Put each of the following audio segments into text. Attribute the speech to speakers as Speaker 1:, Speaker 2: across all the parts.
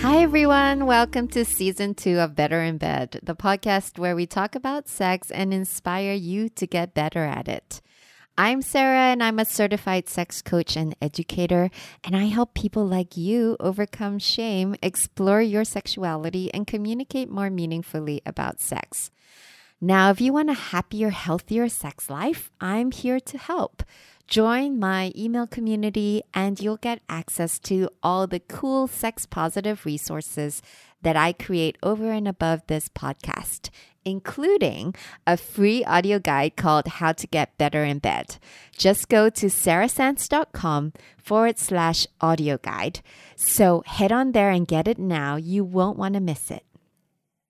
Speaker 1: Hi, everyone. Welcome to season two of Better in Bed, the podcast where we talk about sex and inspire you to get better at it. I'm Sarah, and I'm a certified sex coach and educator, and I help people like you overcome shame, explore your sexuality, and communicate more meaningfully about sex. Now, if you want a happier, healthier sex life, I'm here to help. Join my email community and you'll get access to all the cool sex positive resources that I create over and above this podcast, including a free audio guide called How to Get Better in Bed. Just go to sarahsands.com forward slash audio guide. So head on there and get it now. You won't want to miss it.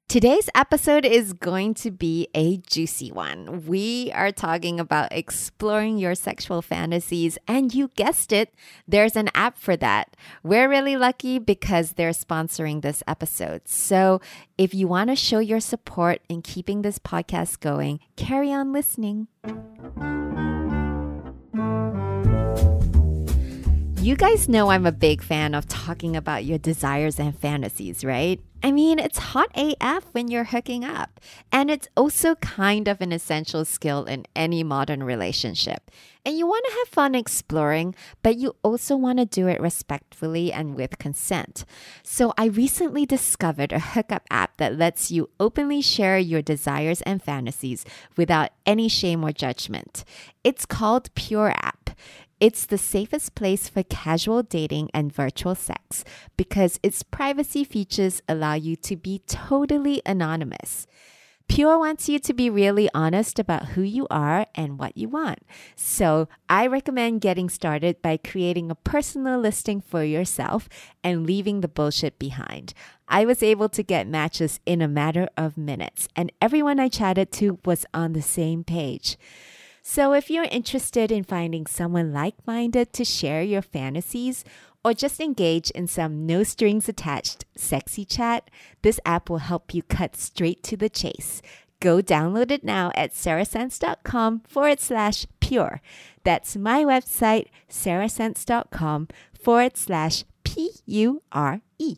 Speaker 1: Today's episode is going to be a juicy one. We are talking about exploring your sexual fantasies, and you guessed it, there's an app for that. We're really lucky because they're sponsoring this episode. So if you want to show your support in keeping this podcast going, carry on listening. You guys know I'm a big fan of talking about your desires and fantasies, right? I mean, it's hot AF when you're hooking up. And it's also kind of an essential skill in any modern relationship. And you want to have fun exploring, but you also want to do it respectfully and with consent. So I recently discovered a hookup app that lets you openly share your desires and fantasies without any shame or judgment. It's called Pure App. It's the safest place for casual dating and virtual sex because its privacy features allow you to be totally anonymous. Pure wants you to be really honest about who you are and what you want. So I recommend getting started by creating a personal listing for yourself and leaving the bullshit behind. I was able to get matches in a matter of minutes, and everyone I chatted to was on the same page. So, if you're interested in finding someone like minded to share your fantasies or just engage in some no strings attached sexy chat, this app will help you cut straight to the chase. Go download it now at sarasense.com forward slash pure. That's my website, sarasense.com forward slash P U R E.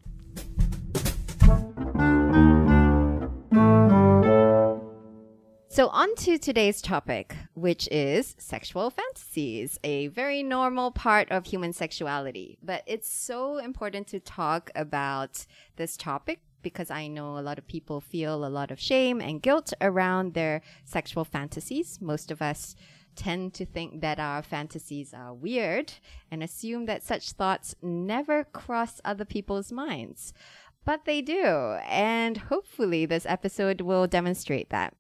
Speaker 1: So, on to today's topic, which is sexual fantasies, a very normal part of human sexuality. But it's so important to talk about this topic because I know a lot of people feel a lot of shame and guilt around their sexual fantasies. Most of us tend to think that our fantasies are weird and assume that such thoughts never cross other people's minds. But they do, and hopefully, this episode will demonstrate that.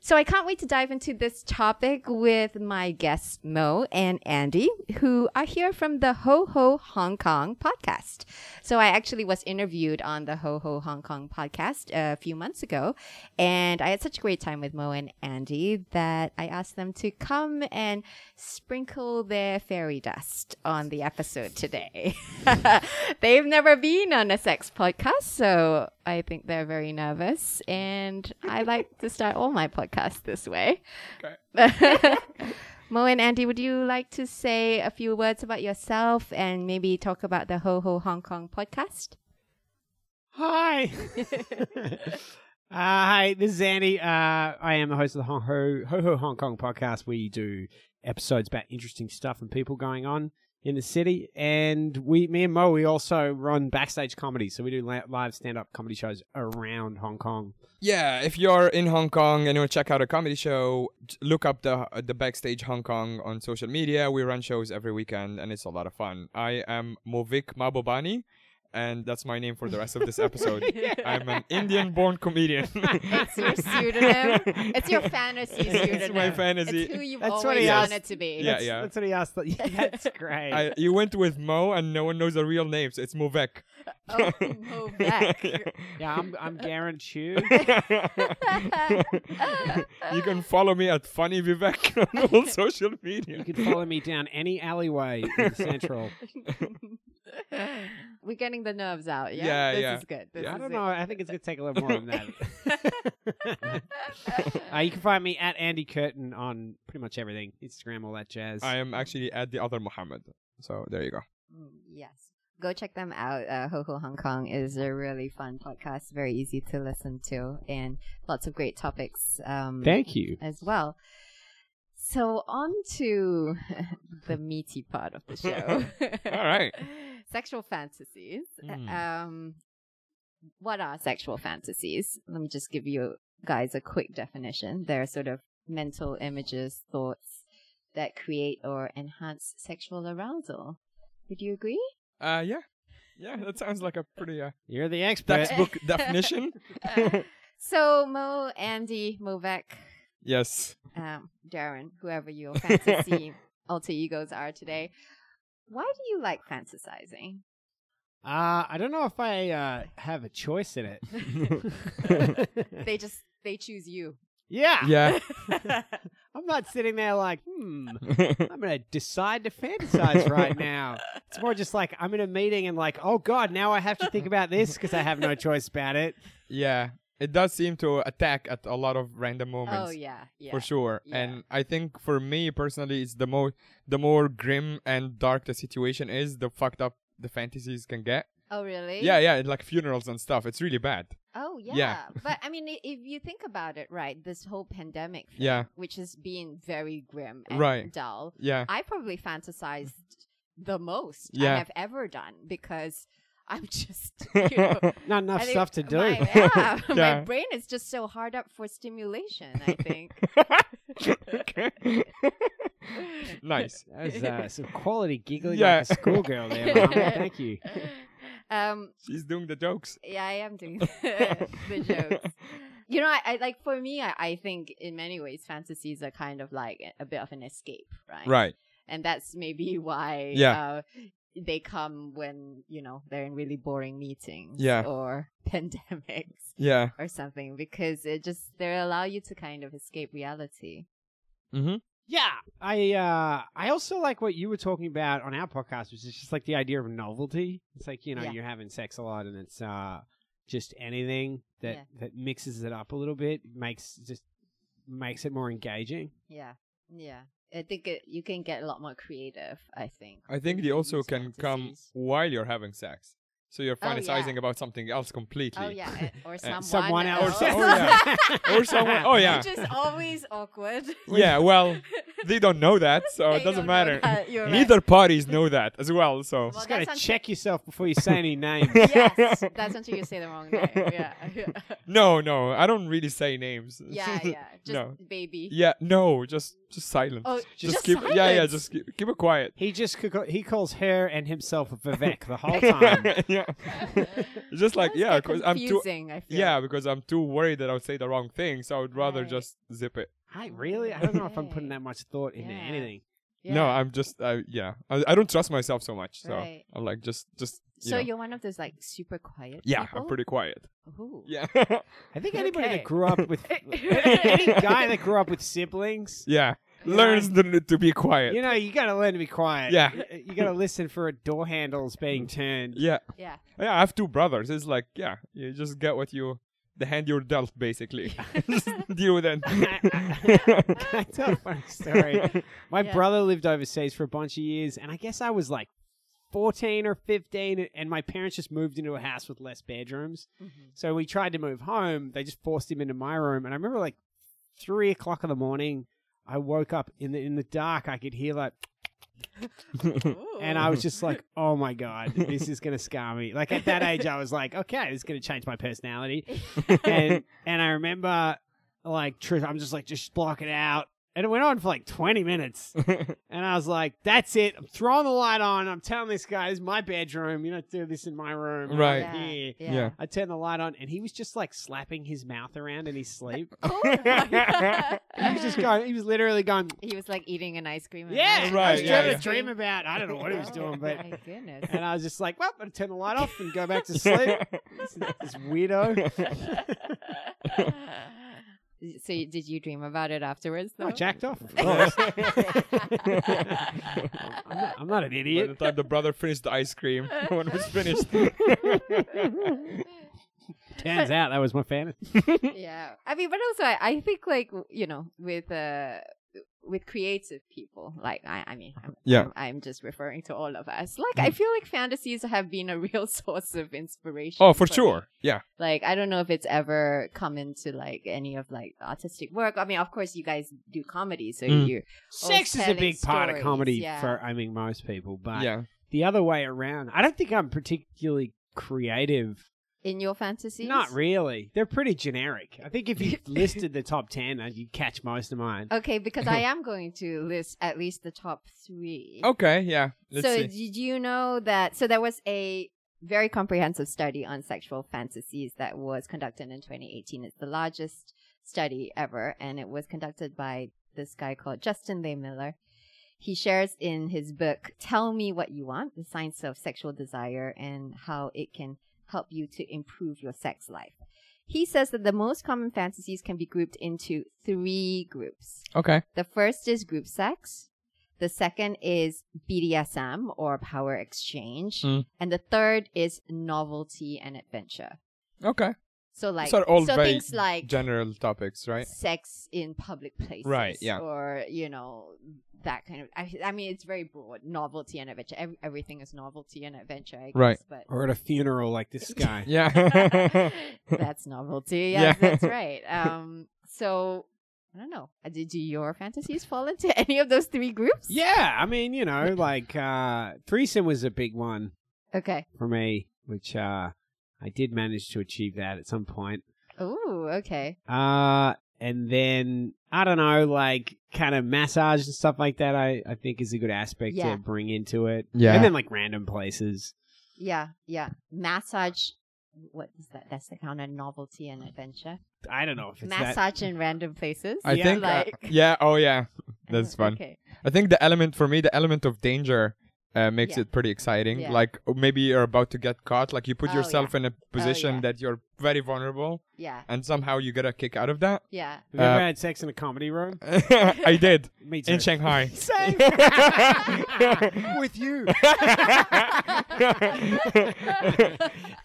Speaker 1: So I can't wait to dive into this topic with my guests Mo and Andy, who are here from the Ho Ho Hong Kong podcast. So I actually was interviewed on the Ho Ho Hong Kong podcast a few months ago, and I had such a great time with Mo and Andy that I asked them to come and sprinkle their fairy dust on the episode today. They've never been on a sex podcast, so I think they're very nervous, and I like to start all my podcasts this way. Mo and Andy, would you like to say a few words about yourself and maybe talk about the Ho Ho Hong Kong podcast?
Speaker 2: Hi. uh, hi, this is Andy. Uh, I am the host of the Hong Ho, Ho Ho Hong Kong podcast. We do episodes about interesting stuff and people going on in the city. And we, me and Mo, we also run backstage comedy. So we do la- live stand up comedy shows around Hong Kong.
Speaker 3: Yeah, if you're in Hong Kong and you want to check out a comedy show, j- look up the the backstage Hong Kong on social media. We run shows every weekend, and it's a lot of fun. I am Movik Mabobani, and that's my name for the rest of this episode. I'm an Indian-born comedian.
Speaker 1: It's your pseudonym. It's your fantasy pseudonym.
Speaker 3: it's my fantasy.
Speaker 1: It's who you've
Speaker 2: That's what
Speaker 1: always
Speaker 2: he asked.
Speaker 1: wanted to be.
Speaker 3: Yeah,
Speaker 2: that's,
Speaker 3: yeah.
Speaker 2: That's what he asked. That's great.
Speaker 3: I, you went with Mo, and no one knows the real names. It's Movek.
Speaker 1: Oh, Mo Beck.
Speaker 2: yeah, I'm, I'm Garen Chu.
Speaker 3: you can follow me at Funny Vivek on all social media.
Speaker 2: You can follow me down any alleyway in Central.
Speaker 1: We're getting the nerves out. Yeah,
Speaker 3: Yeah,
Speaker 1: this
Speaker 3: yeah.
Speaker 1: is good. This
Speaker 3: Yeah.
Speaker 2: I
Speaker 1: is
Speaker 2: don't
Speaker 1: it.
Speaker 2: know. I think it's going to take a little more than that. uh, you can find me at Andy Curtin on pretty much everything Instagram, all that jazz.
Speaker 3: I am actually at the other Muhammad. So there you go.
Speaker 1: Mm, Yes. Go check them out. Uh, Ho Ho Hong Kong is a really fun podcast, very easy to listen to, and lots of great topics um,
Speaker 2: Thank you.
Speaker 1: as well. So, on to the meaty part of the show.
Speaker 3: All right.
Speaker 1: Sexual fantasies.
Speaker 3: Mm.
Speaker 1: Um, what are sexual fantasies? Let me just give you guys a quick definition. They're sort of mental images, thoughts that create or enhance sexual arousal. Would you agree?
Speaker 3: Uh, yeah. Yeah, that sounds like a pretty uh,
Speaker 2: You're the expert.
Speaker 3: textbook definition.
Speaker 1: Uh, so Mo, Andy, Movek,
Speaker 3: Yes.
Speaker 1: um, Darren, whoever your fantasy alter egos are today, why do you like fantasizing?
Speaker 2: Uh, I don't know if I uh, have a choice in it.
Speaker 1: They just they choose you.
Speaker 2: yeah.
Speaker 3: Yeah.
Speaker 2: I'm not sitting there like, hmm, I'm going to decide to fantasize right now. It's more just like I'm in a meeting and like, oh God, now I have to think about this because I have no choice about it.
Speaker 3: yeah. It does seem to attack at a lot of random
Speaker 1: Oh
Speaker 3: moments.
Speaker 1: yeah, yeah.
Speaker 3: For sure.
Speaker 1: Yeah.
Speaker 3: And I think for me personally it's the more the more grim and dark the situation is, the fucked up the fantasies can get.
Speaker 1: Oh really?
Speaker 3: Yeah, yeah, like funerals and stuff. It's really bad.
Speaker 1: Oh yeah.
Speaker 3: Yeah.
Speaker 1: but I mean, i- if you think about it, right, this whole pandemic, thing,
Speaker 3: Yeah.
Speaker 1: which has been very grim and
Speaker 3: Right.
Speaker 1: dull.
Speaker 3: Yeah.
Speaker 1: I probably fantasized the most I
Speaker 3: Yeah.
Speaker 1: have ever done because I'm just you know,
Speaker 2: Not enough
Speaker 1: I think
Speaker 2: stuff to do.
Speaker 1: My, yeah, my
Speaker 3: Yeah.
Speaker 1: brain is just so hard up for stimulation. I think.
Speaker 3: okay. nice.
Speaker 2: That was uh, some quality giggling
Speaker 3: Yeah.
Speaker 2: like a schoolgirl there, Mom. Thank you.
Speaker 1: um,
Speaker 3: She's doing the jokes.
Speaker 1: yeah, I am doing the jokes. You know, I, I like for me, I, I think in many ways fantasies are kind of like a bit of an escape, right?
Speaker 3: Right.
Speaker 1: and that's maybe why
Speaker 3: Yeah.
Speaker 1: uh, they come when you know they're in really boring meetings
Speaker 3: Yeah.
Speaker 1: or pandemics
Speaker 3: Yeah.
Speaker 1: or something because it just they allow you to kind of escape reality.
Speaker 2: Yeah, I uh, I also like what you were talking about on our podcast, which is just like the idea of novelty. It's like you know
Speaker 1: Yeah.
Speaker 2: you're having sex a lot, and it's uh, just anything that
Speaker 1: Yeah.
Speaker 2: that mixes it up a little bit makes just makes it more engaging.
Speaker 1: Yeah, yeah. I think it, you can get a lot more creative. I think.
Speaker 3: I think
Speaker 1: with
Speaker 3: they also
Speaker 1: these
Speaker 3: can come
Speaker 1: fantasies.
Speaker 3: while you're having sex. So you're
Speaker 1: Oh, yeah.
Speaker 3: fantasizing about something else completely.
Speaker 1: Oh yeah, eh, or someone,
Speaker 2: Someone
Speaker 1: else.
Speaker 2: else,
Speaker 3: Or so- oh, yeah. Or someone- oh, yeah.
Speaker 1: Which is always awkward.
Speaker 3: Yeah, well, they don't know that, so
Speaker 1: They
Speaker 3: it
Speaker 1: don't
Speaker 3: doesn't
Speaker 1: know
Speaker 3: matter.
Speaker 1: that, you're right.
Speaker 3: Neither parties know that as well, so
Speaker 1: Well,
Speaker 2: Just gotta
Speaker 1: that's until-
Speaker 2: check yourself before you say any names.
Speaker 1: yes, that's until you say the wrong name. Yeah.
Speaker 3: no, no, I don't really say names.
Speaker 1: Yeah, yeah. Just
Speaker 3: No.
Speaker 1: baby.
Speaker 3: Yeah, no, just just silence.
Speaker 1: Oh,
Speaker 3: just,
Speaker 1: just
Speaker 3: keep yeah, yeah,
Speaker 1: silence.
Speaker 3: just keep, keep it quiet.
Speaker 2: He just c- he calls her and himself Vivek the whole time.
Speaker 3: yeah. just like
Speaker 1: Those
Speaker 3: yeah,
Speaker 1: get
Speaker 3: 'cause I'm too
Speaker 1: confusing, I feel.
Speaker 3: yeah, because I'm too worried that I'll say the wrong thing, so I would rather
Speaker 1: Right.
Speaker 3: just zip it.
Speaker 2: I really I don't know if I'm putting
Speaker 1: Okay.
Speaker 2: that much thought into
Speaker 1: Yeah.
Speaker 2: anything.
Speaker 3: No,
Speaker 1: Yeah.
Speaker 3: I'm just I yeah, I, I don't trust myself so much, so
Speaker 1: Right.
Speaker 3: I'm like just just
Speaker 1: so
Speaker 3: you know.
Speaker 1: you're one of those like super quiet.
Speaker 3: yeah,
Speaker 1: people?
Speaker 3: I'm pretty quiet.
Speaker 1: Ooh.
Speaker 3: Yeah,
Speaker 2: I think anybody
Speaker 1: Okay.
Speaker 2: that grew up with any guy that grew up with siblings.
Speaker 3: yeah, learns to, to be quiet.
Speaker 2: You know, you gotta learn to be quiet.
Speaker 3: Yeah.
Speaker 2: You- You gotta listen for door handles being turned.
Speaker 3: yeah,
Speaker 1: Yeah.
Speaker 3: Yeah, I have two brothers. It's like, yeah, you just get what you, the hand you're dealt, basically. just deal with it.
Speaker 2: Can I tell a funny story? My
Speaker 1: Yeah.
Speaker 2: brother lived overseas for a bunch of years, and I guess I was like 14 or 15, and my parents just moved into a house with less bedrooms.
Speaker 1: Mhm.
Speaker 2: So we tried to move home. They just forced him into my room, and I remember like three o'clock in the morning. I woke up in the in the dark. I could hear like, and I was just like, "Oh my god, this is gonna scar me." Like at that age, I was like, "Okay, this is gonna change my personality." and and I remember like tr- I'm just like just block it out. And it went on for like 20 minutes. and I was like, that's it. I'm throwing the light on. I'm telling this guy, this is my bedroom. You don't do this in my room. I'm
Speaker 3: Right.
Speaker 2: here.
Speaker 1: Yeah.
Speaker 3: Yeah.
Speaker 2: I turned the light on and he was just like slapping his mouth around in his sleep.
Speaker 1: Oh my
Speaker 2: he was just going, he was literally going,
Speaker 1: He was like eating an ice cream. and
Speaker 2: yeah.
Speaker 1: ice
Speaker 2: I was
Speaker 3: Right,
Speaker 1: cream.
Speaker 3: yeah,
Speaker 2: trying
Speaker 3: yeah.
Speaker 2: to dream about, I don't know what he was doing, but.
Speaker 1: Oh my goodness.
Speaker 2: And I was just like, well, I'm turn the light off and go back to sleep. this, this weirdo.
Speaker 1: So you- did you dream about it afterwards?
Speaker 2: I
Speaker 1: though?
Speaker 2: jacked off. Of course. I'm, not, I'm not an
Speaker 3: By the
Speaker 2: idiot.
Speaker 3: time the brother finished the ice cream, when it was finished.
Speaker 2: Turns out that was my fantasy.
Speaker 1: yeah. I mean, but also I, I think like w- you know with uh with creative people like I I mean I'm,
Speaker 3: Yeah. Mm.
Speaker 1: I'm, I'm just referring to all of us. Like I feel like fantasies have been a real source of inspiration.
Speaker 3: oh, for
Speaker 1: me.
Speaker 3: sure. Yeah.
Speaker 1: Like I don't know if it's ever come into like any of like artistic work. I mean, of course you guys do comedy, so
Speaker 3: Mm.
Speaker 1: you
Speaker 2: Sex Oh, is a
Speaker 1: telling
Speaker 2: big part of
Speaker 1: stories,
Speaker 2: comedy
Speaker 1: yeah.
Speaker 2: for, I mean, most people. But
Speaker 3: Yeah.
Speaker 2: the other way around, I don't think I'm particularly creative
Speaker 1: in your fantasies.
Speaker 2: Not really. They're pretty generic. I think if you listed the top ten, uh, you'd catch most of mine.
Speaker 1: Okay, because I am going to list at least the top three.
Speaker 3: Okay. Yeah. Let's
Speaker 1: so
Speaker 3: see.
Speaker 1: did you know that so there was a very comprehensive study on sexual fantasies that was conducted in 2018 it's the largest study ever and it was conducted by this guy called justin lay miller he shares in his book tell me what you want the science of sexual desire and how it can help you to improve your sex life he says that the most common fantasies can be grouped into three groups
Speaker 3: Okay.
Speaker 1: the first is group sex. The second is BDSM or power exchange.
Speaker 3: Mm.
Speaker 1: And the third is novelty and adventure.
Speaker 3: Okay.
Speaker 1: So like
Speaker 3: These are all
Speaker 1: so
Speaker 3: very
Speaker 1: things like
Speaker 3: General topics, right?
Speaker 1: sex in public places.
Speaker 3: Right, yeah.
Speaker 1: Or, you know, that kind of I, I mean it's very broad. Novelty and adventure. Ev- everything is novelty and adventure, I guess.
Speaker 3: Right.
Speaker 1: But
Speaker 2: Or at a funeral like this guy.
Speaker 3: Yeah.
Speaker 1: that's novelty.
Speaker 3: Yeah.
Speaker 1: Yes, that's right. Um so I don't know. Uh, Did your fantasies fall into any of those three groups?
Speaker 2: yeah, I mean, you know, like uh threesome was a big one
Speaker 1: Okay.
Speaker 2: for me, which uh I did manage to achieve that at some point.
Speaker 1: Oh, okay.
Speaker 2: Uh and then I don't know, like kind of massage and stuff like that I, I think is a good aspect
Speaker 1: Yeah.
Speaker 2: to bring into it.
Speaker 3: Yeah.
Speaker 2: And then like random places.
Speaker 1: Yeah, yeah. Massage. What is that? That's the kind of novelty and adventure.
Speaker 2: I don't know if it's that
Speaker 1: Massage in random places.
Speaker 3: I
Speaker 2: Yeah,
Speaker 3: think. uh,
Speaker 1: like-
Speaker 3: yeah. Oh, yeah. That's
Speaker 1: Uh,
Speaker 3: fun.
Speaker 1: Okay.
Speaker 3: I think the element for me, the element of danger, uh, makes
Speaker 1: Yeah.
Speaker 3: it pretty exciting.
Speaker 1: Yeah.
Speaker 3: Like oh, maybe you're about to get caught. Like you put
Speaker 1: Oh,
Speaker 3: yourself in a position
Speaker 1: yeah.
Speaker 3: that you're very vulnerable,
Speaker 1: Yeah,
Speaker 3: and somehow you get a kick out of that.
Speaker 1: yeah.
Speaker 2: Have you ever
Speaker 3: Uh,
Speaker 2: had sex in a comedy room?
Speaker 3: I did
Speaker 2: Me too.
Speaker 3: in Shanghai.
Speaker 2: With you.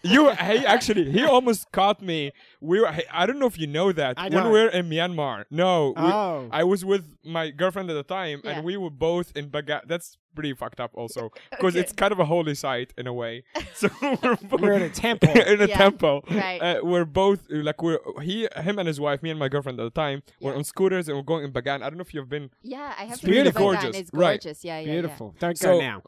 Speaker 3: you hey actually he almost caught me we were, I- i don't know if you know that
Speaker 2: I
Speaker 3: when
Speaker 2: don't.
Speaker 3: we were in myanmar no we-
Speaker 2: Oh.
Speaker 3: i was with my girlfriend at the time
Speaker 1: Yeah.
Speaker 3: and we were both in bagat that's pretty fucked up also because
Speaker 1: Okay.
Speaker 3: it's kind of a holy site in a way so we're both
Speaker 2: We're at a temple.
Speaker 3: in a
Speaker 1: Yeah.
Speaker 3: temple
Speaker 1: Right.
Speaker 3: uh, we're both uh, like we're he him and his wife me and my girlfriend at the time were
Speaker 1: Yeah.
Speaker 3: on scooters and we're going in bagan i don't know if you've been
Speaker 1: Yeah, I have
Speaker 2: It's
Speaker 1: to really
Speaker 2: beautiful.
Speaker 1: gorgeous.
Speaker 3: Gorgeous,
Speaker 1: It's
Speaker 3: right.
Speaker 1: gorgeous. Yeah, yeah. yeah.
Speaker 2: Beautiful. Don't
Speaker 3: So-
Speaker 2: go now.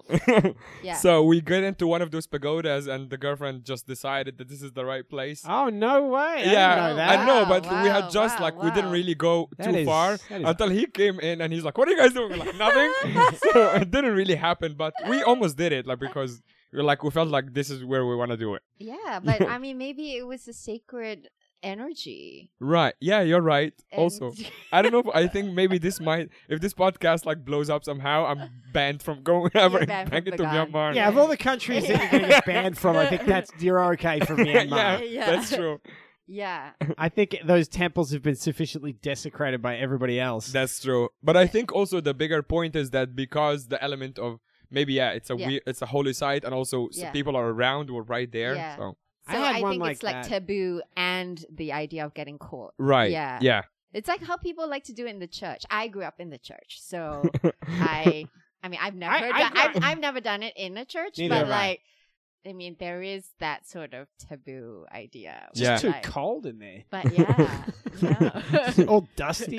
Speaker 1: Yeah.
Speaker 3: So we get into one of those pagodas, and the girlfriend just decided that this is the right place.
Speaker 2: Oh no way! I
Speaker 3: yeah,
Speaker 2: didn't know that.
Speaker 3: I know, but we
Speaker 1: Wow,
Speaker 3: had just
Speaker 1: wow,
Speaker 3: like we didn't
Speaker 1: wow.
Speaker 3: really go
Speaker 2: That
Speaker 3: too
Speaker 2: is-
Speaker 3: far
Speaker 2: that is-
Speaker 3: until he came in and he's like, "What are you guys doing?" We're like nothing. so it didn't really happen, but we almost did it, like because we are like we felt like this is where we want to do it.
Speaker 1: Yeah, but I mean, maybe it was a sacred energy.
Speaker 3: Right? Yeah, you're right.
Speaker 1: and-
Speaker 3: also, I don't know. If, I think maybe this might, if this podcast like blows up somehow, I'm banned from going ever
Speaker 1: banned
Speaker 3: back
Speaker 1: from
Speaker 3: into
Speaker 1: Bagan.
Speaker 3: Myanmar.
Speaker 2: Yeah, of all the countries that you're going to get banned from, I think that's you're okay for
Speaker 3: yeah,
Speaker 2: Myanmar.
Speaker 1: Yeah.
Speaker 3: that's true.
Speaker 1: yeah,
Speaker 2: I think those temples have been sufficiently desecrated by everybody else.
Speaker 3: That's true. But I think also the bigger point is that because the element of maybe yeah, it's a
Speaker 1: Yeah.
Speaker 3: we- it's a holy site, and also s
Speaker 1: Yeah.
Speaker 3: people are around, we're right there.
Speaker 1: Yeah.
Speaker 3: So
Speaker 2: I
Speaker 1: so
Speaker 2: had
Speaker 1: I,
Speaker 2: one
Speaker 1: think
Speaker 2: like
Speaker 1: it's like
Speaker 2: that.
Speaker 1: taboo and the idea of getting caught.
Speaker 3: right,
Speaker 1: Yeah.
Speaker 3: yeah, yeah,
Speaker 1: It's like how people like to do it in the church. I grew up in the church, so I, I mean, I've never,
Speaker 2: I- I
Speaker 1: done,
Speaker 2: grew
Speaker 1: I've, I've never done it in a church,
Speaker 2: Neither
Speaker 1: but
Speaker 2: have I.
Speaker 1: like, I mean, there is that sort of taboo idea.
Speaker 2: Just
Speaker 3: Yeah.
Speaker 2: too
Speaker 1: like-
Speaker 2: cold in there.
Speaker 1: But yeah, no.
Speaker 2: All dusty.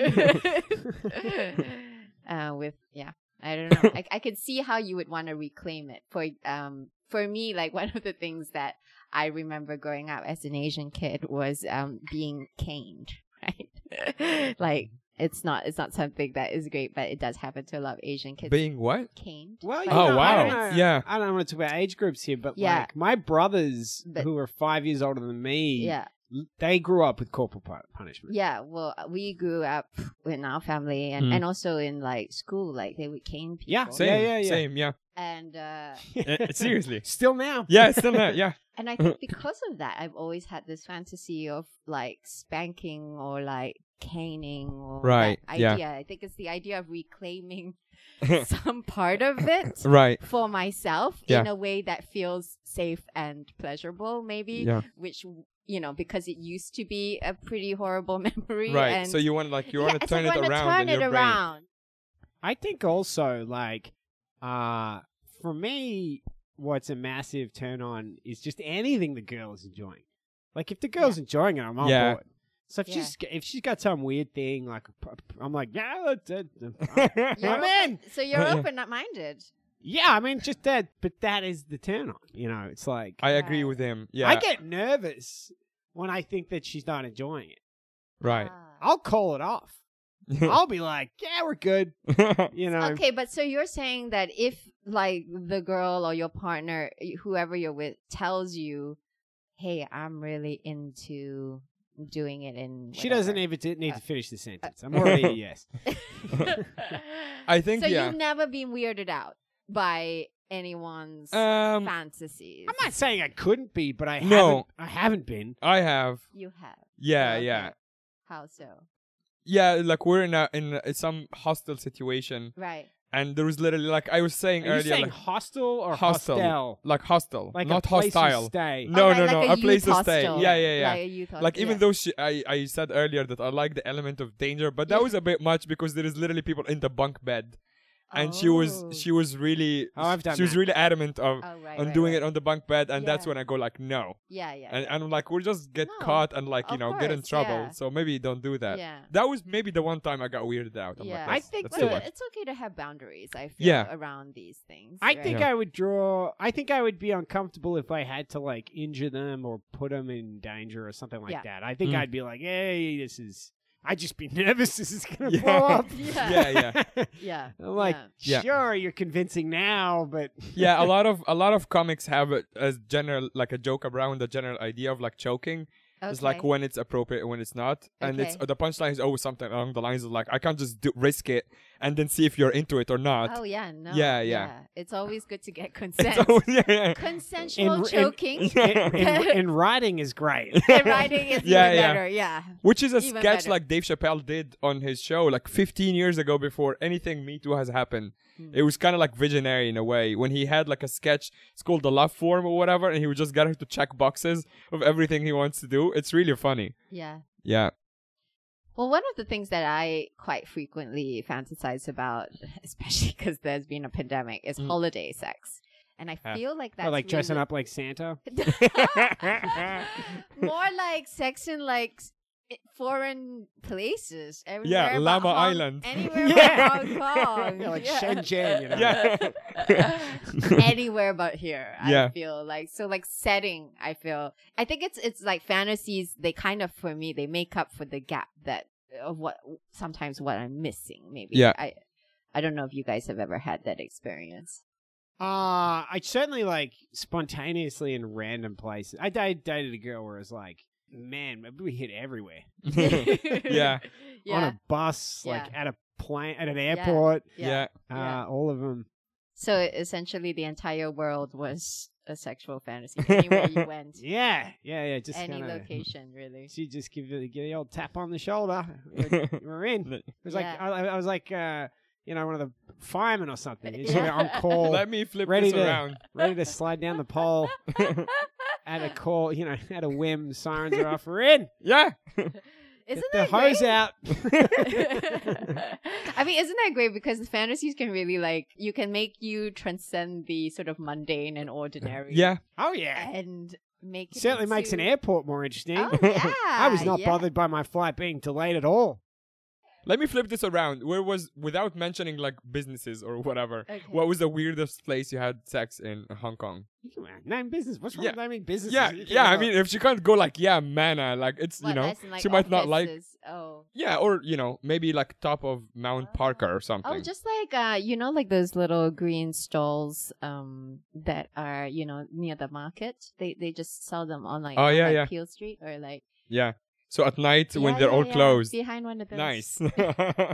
Speaker 1: uh, with yeah, I don't know. I, I could see how you would want to reclaim it. For um, for me, like one of the things that I remember growing up as an Asian kid was um being caned, right? like it's not it's not something that is great, but it does happen to a lot of Asian kids.
Speaker 3: being what?
Speaker 1: caned.
Speaker 2: well, you
Speaker 1: by
Speaker 3: Oh,
Speaker 2: know, I don't
Speaker 3: wow.
Speaker 2: know-
Speaker 3: Yeah.
Speaker 2: I don't want to talk about age groups here, but
Speaker 1: Yeah.
Speaker 2: like my brothers
Speaker 1: But-
Speaker 2: who are five years older than me,
Speaker 1: Yeah,
Speaker 2: they grew up with corporal pu- punishment.
Speaker 1: yeah. Well, uh, we grew up in our family, and,
Speaker 3: Mm.
Speaker 1: and also in like school, like they would cane people.
Speaker 2: Oh, Yeah,
Speaker 3: Same,
Speaker 2: yeah, yeah.
Speaker 3: same, yeah.
Speaker 1: and uh,
Speaker 3: Eh, Seriously,
Speaker 2: Still now.
Speaker 3: yeah, it's still there, yeah.
Speaker 1: and I think because of that, I've always had this fantasy of like spanking or like caning or
Speaker 3: Right,
Speaker 1: that
Speaker 3: yeah.
Speaker 1: idea. I think it's the idea of reclaiming some part of it
Speaker 3: right.
Speaker 1: for myself
Speaker 3: Yeah.
Speaker 1: in a way that feels safe and pleasurable, maybe.
Speaker 3: Yeah.
Speaker 1: Which you know, because it used to be a pretty horrible memory.
Speaker 3: Right.
Speaker 1: And
Speaker 3: So you want like you
Speaker 1: Yeah,
Speaker 3: want to
Speaker 1: so
Speaker 3: turn
Speaker 1: I
Speaker 3: it
Speaker 1: wanna
Speaker 3: around
Speaker 1: turn
Speaker 3: in
Speaker 1: it
Speaker 3: your brain.
Speaker 1: around.
Speaker 2: I think also like uh for me what's a massive turn on is just anything the girl is enjoying. Like if the girl's enjoying it, I'm on
Speaker 3: Yeah.
Speaker 2: board. So if
Speaker 1: Yeah.
Speaker 2: she's if she's got some weird thing like a p- I'm like yeah let's- uh, uh,
Speaker 1: You're
Speaker 2: I'm
Speaker 1: open-
Speaker 2: in.
Speaker 1: So you're
Speaker 3: Yeah.
Speaker 1: open minded.
Speaker 2: yeah I mean just that but that is the turn on you know it's like
Speaker 3: I agree
Speaker 1: Right.
Speaker 3: with him. Yeah.
Speaker 2: I get nervous when I think that she's not enjoying it.
Speaker 3: right.
Speaker 1: Ah.
Speaker 2: I'll call it off. I'll be like yeah we're good you know
Speaker 1: Okay, but so you're saying that if like the girl or your partner, whoever you're with, tells you, "Hey, I'm really into doing it," in
Speaker 2: she doesn't
Speaker 1: whatever."
Speaker 2: even t- need
Speaker 1: Uh,
Speaker 2: to finish the sentence. I'm already a yes. e-,
Speaker 3: I think,
Speaker 1: so.
Speaker 3: yeah.
Speaker 1: You've never been weirded out by anyone's
Speaker 3: um,
Speaker 1: fantasies.
Speaker 2: I'm not saying I couldn't be, but I
Speaker 3: No.
Speaker 2: haven't. I haven't been.
Speaker 3: I have.
Speaker 1: You have.
Speaker 3: Yeah,
Speaker 1: Okay.
Speaker 3: yeah,
Speaker 1: How so?
Speaker 3: yeah. Like we're in a in a- some hostile situation,
Speaker 1: Right.
Speaker 3: and there was literally like I was saying
Speaker 2: Are you
Speaker 3: earlier,
Speaker 2: saying
Speaker 3: like,
Speaker 2: hostel or
Speaker 3: Hostel.
Speaker 2: hostel?
Speaker 3: like hostile,
Speaker 2: Like
Speaker 3: not
Speaker 2: a place you
Speaker 3: hostile.
Speaker 2: stay.
Speaker 3: No,
Speaker 1: Oh, right,
Speaker 3: no,
Speaker 1: like
Speaker 3: no.
Speaker 1: A,
Speaker 3: A, place
Speaker 1: youth
Speaker 3: to stay.
Speaker 1: hostel.
Speaker 3: Yeah, yeah, yeah.
Speaker 1: Like, a youth
Speaker 3: like
Speaker 1: hostel,
Speaker 3: even
Speaker 1: yeah.
Speaker 3: though she, I, I said earlier that I like the element of danger, but that
Speaker 1: Yeah.
Speaker 3: was a bit much because there is literally people in the bunk bed, and she was
Speaker 1: Oh.
Speaker 3: she was really
Speaker 2: Oh, I've done
Speaker 3: she was
Speaker 2: that.
Speaker 3: really adamant
Speaker 1: Oh,
Speaker 3: of
Speaker 1: right,
Speaker 3: on
Speaker 1: right,
Speaker 3: doing
Speaker 1: right.
Speaker 3: it on the bunk bed, and that's
Speaker 1: Yeah.
Speaker 3: when I go like no,
Speaker 1: Yeah, yeah.
Speaker 3: and, and I'm like we'll just get
Speaker 1: No,
Speaker 3: caught and like you
Speaker 1: of
Speaker 3: know get in
Speaker 1: course,
Speaker 3: trouble,
Speaker 1: yeah.
Speaker 3: so maybe don't do that.
Speaker 1: yeah.
Speaker 3: That was maybe the one time I got weirded out. I'm
Speaker 1: Yeah.
Speaker 3: like,
Speaker 1: I
Speaker 3: that's-
Speaker 2: think
Speaker 3: that's
Speaker 1: But
Speaker 3: too
Speaker 2: that-
Speaker 3: much.
Speaker 1: it's okay to have boundaries, I feel,
Speaker 3: Yeah.
Speaker 1: around these things.
Speaker 2: I
Speaker 1: right?
Speaker 2: think
Speaker 3: Yeah.
Speaker 2: I would draw. I think I would be uncomfortable if I had to like injure them or put them in danger or something like
Speaker 1: Yeah.
Speaker 2: that. I think
Speaker 3: Mm.
Speaker 2: I'd be like, "Hey, this is." I'd just be nervous. This is gonna
Speaker 3: Yeah.
Speaker 2: blow up.
Speaker 1: Yeah.
Speaker 3: Yeah, yeah.
Speaker 1: Yeah.
Speaker 2: I'm like,
Speaker 3: Yeah.
Speaker 2: sure, you're convincing now, but
Speaker 3: yeah, a lot of a lot of comics have a, a general like a joke around the general idea of like choking.
Speaker 1: yeah.
Speaker 3: It's like
Speaker 1: Okay.
Speaker 3: when it's appropriate and when it's not, and it's
Speaker 1: Okay.
Speaker 3: the punchline is always something along the lines of like I can't just do, risk it and then see if you're into it or not.
Speaker 1: Oh yeah, no.
Speaker 3: Yeah, yeah.
Speaker 1: It's always good to get
Speaker 3: It's
Speaker 1: consent.
Speaker 3: always- yeah, yeah.
Speaker 1: Consensual
Speaker 2: In- in-
Speaker 1: choking and,
Speaker 2: and, and, and writing is great.
Speaker 1: writing is
Speaker 3: Yeah,
Speaker 1: even
Speaker 3: yeah.
Speaker 1: better. Yeah.
Speaker 3: Which is a
Speaker 1: Even
Speaker 3: sketch
Speaker 1: better.
Speaker 3: like Dave Chappelle did on his show like 15 years ago before anything Me Too has happened.
Speaker 1: Hmm.
Speaker 3: It was kind of like visionary in a way when he had like a sketch, it's called The Love Form or whatever, and he would just get her to check boxes of everything he wants to do. It's really funny.
Speaker 1: Yeah.
Speaker 3: Yeah.
Speaker 1: Well, one of the things that I quite frequently fantasize about, especially because there's been a pandemic, is
Speaker 3: Mm.
Speaker 1: holiday sex. And I
Speaker 3: Ah.
Speaker 1: feel like that's
Speaker 2: or like dressing
Speaker 1: really-
Speaker 2: up like Santa.
Speaker 1: More like sex in like s- i- foreign places. Everywhere
Speaker 3: Yeah,
Speaker 1: but
Speaker 3: Lama
Speaker 1: Hong-
Speaker 3: Island.
Speaker 1: Anywhere
Speaker 2: Yeah.
Speaker 1: but Hong Kong.
Speaker 2: Yeah, like
Speaker 1: Yeah.
Speaker 2: Shenzhen, you know.
Speaker 1: anywhere but here.
Speaker 3: Yeah.
Speaker 1: I feel like so like setting. I feel I think it's it's like fantasies. They kind of for me they make up for the gap that of what sometimes what I'm missing. Maybe
Speaker 3: Yeah.
Speaker 1: I I don't know if you guys have ever had that experience.
Speaker 2: Uh, I certainly like spontaneously in random places. I, I dated a girl where it was like, man, we hit everywhere
Speaker 3: Yeah.
Speaker 2: on
Speaker 1: Yeah.
Speaker 2: a bus,
Speaker 1: Yeah.
Speaker 2: like at a plane, at an airport,
Speaker 3: yeah.
Speaker 1: Yeah.
Speaker 2: uh, all of them.
Speaker 1: So essentially, the entire world was a sexual fantasy anywhere you went,
Speaker 2: Yeah, yeah, yeah. Just
Speaker 1: any
Speaker 2: kinda,
Speaker 1: location, really.
Speaker 2: She just give you give you the old tap on the shoulder. We're, we're in. It was like
Speaker 1: Yeah.
Speaker 2: I, I was like, uh, you know, one of the firemen or something. It's
Speaker 1: Yeah.
Speaker 2: like on call,
Speaker 3: Let me flip
Speaker 2: Oh, Ready
Speaker 3: this
Speaker 2: to-
Speaker 3: around.
Speaker 2: ready to slide down the pole at a call. You know, at a whim, sirens are off. We're in.
Speaker 3: yeah.
Speaker 1: Isn't
Speaker 2: Get the
Speaker 1: that great?
Speaker 2: hose out.
Speaker 1: I mean, isn't that great? Because fantasies can really like you can make you transcend the sort of mundane and ordinary.
Speaker 3: Yeah.
Speaker 2: oh yeah.
Speaker 1: and make it
Speaker 2: Certainly makes an
Speaker 1: into-
Speaker 2: airport more interesting.
Speaker 1: Oh yeah,
Speaker 2: I was not
Speaker 1: yeah.
Speaker 2: bothered by my flight being delayed at all.
Speaker 3: Let me flip this around. Where was without mentioning like businesses or whatever?
Speaker 1: Okay.
Speaker 3: What was the weirdest place you had sex in uh, Hong Kong?
Speaker 2: Come on, uh, Name business. What's wrong
Speaker 3: Yeah.
Speaker 2: with naming business?
Speaker 3: Yeah, yeah. I mean, if she can't go like, yeah, mana, like it's
Speaker 1: What,
Speaker 3: you know,
Speaker 1: as in, like,
Speaker 3: she might not like.
Speaker 1: offices? Oh.
Speaker 3: Yeah, or you know, maybe like top of Mount Parker or something.
Speaker 1: Oh, just like uh, you know, like those little green stalls um that are you know near the market. They they just sell them on like
Speaker 3: Oh,
Speaker 1: on,
Speaker 3: yeah,
Speaker 1: like,
Speaker 3: yeah.
Speaker 1: Peel Street or like
Speaker 3: yeah, So at night when
Speaker 1: Yeah,
Speaker 3: they're
Speaker 1: yeah,
Speaker 3: all
Speaker 1: yeah.
Speaker 3: closed.
Speaker 1: Behind one of those.
Speaker 3: Nice.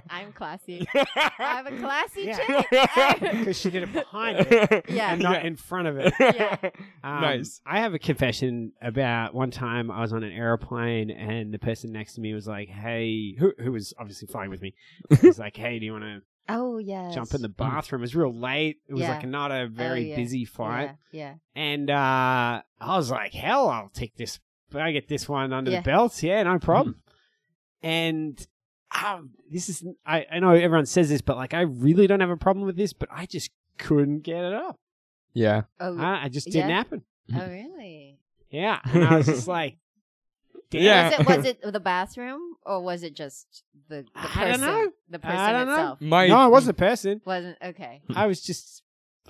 Speaker 1: I'm classy. I have a classy Oh.
Speaker 2: Yeah.
Speaker 1: chicken.
Speaker 2: because she did it behind it
Speaker 1: yeah.
Speaker 2: and not in front of it.
Speaker 1: Yeah.
Speaker 2: Um,
Speaker 3: Nice.
Speaker 2: I have a confession about one time I was on an airplane and the person next to me was like, "Hey," who who was obviously flying with me. was like, "Hey, do you want to
Speaker 1: Oh yeah.
Speaker 2: jump in the bathroom?" It was real late. It was
Speaker 1: Yeah. Oh,
Speaker 2: like not a very
Speaker 1: yeah.
Speaker 2: busy flight,
Speaker 1: Yeah. yeah.
Speaker 2: and uh, I was like, "Hell, I'll take this. I get this one under
Speaker 1: Yeah.
Speaker 2: the belt. Yeah, no problem."
Speaker 3: Mm-hmm.
Speaker 2: And um, this is I, I know everyone says this, but like I really don't have a problem with this, but I just couldn't get it up.
Speaker 3: yeah.
Speaker 1: Oh.
Speaker 2: I, I just didn't
Speaker 1: Yeah.
Speaker 2: happen.
Speaker 1: oh really?
Speaker 2: Yeah, and I was just like, damn.
Speaker 3: Yeah.
Speaker 1: Was it was it the bathroom or was it just the, the person?
Speaker 2: I don't know.
Speaker 1: The
Speaker 2: I
Speaker 1: person
Speaker 2: don't know.
Speaker 1: itself
Speaker 3: My
Speaker 2: No, I wasn't a person.
Speaker 1: wasn't okay.
Speaker 3: Mm.
Speaker 2: I was just,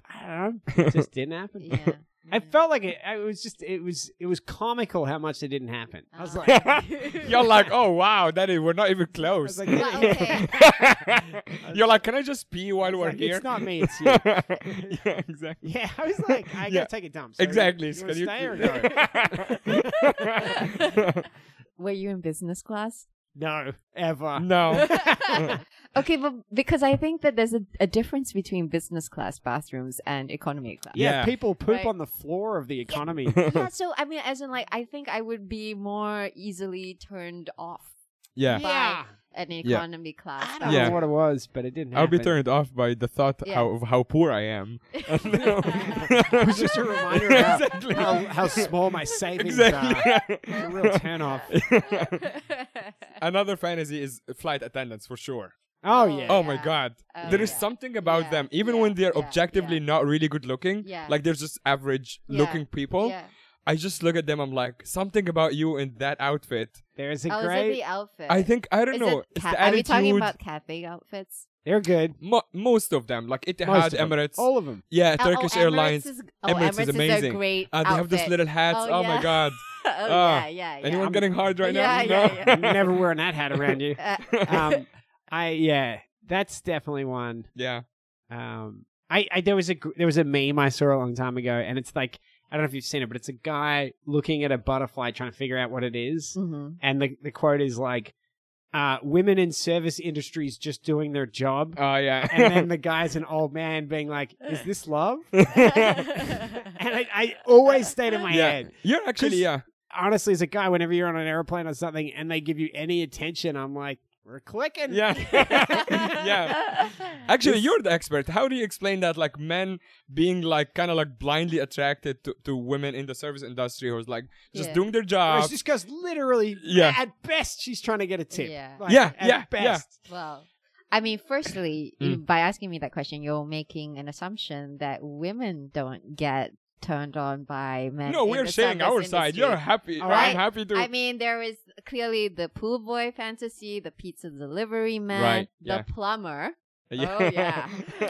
Speaker 2: I don't know, it just didn't happen.
Speaker 1: Yeah.
Speaker 2: I felt like it. It was just. It was. It was comical how much it didn't happen. I was
Speaker 1: Ah.
Speaker 2: like,
Speaker 3: You're like, oh wow, that is, we're not even close.
Speaker 2: I was like,
Speaker 1: Well, okay.
Speaker 3: You're like, can I just pee while
Speaker 2: It's
Speaker 3: we're
Speaker 2: like,
Speaker 3: here?
Speaker 2: It's not me. It's you.
Speaker 3: yeah, exactly.
Speaker 2: Yeah, I was like, I
Speaker 3: Yeah.
Speaker 2: gotta take a dump. So
Speaker 3: Exactly.
Speaker 2: You,
Speaker 3: so
Speaker 2: you wanna
Speaker 3: can you-
Speaker 2: stay or go?
Speaker 1: Were you in business class?
Speaker 2: no, ever.
Speaker 3: no.
Speaker 1: okay, but because I think that there's a, a difference between business class bathrooms and economy class.
Speaker 2: Yeah,
Speaker 3: Yeah.
Speaker 2: people poop
Speaker 1: Right.
Speaker 2: on the floor of the economy.
Speaker 1: yeah, so I mean, as in, like, I think I would be more easily turned off
Speaker 3: Yeah.
Speaker 2: yeah.
Speaker 1: an
Speaker 3: Yeah.
Speaker 1: economy
Speaker 2: I
Speaker 1: class.
Speaker 2: don't
Speaker 3: Yeah.
Speaker 2: know what it was, but it didn't.
Speaker 3: I'll be
Speaker 2: happen.
Speaker 3: turned off by the thought
Speaker 1: Yeah.
Speaker 3: how, of how poor I am.
Speaker 2: It was just a reminder about
Speaker 3: exactly.
Speaker 2: how, how small my savings are.
Speaker 3: exactly.
Speaker 2: It's a real turnoff.
Speaker 3: Another fantasy is flight attendants for sure.
Speaker 2: Oh
Speaker 1: Oh,
Speaker 2: yeah.
Speaker 3: Oh my
Speaker 1: Yeah.
Speaker 3: god.
Speaker 1: Oh,
Speaker 3: there is
Speaker 1: yeah.
Speaker 3: something about
Speaker 1: Yeah.
Speaker 3: them, even
Speaker 1: Yeah.
Speaker 3: when they're
Speaker 1: Yeah.
Speaker 3: objectively not really good looking.
Speaker 1: Yeah.
Speaker 3: Like they're just average
Speaker 1: Yeah.
Speaker 3: looking people.
Speaker 1: yeah.
Speaker 3: I just look at them, I'm like, something about you in that outfit.
Speaker 2: There's a
Speaker 1: Oh, is it
Speaker 2: great.
Speaker 1: the outfit?
Speaker 3: I think I don't
Speaker 1: Is
Speaker 3: know.
Speaker 1: it
Speaker 3: It's
Speaker 1: ca-
Speaker 3: the
Speaker 1: are we
Speaker 3: attitude.
Speaker 1: talking about cafe outfits?
Speaker 2: They're good.
Speaker 3: Mo- most of them, like
Speaker 2: Most
Speaker 3: Etihad,
Speaker 2: of them.
Speaker 3: Emirates,
Speaker 2: All of them.
Speaker 3: yeah,
Speaker 1: Oh,
Speaker 3: Turkish
Speaker 1: oh, Emirates
Speaker 3: Airlines.
Speaker 1: Is, oh,
Speaker 3: Emirates
Speaker 1: Is
Speaker 3: is
Speaker 1: a
Speaker 3: amazing.
Speaker 1: great
Speaker 3: Uh, they have those
Speaker 1: outfit.
Speaker 3: little hats.
Speaker 1: Oh,
Speaker 3: Oh, my
Speaker 1: yeah.
Speaker 3: god!
Speaker 1: oh
Speaker 3: Ah,
Speaker 1: yeah, yeah, yeah.
Speaker 3: Anyone getting hard right now?
Speaker 1: Yeah,
Speaker 3: no.
Speaker 1: yeah, yeah.
Speaker 2: I'm never wearing that hat around you.
Speaker 1: Uh,
Speaker 2: Um, I yeah, that's definitely one.
Speaker 3: yeah.
Speaker 2: Um, I, I there was a gr- there was a meme I saw a long time ago, and it's like I don't know if you've seen it, but it's a guy looking at a butterfly trying to figure out what it is,
Speaker 3: Mm.
Speaker 1: mhm.
Speaker 2: and the the quote is like, uh, "Women in service industries just doing their job,"
Speaker 3: Oh yeah.
Speaker 2: and then the guy's an old man being like, "Is this love?" And I, I always stayed in my
Speaker 3: yeah.
Speaker 2: head.
Speaker 3: You're actually
Speaker 2: 'Cause-
Speaker 3: yeah.
Speaker 2: honestly, as a guy, whenever you're on an airplane or something and they give you any attention, I'm like, we're clicking.
Speaker 3: Yeah. yeah. Actually, you're the expert. How do you explain that? Like men being like kind of like blindly attracted to, to women in the service industry, who's like just
Speaker 1: Yeah.
Speaker 3: doing their
Speaker 2: Whereas
Speaker 3: job.
Speaker 2: just because literally,
Speaker 3: Uh, yeah.
Speaker 2: at best, she's trying to get a tip.
Speaker 1: Yeah.
Speaker 2: Like,
Speaker 3: Yeah,
Speaker 2: at
Speaker 3: yeah, yeah.
Speaker 2: best.
Speaker 1: Well, I mean, firstly, you-
Speaker 3: Hmm.
Speaker 1: by asking me that question, you're making an assumption that women don't get turned on by men.
Speaker 3: No,
Speaker 1: in
Speaker 3: we're
Speaker 1: the
Speaker 3: sharing
Speaker 1: service
Speaker 3: our side.
Speaker 1: industry.
Speaker 3: You're happy.
Speaker 2: All
Speaker 1: right.
Speaker 3: I'm happy to.
Speaker 1: I mean, there is clearly the pool boy fantasy, the pizza delivery man,
Speaker 3: Right,
Speaker 1: the
Speaker 3: yeah.
Speaker 1: plumber.
Speaker 3: Yeah.
Speaker 1: Oh yeah.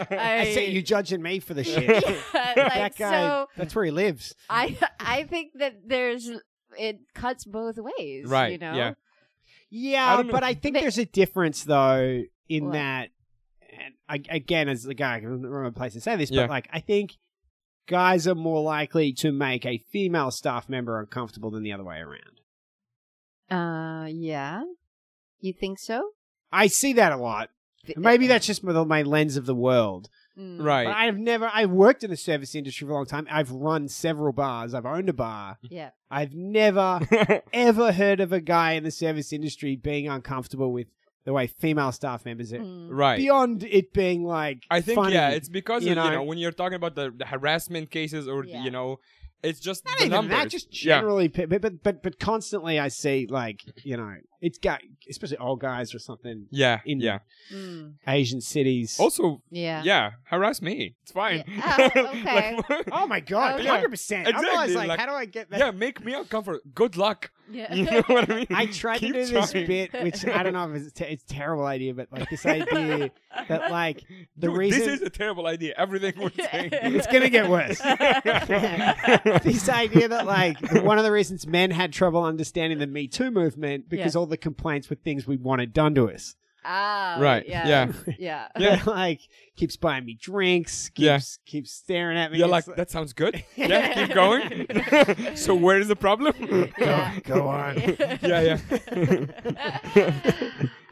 Speaker 2: I say you judging me for the shit.
Speaker 1: Yeah,
Speaker 2: that
Speaker 1: like,
Speaker 2: guy,
Speaker 1: so
Speaker 2: that's where he lives.
Speaker 1: I I think that there's it cuts both ways. You
Speaker 3: Right,
Speaker 1: know?
Speaker 3: yeah.
Speaker 2: Yeah,
Speaker 3: I don't know.
Speaker 2: but I think
Speaker 1: But-
Speaker 2: there's a difference though in
Speaker 1: What?
Speaker 2: that, and I, again, as the guy, I don't remember a place to say this,
Speaker 3: Yeah.
Speaker 2: but like I think guys are more likely to make a female staff member uncomfortable than the other way around.
Speaker 1: Uh yeah. You think so? uh,
Speaker 2: I see that a lot. Maybe that's just my, my lens of the world.
Speaker 1: Mm.
Speaker 3: right.
Speaker 2: But I've never. I've worked in the service industry for a long time. I've run several bars. I've owned a bar.
Speaker 1: Yeah.
Speaker 2: I've never ever heard of a guy in the service industry being uncomfortable with the way female staff members are.
Speaker 1: Mm.
Speaker 3: right.
Speaker 2: Beyond it being like,
Speaker 3: I think
Speaker 2: funny.
Speaker 3: yeah, it's because
Speaker 2: you
Speaker 3: you, you
Speaker 2: know?
Speaker 3: know? when you're talking about the, the harassment cases or the-
Speaker 1: Yeah.
Speaker 3: you know, it's just
Speaker 2: not
Speaker 3: the
Speaker 2: even
Speaker 3: numbers.
Speaker 2: that. Just
Speaker 3: Yeah.
Speaker 2: generally, pe- but, but but but constantly, I see like you know, it's got especially old guys or something,
Speaker 3: yeah,
Speaker 2: in-
Speaker 3: yeah.
Speaker 1: Mm.
Speaker 2: Asian cities.
Speaker 3: Also,
Speaker 1: Yeah.
Speaker 3: yeah. harass me. It's fine.
Speaker 1: Yeah. Oh, okay.
Speaker 3: Like,
Speaker 2: oh my god,
Speaker 1: Okay.
Speaker 2: hundred percent. I'm always
Speaker 3: Exactly,
Speaker 2: like,
Speaker 3: like-
Speaker 2: how do I get that?
Speaker 3: yeah, make me uncomfortable. Good luck.
Speaker 1: Yeah.
Speaker 3: You know what I mean?
Speaker 2: I tried to
Speaker 3: Keep
Speaker 2: do this
Speaker 3: trying.
Speaker 2: bit, which I don't know if it's, te- it's a terrible idea, but like this idea that like the
Speaker 3: Dude,
Speaker 2: reason
Speaker 3: this is a terrible idea. Everything we're saying.
Speaker 2: it's gonna get worse. this idea that like the- one of the reasons men had trouble understanding the Me Too movement because all the complaints were things we wanted done to us.
Speaker 1: Ah,
Speaker 3: Right,
Speaker 1: Yeah. Yeah.
Speaker 3: Yeah.
Speaker 2: like keeps buying me drinks, keeps
Speaker 3: Yeah.
Speaker 2: keeps staring at me.
Speaker 3: You're like,
Speaker 2: It's
Speaker 3: that sounds good. yeah, keep going. so where is the problem?
Speaker 1: Yeah.
Speaker 2: go on.
Speaker 3: yeah,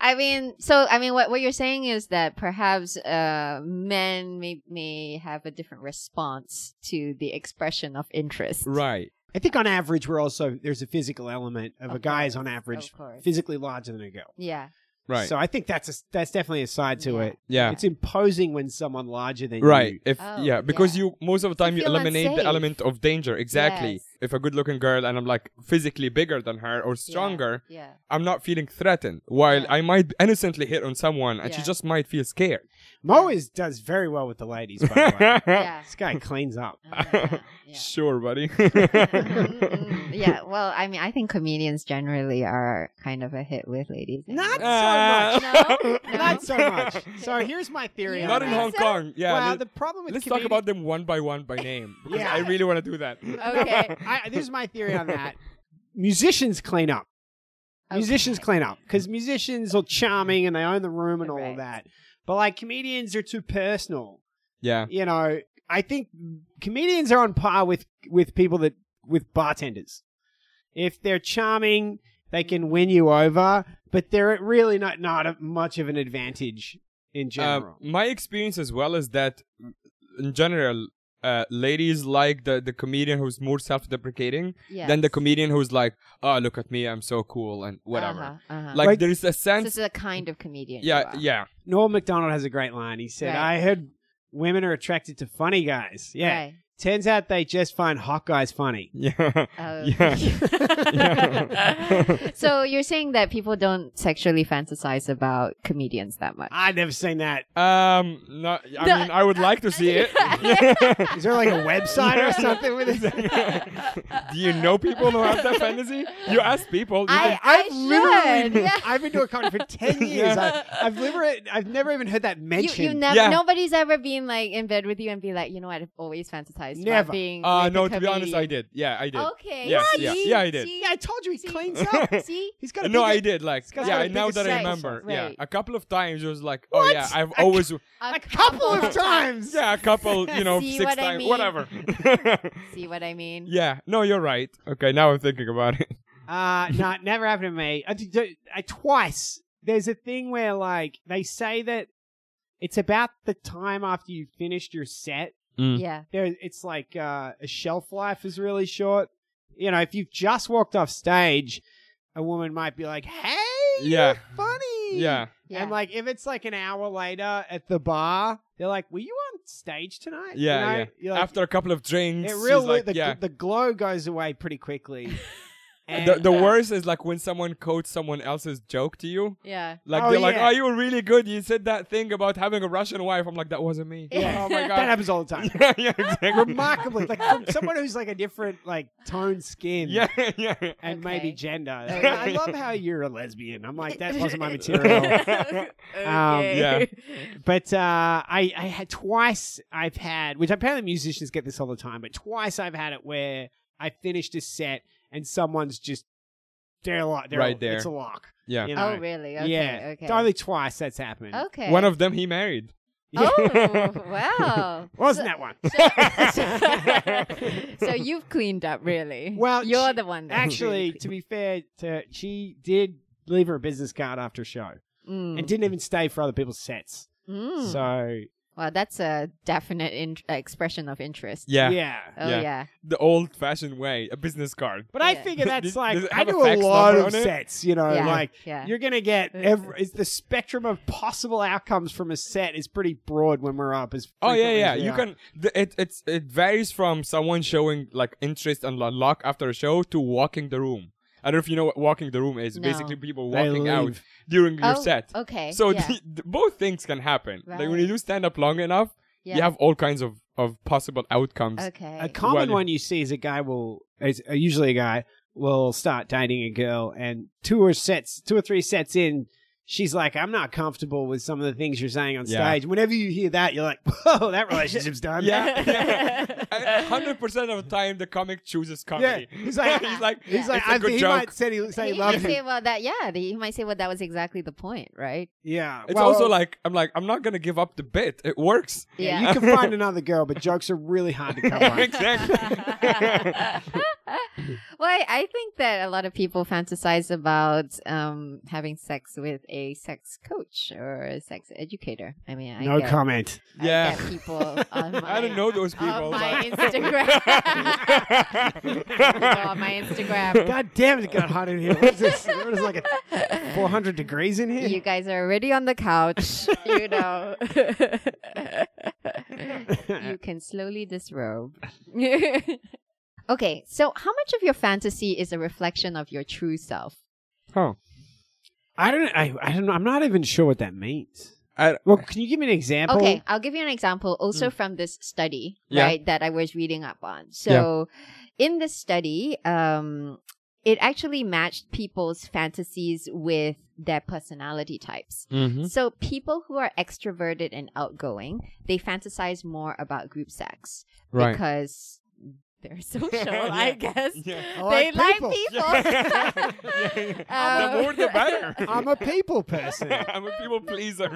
Speaker 1: I mean, so I mean, what what you're saying is that perhaps uh, men may may have a different response to the expression of interest.
Speaker 3: Right.
Speaker 2: I think on average we're also there's a physical element of, a
Speaker 1: Of
Speaker 2: guy is
Speaker 1: course,
Speaker 2: on
Speaker 1: Of
Speaker 2: average
Speaker 1: course.
Speaker 2: physically larger than a girl.
Speaker 1: Yeah.
Speaker 3: Right.
Speaker 2: So I think that's a, that's definitely a side to
Speaker 1: Yeah.
Speaker 2: it.
Speaker 3: yeah.
Speaker 2: It's imposing when someone larger than
Speaker 3: Right.
Speaker 2: you.
Speaker 3: If
Speaker 1: Oh,
Speaker 3: yeah, because
Speaker 1: yeah.
Speaker 3: you most of the time you,
Speaker 1: feel
Speaker 3: eliminate
Speaker 1: unsafe.
Speaker 3: the element of danger. Exactly.
Speaker 1: Yes.
Speaker 3: If a good-looking girl and I'm like physically bigger than her or stronger,
Speaker 1: Yeah.
Speaker 3: I'm not feeling threatened. While
Speaker 1: Yeah.
Speaker 3: I might innocently hit on someone and she
Speaker 1: Yeah.
Speaker 3: just might feel scared.
Speaker 2: Mo is does very well with the ladies. By the way.
Speaker 1: Yeah.
Speaker 2: this guy cleans up.
Speaker 1: Uh, yeah.
Speaker 3: Sure, buddy.
Speaker 1: Mm, yeah. Well, I mean, I think comedians generally are kind of a hit with ladies. and
Speaker 2: Not
Speaker 1: girls.
Speaker 2: so much.
Speaker 1: Ah. No? No?
Speaker 2: Not so much. So here's my theory.
Speaker 1: You
Speaker 2: on
Speaker 3: Not in
Speaker 2: that.
Speaker 3: Hong
Speaker 1: Think so?
Speaker 3: Kong. Yeah.
Speaker 2: well,
Speaker 3: let-
Speaker 2: the problem with
Speaker 3: let's talk
Speaker 2: comedians-
Speaker 3: about them one by one by name because
Speaker 2: Yeah.
Speaker 3: I really want to do that.
Speaker 1: Okay.
Speaker 2: I, this is my theory on that. Musicians clean up.
Speaker 1: Oh,
Speaker 2: Musicians
Speaker 1: Okay.
Speaker 2: clean up because musicians are charming and they own the room and all
Speaker 1: Correct.
Speaker 2: of that. But like comedians are too personal.
Speaker 3: Yeah.
Speaker 2: You know, I think comedians are on par with with people that with bartenders. If they're charming, they can win you over, but they're really not not a, much of an advantage in
Speaker 3: Um,
Speaker 2: general.
Speaker 3: my experience as well is that, in general, uh, ladies like the, the comedian who's more self-deprecating
Speaker 1: Yes.
Speaker 3: than the comedian who's like, "Oh, look at me, I'm so cool and whatever."
Speaker 1: Uh-huh, uh-huh.
Speaker 3: Like,
Speaker 2: Like-
Speaker 3: there is a
Speaker 1: So
Speaker 3: sense.
Speaker 1: this is a kind of comedian. you
Speaker 3: yeah,
Speaker 1: are.
Speaker 3: yeah,
Speaker 2: Noel McDonald has a great line. He said,
Speaker 1: Right.
Speaker 2: "I heard women are attracted to funny guys. Yeah,
Speaker 1: Right.
Speaker 2: turns out they just find hot guys funny.
Speaker 3: yeah,
Speaker 1: Oh.
Speaker 3: yeah. Yeah.
Speaker 1: so you're saying that people don't sexually fantasize about comedians that much?
Speaker 2: I've never seen that.
Speaker 3: Um, no, I
Speaker 1: No,
Speaker 3: mean, I would like to see it.
Speaker 2: Is there like a website or something with it?
Speaker 3: Do you know people who have that fantasy? You ask people. you
Speaker 1: I,
Speaker 3: can-
Speaker 1: I
Speaker 2: I've literally,
Speaker 1: should. Yeah.
Speaker 2: I've been doing comedy for ten years. I, I've never, I've never even heard that
Speaker 1: You,
Speaker 2: mentioned.
Speaker 1: you never.
Speaker 3: Yeah.
Speaker 1: Nobody's ever been like in bed with you and be like, you know, what, I've always fantasized
Speaker 2: Never.
Speaker 1: about being.
Speaker 3: uh,
Speaker 1: with a
Speaker 3: no, to be honest, I
Speaker 1: comedian." Oh,
Speaker 3: did. Yeah, I did.
Speaker 1: Okay.
Speaker 3: Yeah,
Speaker 1: see,
Speaker 3: yeah, yeah, I did.
Speaker 1: See,
Speaker 2: yeah, I told you he
Speaker 1: see,
Speaker 2: cleans up.
Speaker 1: see?
Speaker 2: He's got a
Speaker 3: no,
Speaker 2: big-
Speaker 3: I did. Like,
Speaker 2: It's got
Speaker 3: yeah,
Speaker 2: a
Speaker 3: now
Speaker 2: bigger
Speaker 3: that I
Speaker 2: size.
Speaker 3: remember, yeah,
Speaker 1: Right.
Speaker 3: a couple of times it was like, oh
Speaker 2: What?
Speaker 3: yeah, I've
Speaker 2: A cou-
Speaker 3: always,
Speaker 2: A couple of times.
Speaker 3: yeah, a couple, you know,
Speaker 1: See
Speaker 3: six
Speaker 1: what I
Speaker 3: times,
Speaker 1: mean?
Speaker 3: whatever.
Speaker 1: See what I mean?
Speaker 3: yeah, no, you're right. Okay, now I'm thinking about it.
Speaker 2: Uh, no, it never happened to me. I, did- I- twice. There's a thing where like they say that it's about the time after you finished your set.
Speaker 1: Yeah.
Speaker 2: There, it's like uh, a shelf life is really short. You know, if you've just walked off stage, a woman might be like, "Hey,
Speaker 3: Yeah.
Speaker 2: you're funny."
Speaker 3: Yeah,
Speaker 1: Yeah.
Speaker 2: And like if it's like an hour later at the bar, they're like, "Were you on stage tonight?" You
Speaker 3: Yeah,
Speaker 2: know?
Speaker 3: yeah.
Speaker 2: You're like,
Speaker 3: after a couple of drinks,
Speaker 2: it
Speaker 3: she's
Speaker 2: really
Speaker 3: like,
Speaker 2: the,
Speaker 3: yeah.
Speaker 2: the glow goes away pretty quickly. And
Speaker 3: The, the worst is like when someone quotes someone else's joke to you.
Speaker 1: yeah.
Speaker 3: Like
Speaker 2: Oh,
Speaker 3: they're like,
Speaker 2: yeah.
Speaker 3: "Oh, you were really good. You said that thing about having a Russian wife." I'm like, "That wasn't me."
Speaker 1: Yeah.
Speaker 3: Oh my
Speaker 2: that
Speaker 3: god.
Speaker 2: happens all the time.
Speaker 3: yeah, yeah, exactly.
Speaker 2: Remarkably, like from someone who's like a different like tone skin.
Speaker 3: Yeah, yeah.
Speaker 2: And
Speaker 1: Okay.
Speaker 2: maybe gender.
Speaker 1: Okay.
Speaker 2: I love how you're a lesbian. I'm like, that wasn't my material. Um,
Speaker 1: Okay.
Speaker 2: But uh, I, I had twice I've had, which apparently musicians get this all the time, but twice I've had it where I finished a set and someone's just they're lock, they're
Speaker 3: Right there.
Speaker 2: It's a lock.
Speaker 3: Yeah.
Speaker 2: you
Speaker 1: Oh
Speaker 2: know?
Speaker 1: really? Okay.
Speaker 2: yeah.
Speaker 1: Okay. Oh.
Speaker 2: Only twice that's happened.
Speaker 1: okay.
Speaker 3: One of them he married.
Speaker 1: Oh wow.
Speaker 2: Wasn't that one?
Speaker 1: that? So, so you've cleaned up really.
Speaker 2: Well,
Speaker 1: you're
Speaker 2: she-
Speaker 1: the one that
Speaker 2: Actually, to be fair, to, she did leave her business card after show
Speaker 1: Mm.
Speaker 3: Hmm.
Speaker 2: and didn't even stay for other people's sets.
Speaker 1: Mm.
Speaker 2: So
Speaker 1: well, that's a definite in- uh, expression of interest.
Speaker 3: Yeah.
Speaker 2: yeah.
Speaker 1: Oh
Speaker 3: Yeah.
Speaker 1: yeah.
Speaker 3: The old-fashioned way, a business card.
Speaker 2: But I
Speaker 1: Yeah.
Speaker 2: figure that's
Speaker 3: Does-
Speaker 2: like
Speaker 3: does it
Speaker 2: I
Speaker 3: have a
Speaker 2: do a,
Speaker 3: fax
Speaker 2: lot
Speaker 3: number
Speaker 2: of
Speaker 3: on it?
Speaker 2: sets, you know,
Speaker 1: Yeah.
Speaker 2: like
Speaker 1: Yeah. Mm.
Speaker 2: you're gonna get every, it's the spectrum of possible outcomes from a set is pretty broad when we're up. As
Speaker 3: Oh yeah,
Speaker 2: frequently
Speaker 3: yeah.
Speaker 2: as we
Speaker 3: You
Speaker 2: are.
Speaker 3: can. The, it it's it varies from someone showing like interest and lo- luck after a show to walking the room. I don't know if you know what walking the room is.
Speaker 1: No.
Speaker 3: Basically, people
Speaker 2: They
Speaker 3: walking out
Speaker 2: leave.
Speaker 3: during your
Speaker 1: Oh,
Speaker 3: set.
Speaker 1: Okay.
Speaker 3: So
Speaker 1: yeah.
Speaker 3: the, the- both things can happen. Like when you
Speaker 1: Right.
Speaker 3: do stand up long enough,
Speaker 1: yeah.
Speaker 3: you have all kinds of of possible outcomes.
Speaker 1: okay.
Speaker 2: A common
Speaker 3: Well,
Speaker 2: one you see is a guy will is uh, usually a guy will start dating a girl and two or sets, two or three sets in, she's like, I'm not comfortable with some of the things you're saying on
Speaker 3: Yeah.
Speaker 2: stage. Whenever you hear that, you're like, whoa, that relationship's done.
Speaker 3: Yeah. Hundred percent of the time, the comic chooses comedy.
Speaker 2: Yeah. He's like-
Speaker 3: he's like,
Speaker 2: He's like,
Speaker 3: it's a
Speaker 2: I
Speaker 3: good
Speaker 2: think he
Speaker 3: joke.
Speaker 2: might say he, say
Speaker 1: He
Speaker 2: he
Speaker 1: might
Speaker 2: loves you.
Speaker 1: say, well, that, yeah, he might say, well, that was exactly the point, right?
Speaker 2: Yeah.
Speaker 3: It's
Speaker 2: Well,
Speaker 3: also like, I'm like, I'm not gonna give up the bit. It works.
Speaker 1: Yeah.
Speaker 2: you can find another girl, but jokes are really hard to come by.
Speaker 3: Exactly.
Speaker 1: well, I, I think that a lot of people fantasize about um, having sex with a sex coach or a sex educator. I mean, I
Speaker 2: No
Speaker 1: get,
Speaker 2: comment.
Speaker 1: I
Speaker 3: Yeah.
Speaker 1: get people. On my,
Speaker 3: I don't know those people.
Speaker 1: On my
Speaker 3: but-
Speaker 1: Instagram. People on my Instagram.
Speaker 2: God damn it, it got hot in here. What is this? What is it, like a 400 degrees in here?
Speaker 1: You guys are already on the couch. You know. you can slowly disrobe. okay, so how much of your fantasy is a reflection of your true self?
Speaker 3: oh,
Speaker 2: I don't. I, I don't. know. I'm not even sure what that means.
Speaker 3: I-
Speaker 2: well, can you give me an example?
Speaker 1: Okay, I'll give you an example also from this study,
Speaker 3: Yeah.
Speaker 1: right, that I was reading up on. So in this study, um, it actually matched people's fantasies with their personality types.
Speaker 3: mm-hmm.
Speaker 1: So people who are extroverted and outgoing, they fantasize more about group sex
Speaker 3: right.
Speaker 1: because they're social,
Speaker 3: Yeah.
Speaker 1: I guess.
Speaker 3: Yeah.
Speaker 2: I
Speaker 1: They
Speaker 2: like
Speaker 1: like
Speaker 2: people.
Speaker 1: people.
Speaker 3: the
Speaker 1: Um,
Speaker 3: more, the better.
Speaker 2: I'm a people person.
Speaker 3: I'm a people pleaser.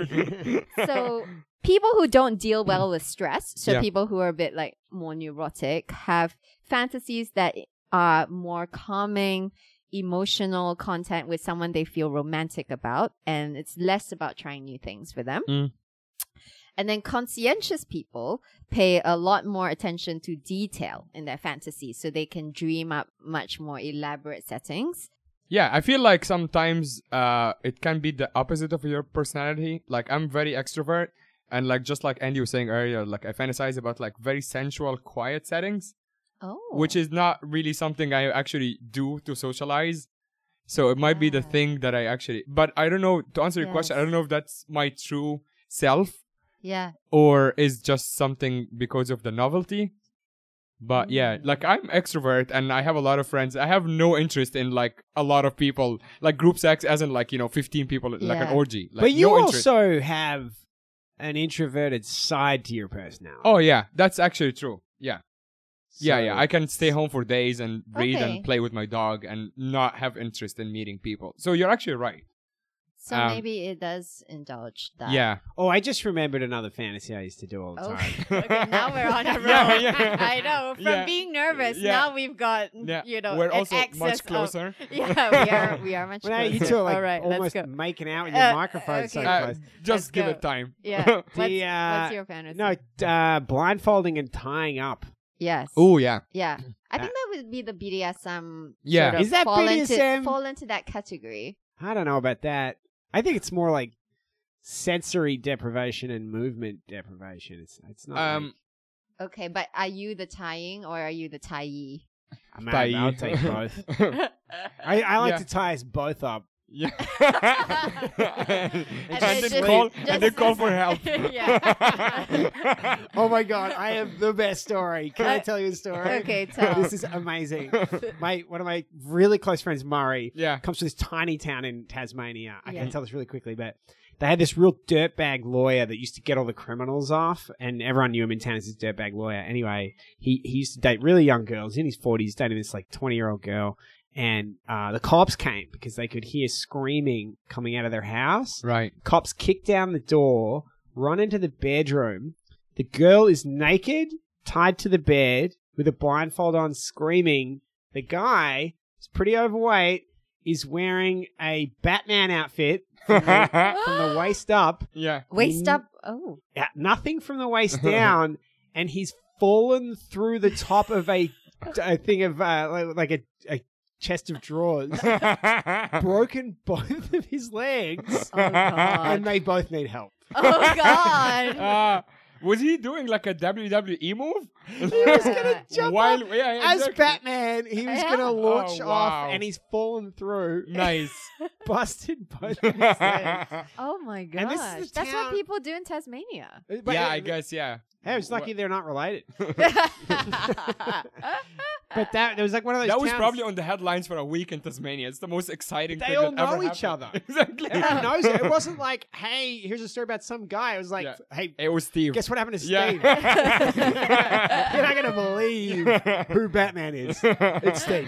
Speaker 1: so people who don't deal well with stress, so
Speaker 3: Yeah.
Speaker 1: people who are a bit like more neurotic, have fantasies that are more calming, emotional content with someone they feel romantic about, and it's less about trying new things for them.
Speaker 3: Mm.
Speaker 1: And then conscientious people pay a lot more attention to detail in their fantasies, so they can dream up much more elaborate settings.
Speaker 3: Yeah, I feel like sometimes uh, it can be the opposite of your personality. Like I'm very extrovert, and like just like Andy was saying earlier, like I fantasize about like very sensual, quiet settings,
Speaker 1: Oh,
Speaker 3: which is not really something I actually do to socialize. So it might be the
Speaker 1: Ah.
Speaker 3: thing that I actually. But I don't know. To answer your question, I
Speaker 1: Yes.
Speaker 3: don't know if that's my true self
Speaker 1: yeah,
Speaker 3: or is just something because of the novelty. But yeah,
Speaker 1: Mm.
Speaker 3: like I'm extrovert and I have a lot of friends. I have no interest in like a lot of people, like group sex, as in like you know, fifteen people, like
Speaker 1: Yeah.
Speaker 3: an orgy. Like,
Speaker 2: but you
Speaker 3: no interest.
Speaker 2: also have an introverted side to your personality.
Speaker 3: Oh yeah, that's actually true. Yeah, yeah,
Speaker 2: So-
Speaker 3: yeah. I can stay home for days and read
Speaker 1: Okay.
Speaker 3: and play with my dog and not have interest in meeting people. So you're actually right.
Speaker 1: so
Speaker 3: um,
Speaker 1: maybe it does indulge that.
Speaker 3: Yeah,
Speaker 2: Oh, I just remembered another fantasy I used to do all the time.
Speaker 1: Okay. okay, now we're on a roll.
Speaker 3: Yeah, yeah.
Speaker 1: I know. From
Speaker 3: Yeah.
Speaker 1: being nervous,
Speaker 3: Yeah.
Speaker 1: now we've got
Speaker 3: yeah.
Speaker 1: you know
Speaker 3: we're
Speaker 1: an
Speaker 3: also
Speaker 1: excess
Speaker 3: much
Speaker 1: of-
Speaker 3: closer.
Speaker 1: yeah, we are. We are much
Speaker 2: Well, now
Speaker 1: closer.
Speaker 2: you two are like
Speaker 1: All right, let's
Speaker 2: almost
Speaker 1: go.
Speaker 2: making out with your
Speaker 1: Uh,
Speaker 2: microphone so
Speaker 1: okay.
Speaker 3: Uh,
Speaker 2: close.
Speaker 1: Let's
Speaker 3: just give
Speaker 1: go.
Speaker 3: it time.
Speaker 1: Yeah. What's,
Speaker 2: The, uh,
Speaker 1: what's your fantasy?
Speaker 2: No, uh, blindfolding and tying up.
Speaker 1: Yes.
Speaker 3: Oh yeah.
Speaker 1: Yeah. I
Speaker 2: Uh,
Speaker 1: think that would be the BDSM.
Speaker 3: Yeah.
Speaker 1: Sort of
Speaker 2: Is that
Speaker 1: fall
Speaker 2: BDSM?
Speaker 1: Into, fall into that category.
Speaker 2: I don't know about that. I think it's more like sensory deprivation and movement deprivation. It's it's not.
Speaker 3: Um.
Speaker 2: like-
Speaker 1: Okay, but are you the tying or are you the tyee?
Speaker 2: I'm out- I'll take both. I, I like
Speaker 3: Yeah.
Speaker 2: to tie us both up.
Speaker 3: Yeah.
Speaker 1: And
Speaker 3: and
Speaker 2: then
Speaker 3: then
Speaker 2: just-
Speaker 3: call
Speaker 1: just-
Speaker 3: and then call for help.
Speaker 1: Yeah.
Speaker 2: Oh my god, I have the best story. Can I
Speaker 1: Uh,
Speaker 2: tell you a story?
Speaker 1: Okay, tell.
Speaker 2: This is amazing. My one of my really close friends, Murray,
Speaker 3: yeah.
Speaker 2: comes from this tiny town in Tasmania. I
Speaker 1: Yeah.
Speaker 2: can tell this really quickly, but they had this real dirtbag lawyer that used to get all the criminals off, and everyone knew him in town as this dirtbag lawyer. Anyway, he, he used to date really young girls in his 40s, dating this like 20 year old girl, and uh, the cops came because they could hear screaming coming out of their house.
Speaker 3: Right.
Speaker 2: Cops kick down the door, run into the bedroom. The girl is naked, tied to the bed, with a blindfold on, screaming. The guy is pretty overweight, is wearing a Batman outfit from the waist up,
Speaker 3: yeah.
Speaker 1: Waist
Speaker 2: Mm.
Speaker 1: up. Oh.
Speaker 2: uh, nothing from the waist down, and he's fallen through the top of a, a thing of uh, like, like a, a chest of drawers, broken both of his legs,
Speaker 1: Oh God.
Speaker 2: and they both need help.
Speaker 1: Oh God.
Speaker 3: Uh, was he doing like a WWE move? He
Speaker 2: was gonna jump
Speaker 3: While,
Speaker 2: up
Speaker 3: yeah, yeah,
Speaker 2: as
Speaker 3: exactly.
Speaker 2: Batman, he was
Speaker 1: Yeah.
Speaker 2: gonna launch
Speaker 3: Oh, wow.
Speaker 2: off, and he's fallen through,
Speaker 3: Nice.
Speaker 2: busted both of his legs.
Speaker 3: yeah,
Speaker 1: Oh my gosh.
Speaker 2: And this is the
Speaker 1: That's
Speaker 2: town-
Speaker 1: what people do in Tasmania.
Speaker 2: But it-
Speaker 3: I guess. Yeah.
Speaker 2: Hey, it's lucky they're not related. But that there was like one of those.
Speaker 3: That was
Speaker 2: towns-
Speaker 3: probably on the headlines for a week in Tasmania. It's the most exciting
Speaker 2: They
Speaker 3: thing
Speaker 2: all
Speaker 3: that ever
Speaker 2: know each
Speaker 3: happened.
Speaker 2: other.
Speaker 3: exactly.
Speaker 2: Everyone knows it. It wasn't like, hey, here's a story about some guy. It was like,
Speaker 3: Yeah.
Speaker 2: hey,
Speaker 3: It was Steve.
Speaker 2: guess what happened to Steve?
Speaker 3: yeah.
Speaker 2: You're not gonna believe who Batman is. It's Steve.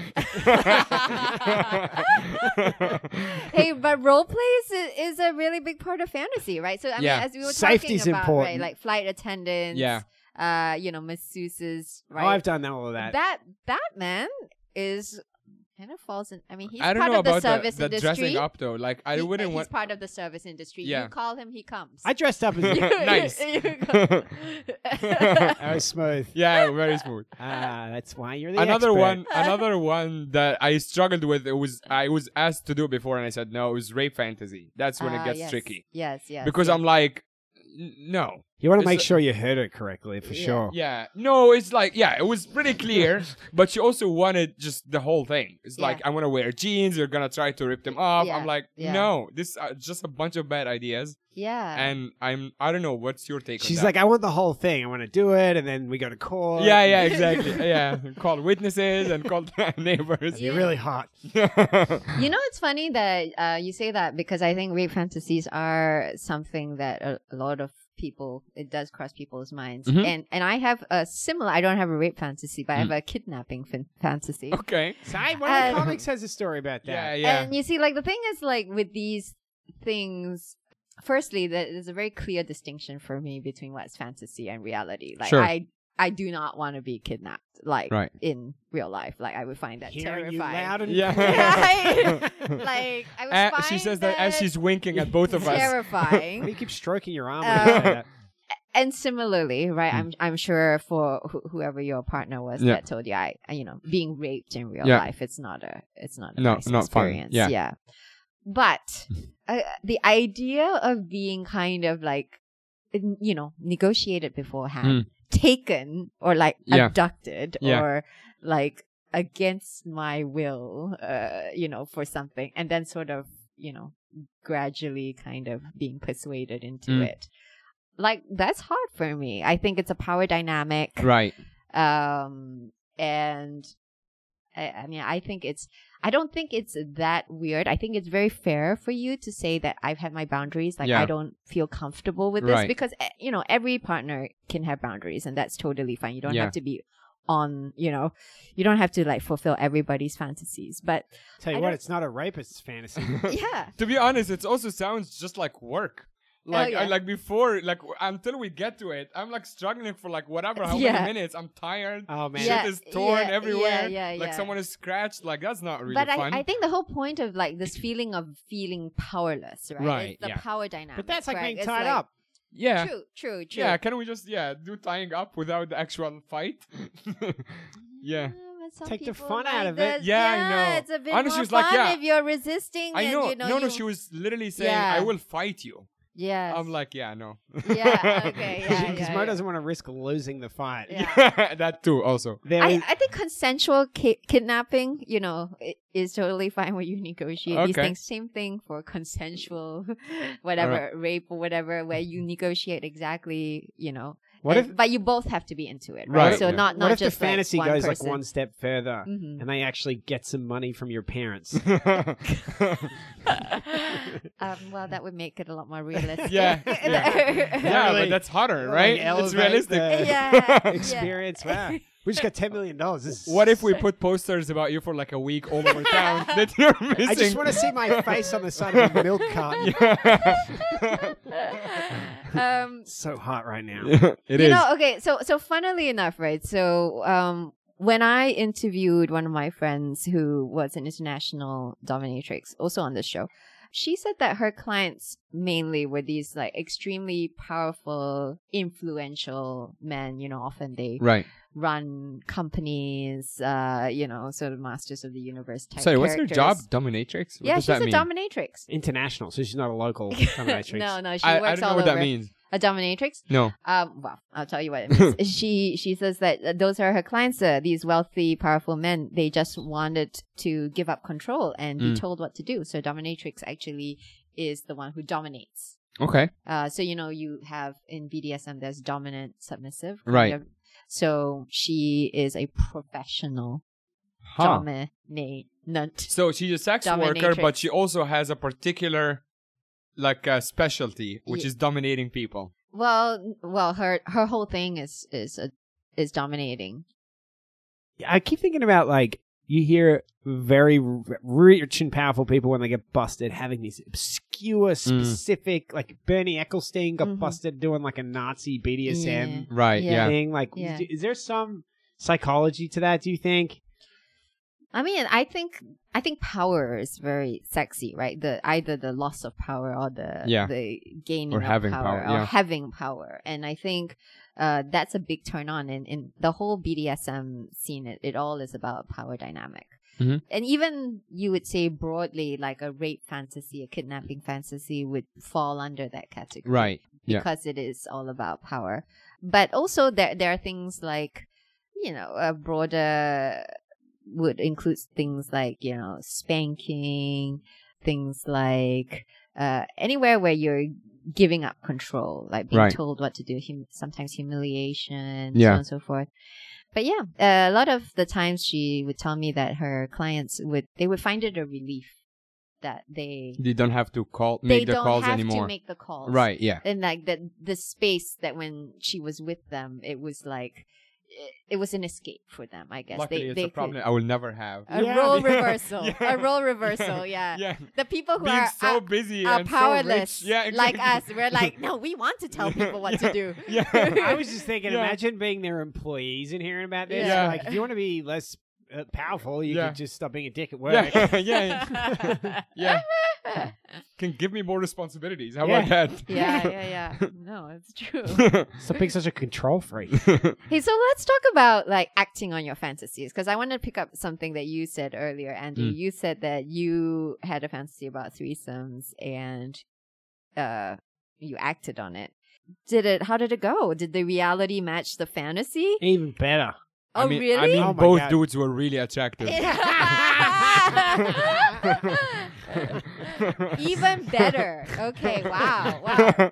Speaker 1: hey, but role plays is, is a really big part of fantasy, right? So I
Speaker 3: Yeah.
Speaker 1: mean, as we were
Speaker 2: Safety's
Speaker 1: talking about, right,
Speaker 2: important.
Speaker 1: like flight attendants,
Speaker 3: Yeah. Oh,
Speaker 1: uh, you know, masseuses, right?
Speaker 2: I've done all of that.
Speaker 1: Bat Batman is kind of falls in. I mean, he's
Speaker 3: I don't
Speaker 1: part
Speaker 3: know
Speaker 1: of the
Speaker 3: about
Speaker 1: service
Speaker 3: the, the
Speaker 1: industry.
Speaker 3: dressing up though. Like I
Speaker 1: He-
Speaker 3: wouldn't
Speaker 1: he's
Speaker 3: want.
Speaker 1: part of the service industry.
Speaker 3: Yeah.
Speaker 1: You call him, he comes.
Speaker 2: I dressed up as.
Speaker 1: You-
Speaker 3: Nice.
Speaker 1: you go-
Speaker 2: I was smooth.
Speaker 3: Yeah, very smooth.
Speaker 2: Ah, that's why you're the
Speaker 3: Another
Speaker 2: expert.
Speaker 3: one, another one that I struggled with. It was I was asked to do before, and I said no. It was rape fantasy. That's when
Speaker 1: Ah,
Speaker 3: it gets
Speaker 1: yes.
Speaker 3: tricky
Speaker 1: Yes, yes.
Speaker 3: because
Speaker 1: yes.
Speaker 3: I'm like, "N- no,
Speaker 2: You want to
Speaker 3: Is
Speaker 2: make
Speaker 3: it-
Speaker 2: sure you heard it correctly, for
Speaker 1: Yeah.
Speaker 2: sure.
Speaker 3: Yeah. No, it's like yeah, it was pretty clear, but you also wanted just the whole thing. It's like I'm gonna wear jeans. You're gonna try to rip them off.
Speaker 1: Yeah,
Speaker 3: I'm like,
Speaker 1: yeah.
Speaker 3: no, this are just a bunch of bad ideas.
Speaker 1: yeah.
Speaker 3: And I'm I don't know what's your take. on
Speaker 2: She's
Speaker 3: that?
Speaker 2: like, I want the whole thing. I want to do it, and then we go to court.
Speaker 3: yeah, yeah, exactly. yeah, call witnesses and call neighbors.
Speaker 2: You're really hot.
Speaker 1: You know, it's funny that uh, you say that because I think rape fantasies are something that a, a lot of people it does cross people's minds,
Speaker 3: Mhm.
Speaker 1: and and I have a similar. I don't have a rape fantasy, but I have a kidnapping fin- fantasy.
Speaker 3: Mm. okay.
Speaker 2: Sai, one of the
Speaker 1: Uh,
Speaker 2: comics has a story about
Speaker 3: Yeah,
Speaker 2: that.
Speaker 3: yeah.
Speaker 1: And you see, like the thing is, like with these things, firstly, there- there's a very clear distinction for me between what's fantasy and reality. Like
Speaker 3: Sure.
Speaker 1: I, I do not want to be kidnapped, like
Speaker 3: Right.
Speaker 1: in real life. Like I would find that
Speaker 2: Hearing you loud
Speaker 1: terrifying.
Speaker 2: and
Speaker 3: Yeah.
Speaker 2: clear.
Speaker 1: like I would
Speaker 3: Uh,
Speaker 1: find
Speaker 3: she says that as she's winking at both of us.
Speaker 1: terrifying.
Speaker 2: you keep stroking your arm.
Speaker 1: Um,
Speaker 2: when you say that.
Speaker 1: and similarly, right? I'm I'm sure for wh- whoever your partner was
Speaker 3: Hmm. Yeah.
Speaker 1: that told you, I you know, being raped in real
Speaker 3: Yeah.
Speaker 1: life, it's not a it's not a
Speaker 3: No,
Speaker 1: nice
Speaker 3: not fun.
Speaker 1: experience.
Speaker 3: Yeah.
Speaker 1: but uh, the idea of being kind of like n- you know negotiated beforehand, taken or like
Speaker 3: Hmm. Yeah.
Speaker 1: abducted
Speaker 3: Yeah.
Speaker 1: or like against my will, uh, you know, for something, and then sort of you know gradually kind of being persuaded into
Speaker 3: Mm.
Speaker 1: it like that's hard for me. I think it's a power dynamic.
Speaker 3: Right.
Speaker 1: Um and I, I mean I think it's I don't think it's that weird. I think it's very fair for you to say that I've had my boundaries. Like
Speaker 3: Yeah.
Speaker 1: I don't feel comfortable with this
Speaker 3: Right.
Speaker 1: because eh, you know every partner can have boundaries and that's totally fine. You don't
Speaker 3: Yeah.
Speaker 1: have to be on, you know, you don't have to like fulfill everybody's fantasies. But
Speaker 2: Tell you
Speaker 1: I
Speaker 2: what,
Speaker 1: don't-
Speaker 2: it's not a rapist's fantasy.
Speaker 1: yeah.
Speaker 3: to be honest, it also sounds just like work. Like I,
Speaker 1: yeah.
Speaker 3: like before, like w- until we get to it, I'm like struggling for like whatever how
Speaker 1: Yeah.
Speaker 3: many minutes. I'm tired.
Speaker 2: Oh man,
Speaker 1: Yeah.
Speaker 3: Shit is torn
Speaker 1: yeah,
Speaker 3: everywhere.
Speaker 1: yeah, yeah,
Speaker 3: like
Speaker 1: yeah.
Speaker 3: someone is scratched. Like that's not really
Speaker 1: but
Speaker 3: fun.
Speaker 1: I, I think the whole point of like this feeling of feeling powerless, right?
Speaker 3: Right,
Speaker 1: It's the
Speaker 3: yeah.
Speaker 1: power dynamic.
Speaker 2: but that's like
Speaker 1: right?
Speaker 2: being
Speaker 1: It's
Speaker 2: tied
Speaker 1: like-
Speaker 2: up.
Speaker 3: yeah.
Speaker 1: True, true, true.
Speaker 3: Yeah, can we just yeah do tying up without the actual fight? yeah.
Speaker 1: Mm, but some
Speaker 2: Take the
Speaker 1: people
Speaker 2: fun
Speaker 1: like
Speaker 2: out of it.
Speaker 1: this.
Speaker 3: Yeah, I know.
Speaker 1: It's a bit
Speaker 3: Honestly,
Speaker 1: more
Speaker 3: it's like,
Speaker 1: fun
Speaker 3: yeah,
Speaker 1: if you're resisting.
Speaker 3: I
Speaker 1: and
Speaker 3: know.
Speaker 1: you know
Speaker 3: no, no,
Speaker 1: you-
Speaker 3: she was literally saying, "I
Speaker 1: Yeah.
Speaker 3: will fight you."
Speaker 1: Yes.
Speaker 3: I'm like, yeah, no.
Speaker 1: Yeah, okay, yeah,
Speaker 2: Because
Speaker 1: yeah,
Speaker 2: Mo
Speaker 1: yeah.
Speaker 2: doesn't want to risk losing the fight.
Speaker 1: Yeah.
Speaker 3: that too. Also,
Speaker 2: There
Speaker 1: I,
Speaker 2: is-
Speaker 1: I think consensual ki- kidnapping, you know, i- is totally fine when you negotiate these
Speaker 3: Okay.
Speaker 1: things. Same thing for consensual, whatever, rape or whatever, where you negotiate exactly, you know.
Speaker 2: what if
Speaker 1: and- but you both have to be into it,
Speaker 3: Right,
Speaker 1: right? So
Speaker 3: yeah.
Speaker 1: not not
Speaker 2: what if the
Speaker 1: just like,
Speaker 2: fantasy
Speaker 1: one
Speaker 2: goes like
Speaker 1: person.
Speaker 2: one step further,
Speaker 1: Mhm.
Speaker 2: and they actually get some money from your parents?
Speaker 1: um, well, that would make it a lot more realistic.
Speaker 3: Yeah, yeah. yeah,
Speaker 2: really-
Speaker 3: but that's hotter,
Speaker 2: really
Speaker 3: right? it's
Speaker 2: elevate
Speaker 3: realistic.
Speaker 2: the-
Speaker 1: yeah.
Speaker 2: Experience. Wow, we just got ten million dollars. This is-
Speaker 3: What if we put posters about you for like a week all over town that you're missing?
Speaker 2: I just want to see my face on the side of a milk carton.
Speaker 1: Yeah. um,
Speaker 2: So hot right now.
Speaker 3: It
Speaker 1: you
Speaker 3: is.
Speaker 1: know, okay. So, so funnily enough, right? So, um, when I interviewed one of my friends who was an international dominatrix, also on this show, she said that her clients mainly were these like extremely powerful, influential men. You know, often they
Speaker 3: Right.
Speaker 1: run companies. Uh, you know, sort of masters of the universe type.
Speaker 3: Sorry, what's her job?
Speaker 1: characters.
Speaker 3: Dominatrix? What
Speaker 1: yeah,
Speaker 3: does
Speaker 1: she's
Speaker 3: that
Speaker 1: a
Speaker 3: mean?
Speaker 1: dominatrix.
Speaker 2: International, so she's not a local dominatrix.
Speaker 1: no, no, she
Speaker 3: I, I
Speaker 1: works
Speaker 3: don't know
Speaker 1: all
Speaker 3: what
Speaker 1: over.
Speaker 3: that means.
Speaker 1: A dominatrix.
Speaker 3: No.
Speaker 1: Um, well, I'll tell you what it means. she she says that uh, those are her clients. Uh, these wealthy, powerful men. They just wanted to give up control and be
Speaker 3: Mm.
Speaker 1: told what to do. So dominatrix actually is the one who dominates.
Speaker 3: Okay.
Speaker 1: Uh, so you know you have in BDSM
Speaker 3: Mm.
Speaker 1: there's dominant, submissive. kind
Speaker 3: Right.
Speaker 1: of. So she is a professional
Speaker 2: Huh.
Speaker 1: dominant.
Speaker 3: So she's a sex worker,
Speaker 1: Dominatrix.
Speaker 3: but she also has a particular like uh, specialty, which
Speaker 1: Ye-
Speaker 3: is dominating people.
Speaker 1: Well, well, her her whole thing is is a, is dominating.
Speaker 2: I keep thinking about like you hear very r- rich and powerful people when they get busted having these obscure,
Speaker 3: Mm.
Speaker 2: specific like Bernie Ecclestone got
Speaker 1: Mhm.
Speaker 2: busted doing like a Nazi BDSM
Speaker 3: Right.
Speaker 1: Yeah.
Speaker 2: thing. Like,
Speaker 1: Yeah.
Speaker 2: is there some psychology to that? Do you think?
Speaker 1: I mean, I think I think power is very sexy, right? The either the loss of power or the
Speaker 3: Yeah.
Speaker 1: the gaining
Speaker 3: Or
Speaker 1: of
Speaker 3: having
Speaker 1: power,
Speaker 3: power,
Speaker 1: or
Speaker 3: yeah.
Speaker 1: having power, and I think uh, that's a big turn on in, in the whole BDSM scene. It, it all is about power dynamic.
Speaker 3: Mhm.
Speaker 1: And even you would say broadly, like a rape fantasy, a kidnapping fantasy would fall under that category
Speaker 3: Right. Yeah.
Speaker 1: because it is all about power. But also there there are things like you know a broader would include things like you know spanking, things like uh, anywhere where you're giving up control, like being
Speaker 3: Right.
Speaker 1: told what to do, hum- sometimes humiliation, so
Speaker 3: Yeah.
Speaker 1: on and so forth. But yeah, uh, a lot of the times she would tell me that her clients would they would find it a relief that they
Speaker 3: They don't have to call
Speaker 1: they
Speaker 3: make the
Speaker 1: don't
Speaker 3: calls
Speaker 1: have
Speaker 3: anymore.
Speaker 1: to make the calls,
Speaker 3: right. Yeah.
Speaker 1: and like that the space that when she was with them it was like it, it was an escape for them i guess
Speaker 3: Luckily,
Speaker 1: they,
Speaker 3: it's
Speaker 1: they
Speaker 3: a problem
Speaker 1: could, Uh,
Speaker 3: I will never have.
Speaker 1: a
Speaker 2: Yeah,
Speaker 1: role
Speaker 2: yeah,
Speaker 1: reversal
Speaker 3: yeah.
Speaker 1: a role reversal yeah,
Speaker 3: yeah.
Speaker 1: the people who
Speaker 3: Being
Speaker 1: are
Speaker 3: so
Speaker 1: are-
Speaker 3: busy
Speaker 1: are,
Speaker 3: and so rich.
Speaker 1: powerless
Speaker 3: Yeah.
Speaker 1: like us
Speaker 3: exactly.
Speaker 1: we're like no we want to tell
Speaker 3: Yeah,
Speaker 1: people what
Speaker 3: yeah,
Speaker 1: to do
Speaker 3: yeah.
Speaker 2: I was just thinking,
Speaker 3: Yeah.
Speaker 2: imagine being their employees and hearing about this.
Speaker 3: Yeah.
Speaker 2: Like, if you want to be less uh, powerful, you
Speaker 3: Yeah.
Speaker 2: could just stop being a dick at work.
Speaker 3: yeah. yeah. Yeah. Yeah.
Speaker 1: yeah
Speaker 3: Can give me more responsibilities. How
Speaker 2: Yeah.
Speaker 3: about that?
Speaker 1: yeah yeah no it's true
Speaker 2: Stop being such a control freak.
Speaker 1: Hey, so let's talk about like acting on your fantasies because I want to pick up something that you said earlier, Andy.
Speaker 3: Mm.
Speaker 1: You said that you had a fantasy about threesomes and uh, you acted on it. Did it? How did it go? Did the reality match the fantasy?
Speaker 2: Even better.
Speaker 1: oh,
Speaker 3: I mean,
Speaker 1: really?
Speaker 3: I mean,
Speaker 2: Oh my
Speaker 3: both
Speaker 2: God.
Speaker 3: dudes were really attractive.
Speaker 1: Even better. Okay, wow, wow.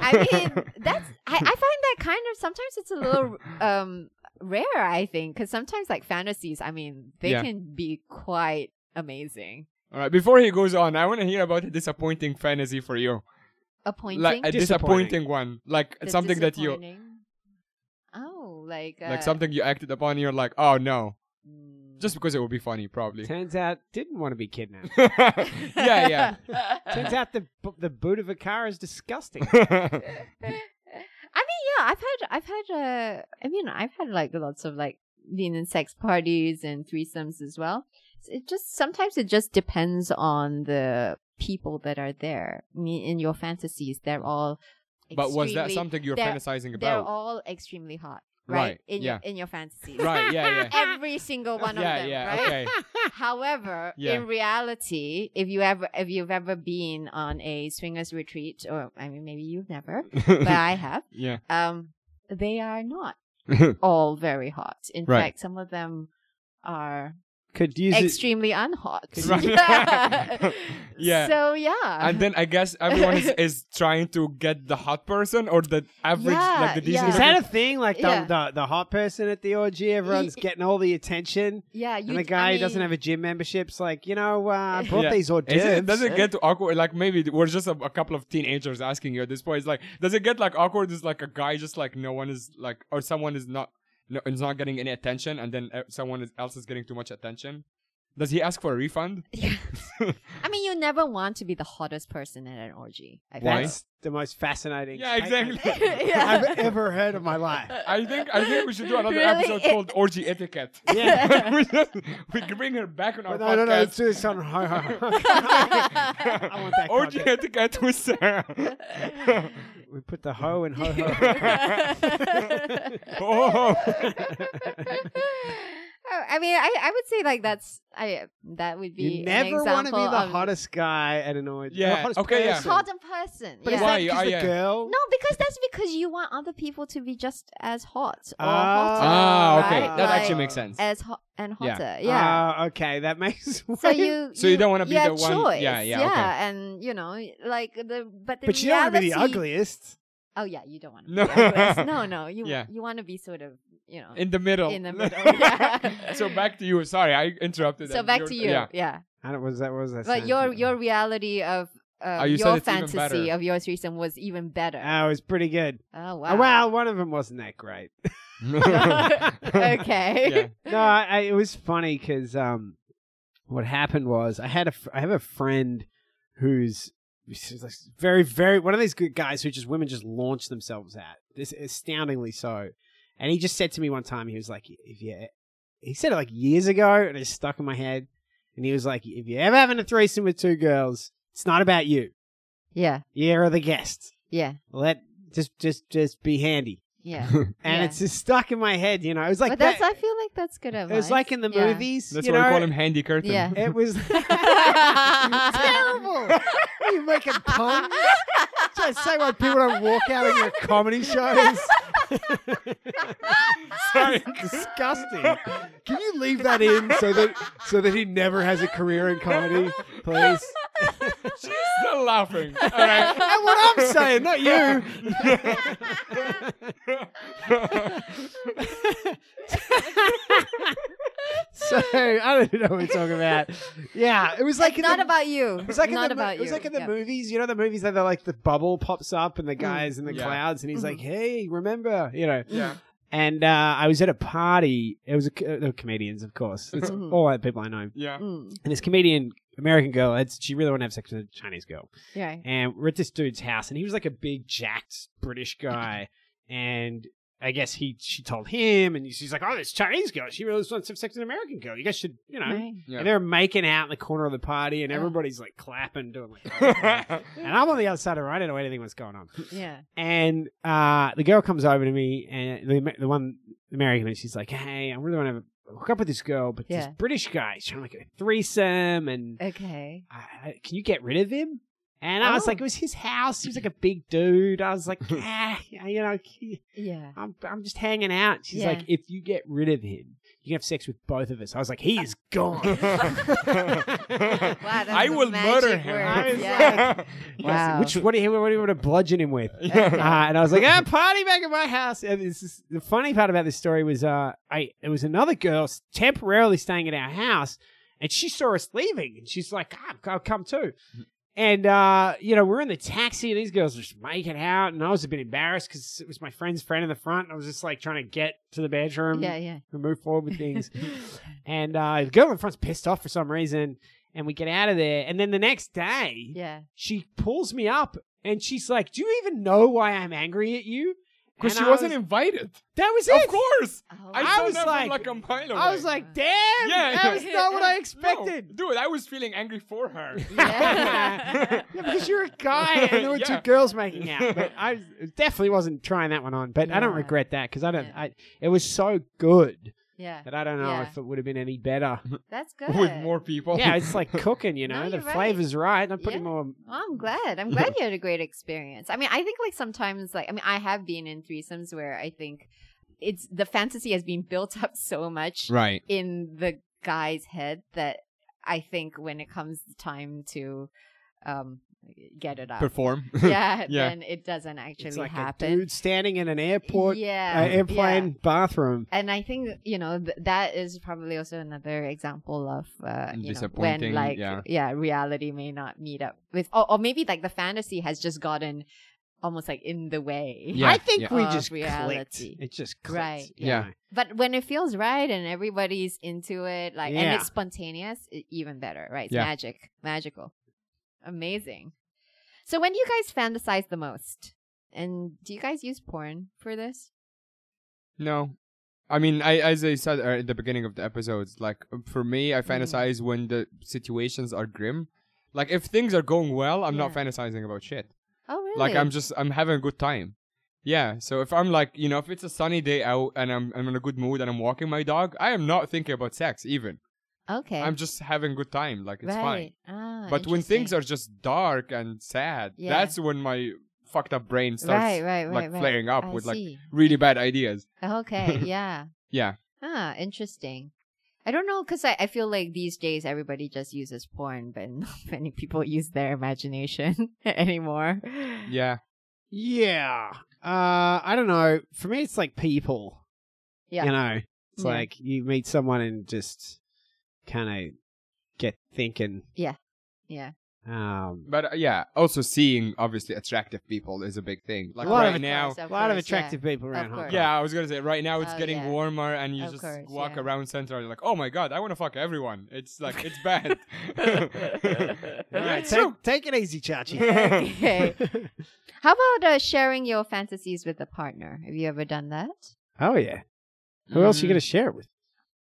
Speaker 1: I mean, that's I, I find that kind of sometimes it's a little um rare, I think, because sometimes like fantasies, I mean, they
Speaker 3: Yeah.
Speaker 1: can be quite amazing.
Speaker 3: All right. Before he goes on, I want to hear about a disappointing fantasy for you,
Speaker 1: Appointing,
Speaker 3: like a
Speaker 2: Disappointing.
Speaker 3: disappointing one, like
Speaker 1: the
Speaker 3: something that you,
Speaker 1: disappointing. Oh, like uh,
Speaker 3: like something you acted upon. and You're like, oh no,
Speaker 1: mm.
Speaker 3: just because it would be funny, probably.
Speaker 2: Turns out, didn't want to be kidnapped.
Speaker 3: yeah, yeah.
Speaker 2: Turns out the b- the boot of a car is disgusting.
Speaker 1: I mean, yeah, I've had, I've had, uh, I mean, I've had like lots of like being in sex parties and threesomes as well. It just sometimes it just depends on the people that are there. I mean, in your fantasies, they're all.
Speaker 3: but was that
Speaker 1: extremely-
Speaker 3: something you were
Speaker 1: they're-
Speaker 3: fantasizing
Speaker 1: They're
Speaker 3: about?
Speaker 1: all extremely hot, right?
Speaker 3: Right,
Speaker 1: In
Speaker 3: yeah.
Speaker 1: your in your fantasies,
Speaker 3: right. Yeah.
Speaker 1: Every single one
Speaker 3: Yeah.
Speaker 1: of them,
Speaker 3: yeah. yeah.
Speaker 1: right?
Speaker 3: Okay.
Speaker 1: However,
Speaker 3: Yeah.
Speaker 1: in reality, if you ever if you've ever been on a swingers retreat, or I mean, maybe you've never, but I have.
Speaker 3: yeah.
Speaker 1: um, they are not all very hot. In
Speaker 3: Right.
Speaker 1: fact, some of them are
Speaker 2: Could use it.
Speaker 1: extremely unhot.
Speaker 3: Right.
Speaker 1: Yeah.
Speaker 3: Yeah.
Speaker 1: So yeah.
Speaker 3: And then I guess everyone is, is trying to get the hot person or the average, like the
Speaker 1: Yeah, yeah.
Speaker 3: decent.
Speaker 2: Is that a thing? Like the,
Speaker 1: Yeah.
Speaker 2: the the hot person at the orgy, everyone's
Speaker 1: Ye-
Speaker 2: getting all the attention,
Speaker 1: yeah. You,
Speaker 2: and the guy who doesn't have a gym membership's like, you know, uh, I brought
Speaker 3: Yeah.
Speaker 2: these hors
Speaker 3: Is
Speaker 2: d'oeuvres.
Speaker 3: it, does
Speaker 2: Eh?
Speaker 3: it get to awkward? Like maybe we're just a, a couple of teenagers asking you at this point. It's like, does it get like awkward? Is like a guy just like no one is like, or someone is not, no, is not getting any attention, and then uh, someone is, else is getting too much attention. Does he ask for a refund?
Speaker 1: a. I mean, you never want to be the hottest person at an orgy. I
Speaker 3: Why?
Speaker 1: feel.
Speaker 2: That's the most fascinating.
Speaker 3: Yeah,
Speaker 2: statement
Speaker 3: exactly.
Speaker 2: I've
Speaker 1: yeah.
Speaker 2: ever heard of my life.
Speaker 3: I think I think we should do another
Speaker 1: Really?
Speaker 3: episode called orgy etiquette.
Speaker 2: Yeah.
Speaker 3: we, just, we can bring her back on our
Speaker 2: But
Speaker 3: podcast.
Speaker 2: no, no, no, let's do this on. Ho, ho, ho. I want that.
Speaker 3: orgy
Speaker 2: content.
Speaker 3: etiquette with Sarah.
Speaker 2: We put the ho and ho ho.
Speaker 1: oh.
Speaker 3: oh.
Speaker 1: I mean, I, I would say like that's I that would be
Speaker 2: You
Speaker 1: an
Speaker 2: never want to be
Speaker 1: example
Speaker 2: the
Speaker 1: of-
Speaker 2: hottest guy at an orgy.
Speaker 3: Yeah,
Speaker 2: The hottest
Speaker 3: okay, yeah.
Speaker 2: person.
Speaker 1: hot in person.
Speaker 2: But
Speaker 1: yeah.
Speaker 2: is that
Speaker 3: Why?
Speaker 2: because
Speaker 3: Oh,
Speaker 2: the
Speaker 3: yeah.
Speaker 2: girl?
Speaker 1: no, because that's because you want other people to be just as hot or hotter.
Speaker 3: Ah, okay.
Speaker 1: right?
Speaker 3: That actually
Speaker 1: Like,
Speaker 3: makes sense.
Speaker 1: As hot and
Speaker 3: Yeah.
Speaker 1: hotter, yeah.
Speaker 2: Ah, okay, that makes.
Speaker 1: so you,
Speaker 3: So you don't wanna be
Speaker 1: have
Speaker 3: the one-
Speaker 1: Choice.
Speaker 3: yeah, yeah,
Speaker 1: and you know, like the but the
Speaker 2: But you don't want to
Speaker 1: reality,
Speaker 2: be the ugliest.
Speaker 1: Oh yeah, you don't want to.
Speaker 3: No.
Speaker 1: Be the ugliest. no, no. You
Speaker 3: Yeah.
Speaker 1: you want to be sort of you know,
Speaker 3: in the middle.
Speaker 1: in the middle. Yeah.
Speaker 3: so back to you. Sorry, I interrupted.
Speaker 1: so
Speaker 3: and
Speaker 1: back
Speaker 3: you're-
Speaker 1: to you.
Speaker 3: Yeah.
Speaker 1: Yeah.
Speaker 2: And it was that was that.
Speaker 1: But
Speaker 2: sound?
Speaker 1: your your reality of uh,
Speaker 3: Oh, you said
Speaker 1: your
Speaker 3: it's even
Speaker 1: fantasy
Speaker 3: better. Ah.
Speaker 1: of your threesome was even better.
Speaker 2: Oh, it was pretty good.
Speaker 1: oh
Speaker 2: Uh,
Speaker 1: wow.
Speaker 2: Well, one of them wasn't that great.
Speaker 1: okay.
Speaker 2: no, I, I- it was funny because um, what happened was I had a fr- I have a friend who's she's like very very one of these good guys who just women just launch themselves at this astoundingly so, and he just said to me one time he was like if you e-" he said it like years ago and it stuck in my head and he was like if you're ever having a threesome with two girls it's not about you
Speaker 1: Yeah.
Speaker 2: you're the guest
Speaker 1: Yeah.
Speaker 2: let just just just be handy
Speaker 1: Yeah.
Speaker 2: and
Speaker 1: Yeah.
Speaker 2: it's just stuck in my head you know it was like
Speaker 1: but
Speaker 2: that-
Speaker 1: that's I feel like that's good advice.
Speaker 2: it was like in the
Speaker 1: Yeah.
Speaker 2: movies.
Speaker 3: That's
Speaker 2: you
Speaker 3: why
Speaker 2: know?
Speaker 3: we call him Handy Curtain.
Speaker 1: Yeah.
Speaker 2: It was terrible. you making puns? Trying to say why people don't walk out of your comedy shows.
Speaker 3: Sorry.
Speaker 2: Disgusting. Can you leave that in so that so that he never has a career in comedy, please?
Speaker 3: She's still laughing. All right.
Speaker 2: That's what I'm saying, not you. so I don't know what we're talking about. Yeah, it was like
Speaker 1: It's
Speaker 2: in
Speaker 1: not
Speaker 2: the-
Speaker 1: about you.
Speaker 2: It was like in
Speaker 1: not
Speaker 2: the, mo-
Speaker 1: about
Speaker 2: It was
Speaker 1: you.
Speaker 2: like in the
Speaker 1: Yeah. Mm.
Speaker 2: movies. You know the movies that they're like the bubble pops up and the guys in the
Speaker 3: Yeah.
Speaker 2: clouds, and he's
Speaker 1: Mhm.
Speaker 2: like, "Hey, remember?" You know.
Speaker 3: yeah.
Speaker 2: And uh, I was at a party. It was a, co- there were comedians, of course. It's
Speaker 1: Mhm.
Speaker 2: all the people I know.
Speaker 3: Yeah.
Speaker 1: Mm,
Speaker 2: And this comedian, American girl, it's, she really wanted to have sex with a Chinese girl.
Speaker 1: yeah.
Speaker 2: And we're at this dude's house, and he was like a big jacked British guy. and I guess he she told him, and she's like, "Oh, this Chinese girl, she really wants to have sex with an American girl. You guys should, you know."
Speaker 1: Right.
Speaker 3: Yeah.
Speaker 2: And they're making out in the corner of the party, and
Speaker 1: Yeah.
Speaker 2: everybody's like clapping, doing like. And I'm on the other side of the room. I don't know anything what's going on.
Speaker 1: Yeah.
Speaker 2: And uh, the girl comes over to me, and the, the one American, and she's like, "Hey, I really want to hook up with this girl, but
Speaker 1: Yeah.
Speaker 2: this British guy is trying to get a threesome, and
Speaker 1: Okay.
Speaker 2: uh, can you get rid of him?" And I was
Speaker 1: Oh.
Speaker 2: like, "It was his house. He was like a big dude." I was like, "Ah, you know,
Speaker 1: Yeah.
Speaker 2: I'm I'm just hanging out." She's
Speaker 1: Yeah.
Speaker 2: like, "If you get rid of him, you can have sex with both of us." I was like, "He is gone."
Speaker 1: Wow, that's
Speaker 3: I
Speaker 1: the
Speaker 3: will
Speaker 1: magic
Speaker 3: murder him.
Speaker 1: words.
Speaker 2: I was
Speaker 1: Yeah. Wow.
Speaker 2: Which what do you what do you want to bludgeon him with?
Speaker 3: Yeah.
Speaker 2: Uh, and I was like, ah, party back at my house. And this is, the funny part about this story was, uh, I it was another girl s- temporarily staying at our house, and she saw us leaving, and she's like, ah, I'll come too.
Speaker 1: Mm-hmm.
Speaker 2: And uh, you know, we're in the taxi, and these girls were just making out, and I was a bit embarrassed because it was my friend's friend in the front, and I was just like trying to get to the bedroom
Speaker 1: Yeah. Yeah.
Speaker 2: and move forward with things. and uh, the girl in front's pissed off for some reason, and we get out of there, and then the next day,
Speaker 1: Yeah.
Speaker 2: she pulls me up and she's like, "Do you even know why I'm angry at you?"
Speaker 3: Because
Speaker 2: And
Speaker 3: she
Speaker 2: I
Speaker 3: wasn't
Speaker 2: was-
Speaker 3: invited.
Speaker 2: that was
Speaker 3: Of
Speaker 2: it.
Speaker 3: course.
Speaker 1: Oh,
Speaker 3: I,
Speaker 2: I
Speaker 3: saw
Speaker 2: was
Speaker 3: that from
Speaker 2: like-
Speaker 3: like a mile away.
Speaker 2: I was like, "Damn,
Speaker 3: Yeah,
Speaker 2: that
Speaker 3: yeah.
Speaker 2: was not what I
Speaker 3: No,
Speaker 2: expected."
Speaker 3: dude, I was feeling angry for her.
Speaker 1: Yeah.
Speaker 2: yeah, because you're a guy and there were
Speaker 3: Yeah.
Speaker 2: two girls making out. But I was- definitely wasn't trying that one on. But I don't
Speaker 1: Yeah.
Speaker 2: regret that because I don't.
Speaker 1: Yeah.
Speaker 2: I, it was so good
Speaker 1: yeah.
Speaker 2: that I don't know
Speaker 1: Yeah.
Speaker 2: if it would have been any better.
Speaker 1: That's good.
Speaker 3: With more people.
Speaker 2: yeah, it's like cooking. You know,
Speaker 1: No,
Speaker 2: the
Speaker 1: you're right.
Speaker 2: flavor's right. I'm putting
Speaker 1: Yeah.
Speaker 2: more.
Speaker 1: Well, I'm glad. I'm glad you had a great experience. I mean, I think like sometimes, like I mean, I have been in threesomes where I think it's the fantasy has been built up so much
Speaker 3: Right.
Speaker 1: in the guy's head that I think when it comes time to um get it up,
Speaker 3: Perform.
Speaker 1: yeah,
Speaker 3: Yeah.
Speaker 1: then it doesn't actually
Speaker 2: It's like a
Speaker 1: happen.
Speaker 2: dude standing in an airport, uh,
Speaker 1: yeah,
Speaker 2: airplane
Speaker 1: yeah.
Speaker 2: bathroom.
Speaker 1: And I think you know th- that is probably also another example of uh, you know,
Speaker 3: Disappointing,
Speaker 1: when like
Speaker 3: yeah.
Speaker 1: reality may not meet up with, or, or maybe like the fantasy has just gotten almost like in the way.
Speaker 3: Yeah,
Speaker 2: I think
Speaker 3: yeah.
Speaker 2: we
Speaker 1: of
Speaker 2: just
Speaker 1: reality.
Speaker 2: clicked. It just clicked.
Speaker 1: Right.
Speaker 2: you
Speaker 3: Yeah.
Speaker 2: know.
Speaker 1: But when it feels right and everybody's into it, like and
Speaker 2: Yeah.
Speaker 1: it's spontaneous, i- even better, right? It's
Speaker 3: Yeah.
Speaker 1: magic, magical, amazing. So when do you guys fantasize the most? And do you guys use porn for this?
Speaker 3: No. I mean, I as I said uh, at the beginning of the episodes, like for me,
Speaker 2: Mm-hmm.
Speaker 3: I fantasize when the situations are grim. Like if things are going well, I'm not
Speaker 1: Yeah.
Speaker 3: fantasizing about shit.
Speaker 1: Oh, really?
Speaker 3: Like I'm just I'm having a good time. Yeah. So if I'm like, you know, if it's a sunny day out and I'm I'm in a good mood and I'm walking my dog, I am not thinking about sex even.
Speaker 1: okay.
Speaker 3: I'm just having a good time. Like it's fine.
Speaker 1: right. Ah,
Speaker 3: But when things
Speaker 1: interesting.
Speaker 3: are just dark and sad,
Speaker 1: Yeah.
Speaker 3: that's when my fucked up brain starts
Speaker 1: right, right, right,
Speaker 3: like
Speaker 1: right.
Speaker 3: flaring up
Speaker 1: I
Speaker 3: with like
Speaker 1: see.
Speaker 3: really bad ideas.
Speaker 1: Okay, yeah.
Speaker 3: Yeah.
Speaker 1: Ah, interesting. I don't know because I, I feel like these days everybody just uses porn, but not many people use their imagination anymore.
Speaker 3: Yeah.
Speaker 2: Yeah. Uh, I don't know. For me, it's like people.
Speaker 1: Yeah.
Speaker 2: You know, it's
Speaker 1: Yeah.
Speaker 2: like you meet someone and just kind of get thinking.
Speaker 1: Yeah.
Speaker 2: Um,
Speaker 3: But uh, yeah, also seeing obviously attractive people is a big thing. Like
Speaker 2: A lot
Speaker 3: right
Speaker 2: of it-
Speaker 3: now,
Speaker 1: course,
Speaker 2: a lot of
Speaker 1: course,
Speaker 2: attractive people around. Hong
Speaker 1: course.
Speaker 2: Kong.
Speaker 3: yeah, I was gonna say right now it's
Speaker 1: Oh,
Speaker 3: getting
Speaker 1: yeah.
Speaker 3: warmer, and you
Speaker 1: Of
Speaker 3: just
Speaker 1: course,
Speaker 3: walk
Speaker 1: yeah.
Speaker 3: around Central. You're like, oh my god, I want to fuck everyone. It's like it's bad.
Speaker 2: All right,
Speaker 3: It's true.
Speaker 2: take, take it easy, Chachi.
Speaker 1: Yeah. Okay. How about uh, sharing your fantasies with a partner? Have you ever done that?
Speaker 2: oh yeah. Who else you
Speaker 1: Mm-hmm.
Speaker 3: Mhm.
Speaker 2: gonna Mm. share it with?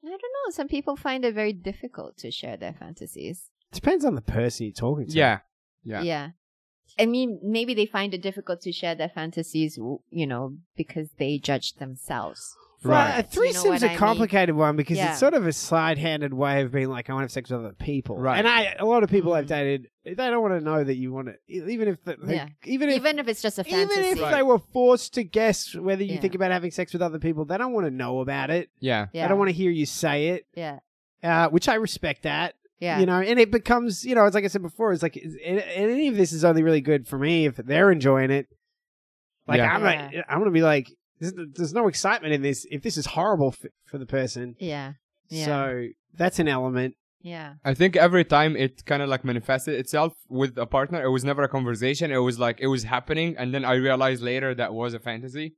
Speaker 1: I don't know. Some people find it very difficult to share their fantasies.
Speaker 2: Depends on the person you're talking to.
Speaker 3: Yeah, yeah.
Speaker 1: I mean, maybe they find it difficult to share their fantasies, w- you know, because they judge themselves.
Speaker 2: Right. A
Speaker 1: Right. You know
Speaker 2: threesome's
Speaker 1: what I
Speaker 2: a
Speaker 1: mean?
Speaker 2: complicated one because
Speaker 1: Yeah.
Speaker 2: it's sort of a side-handed way of being like, I want to have sex with other people.
Speaker 3: Right.
Speaker 2: And I, a lot of people I've
Speaker 1: Mhm.
Speaker 2: dated, they don't want to know that you want to, e, even if, the,
Speaker 1: Yeah.
Speaker 2: even if,
Speaker 1: Even if it's just a
Speaker 2: even
Speaker 1: fantasy.
Speaker 2: if
Speaker 3: Right.
Speaker 2: they were forced to guess whether you
Speaker 1: Yeah.
Speaker 2: think about having sex with other people, they don't want to know about it.
Speaker 3: yeah.
Speaker 1: yeah.
Speaker 2: They don't want to hear you say it.
Speaker 1: Yeah.
Speaker 2: Uh, which I respect that.
Speaker 1: Yeah.
Speaker 2: You know, and it becomes, you know, it's like I said before, it's like, is- and and any of this is only really good for me if they're enjoying it. Like,
Speaker 3: Yeah.
Speaker 2: I'm like, I'm going to be like, there's, there's no excitement in this. If this is horrible f- for the person,
Speaker 1: yeah. Yeah.
Speaker 2: so that's an element.
Speaker 1: Yeah.
Speaker 3: I think every time it kind of like manifested itself with a partner, it was never a conversation. It was like it was happening, and then I realized later that was a fantasy.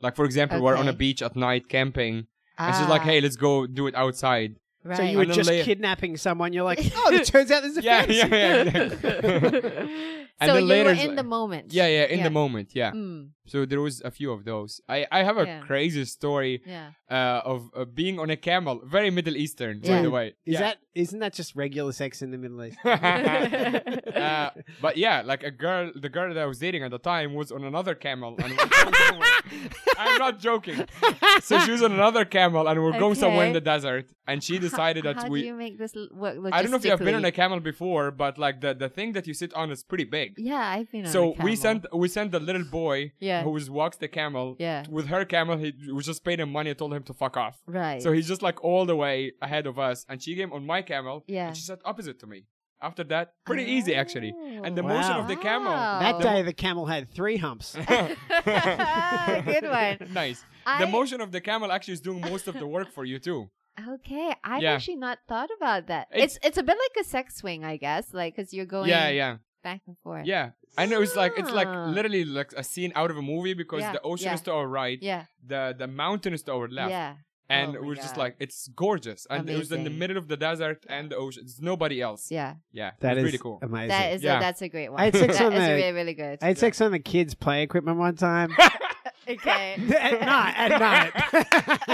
Speaker 3: Like for example, we're on
Speaker 1: Okay.
Speaker 3: a
Speaker 1: Ah.
Speaker 3: beach at night camping, and she's like, "Hey, let's go do it outside."
Speaker 1: Right.
Speaker 2: So you
Speaker 3: were
Speaker 2: were
Speaker 3: And then
Speaker 2: just
Speaker 3: later-
Speaker 2: kidnapping someone. You're like, oh, it turns out this is a
Speaker 3: Yeah,
Speaker 2: fantasy.
Speaker 3: yeah, yeah. exactly. And
Speaker 1: so
Speaker 3: then
Speaker 1: you
Speaker 3: later
Speaker 1: were
Speaker 3: it's
Speaker 1: in
Speaker 3: like-
Speaker 1: the moment.
Speaker 3: yeah, yeah, in
Speaker 1: Yeah.
Speaker 3: the moment, yeah.
Speaker 1: Mm,
Speaker 3: So there was a few of those. I I have a
Speaker 1: Yeah.
Speaker 3: crazy story
Speaker 1: yeah.
Speaker 3: uh, of uh, being on a camel, very Middle Eastern, by
Speaker 1: Yeah.
Speaker 3: the way.
Speaker 2: Is
Speaker 3: Yeah.
Speaker 2: that isn't that just regular sex in the Middle East?
Speaker 3: Uh, but yeah, like a girl, the girl that I was dating at the time was on another camel, and we're going somewhere. I'm not joking. So she was on another camel, and we're going somewhere in
Speaker 1: Okay.
Speaker 3: the desert, and she decided
Speaker 1: how,
Speaker 3: that
Speaker 1: how
Speaker 3: we.
Speaker 1: do you make this l- work logistically?
Speaker 3: I don't know if you have been on a camel before, but like the, the thing that you sit on is pretty big.
Speaker 1: Yeah, I've been on a
Speaker 3: So we
Speaker 1: camel.
Speaker 3: sent we sent the little boy
Speaker 1: Yeah.
Speaker 3: who was, walks the camel
Speaker 1: Yeah.
Speaker 3: with her camel. He we just paid him money. I told him to fuck off.
Speaker 1: Right.
Speaker 3: So he's just like all the way ahead of us, and she came on my camel.
Speaker 1: Yeah.
Speaker 3: And she sat opposite to me. After that, pretty easy actually. And the motion
Speaker 2: Wow.
Speaker 3: of the camel.
Speaker 1: Wow.
Speaker 2: that
Speaker 1: Oh.
Speaker 2: day the camel had three humps.
Speaker 1: Good one.
Speaker 3: nice.
Speaker 1: Oh. I,
Speaker 3: The motion of the camel actually is doing most of the work for you too.
Speaker 1: okay, I've
Speaker 3: Yeah.
Speaker 1: actually not thought about that.
Speaker 3: It's-
Speaker 1: It's it's a bit like a sex swing, I guess, like because you're going
Speaker 3: Yeah, yeah,
Speaker 1: back and forth.
Speaker 3: yeah. I know it's like it's like
Speaker 1: Ah.
Speaker 3: literally like a scene out of a movie because
Speaker 1: Yeah,
Speaker 3: the ocean
Speaker 1: yeah.
Speaker 3: is to our right,
Speaker 1: yeah,
Speaker 3: the the mountain is to our left,
Speaker 1: yeah.
Speaker 3: and
Speaker 1: Oh my
Speaker 3: we're just
Speaker 1: God.
Speaker 3: like it's gorgeous, and it was in the
Speaker 1: Amazing.
Speaker 3: middle of the desert and the ocean. There's nobody else.
Speaker 1: yeah.
Speaker 3: Yeah,
Speaker 2: That
Speaker 3: it's
Speaker 2: is
Speaker 3: really cool.
Speaker 2: amazing.
Speaker 1: That is
Speaker 3: Yeah.
Speaker 1: a, that's a great one.
Speaker 2: I had sex
Speaker 1: That
Speaker 2: on
Speaker 1: is
Speaker 2: the-
Speaker 1: really really good.
Speaker 2: I had sex on the kids' play equipment one time.
Speaker 1: okay.
Speaker 2: at night, at night.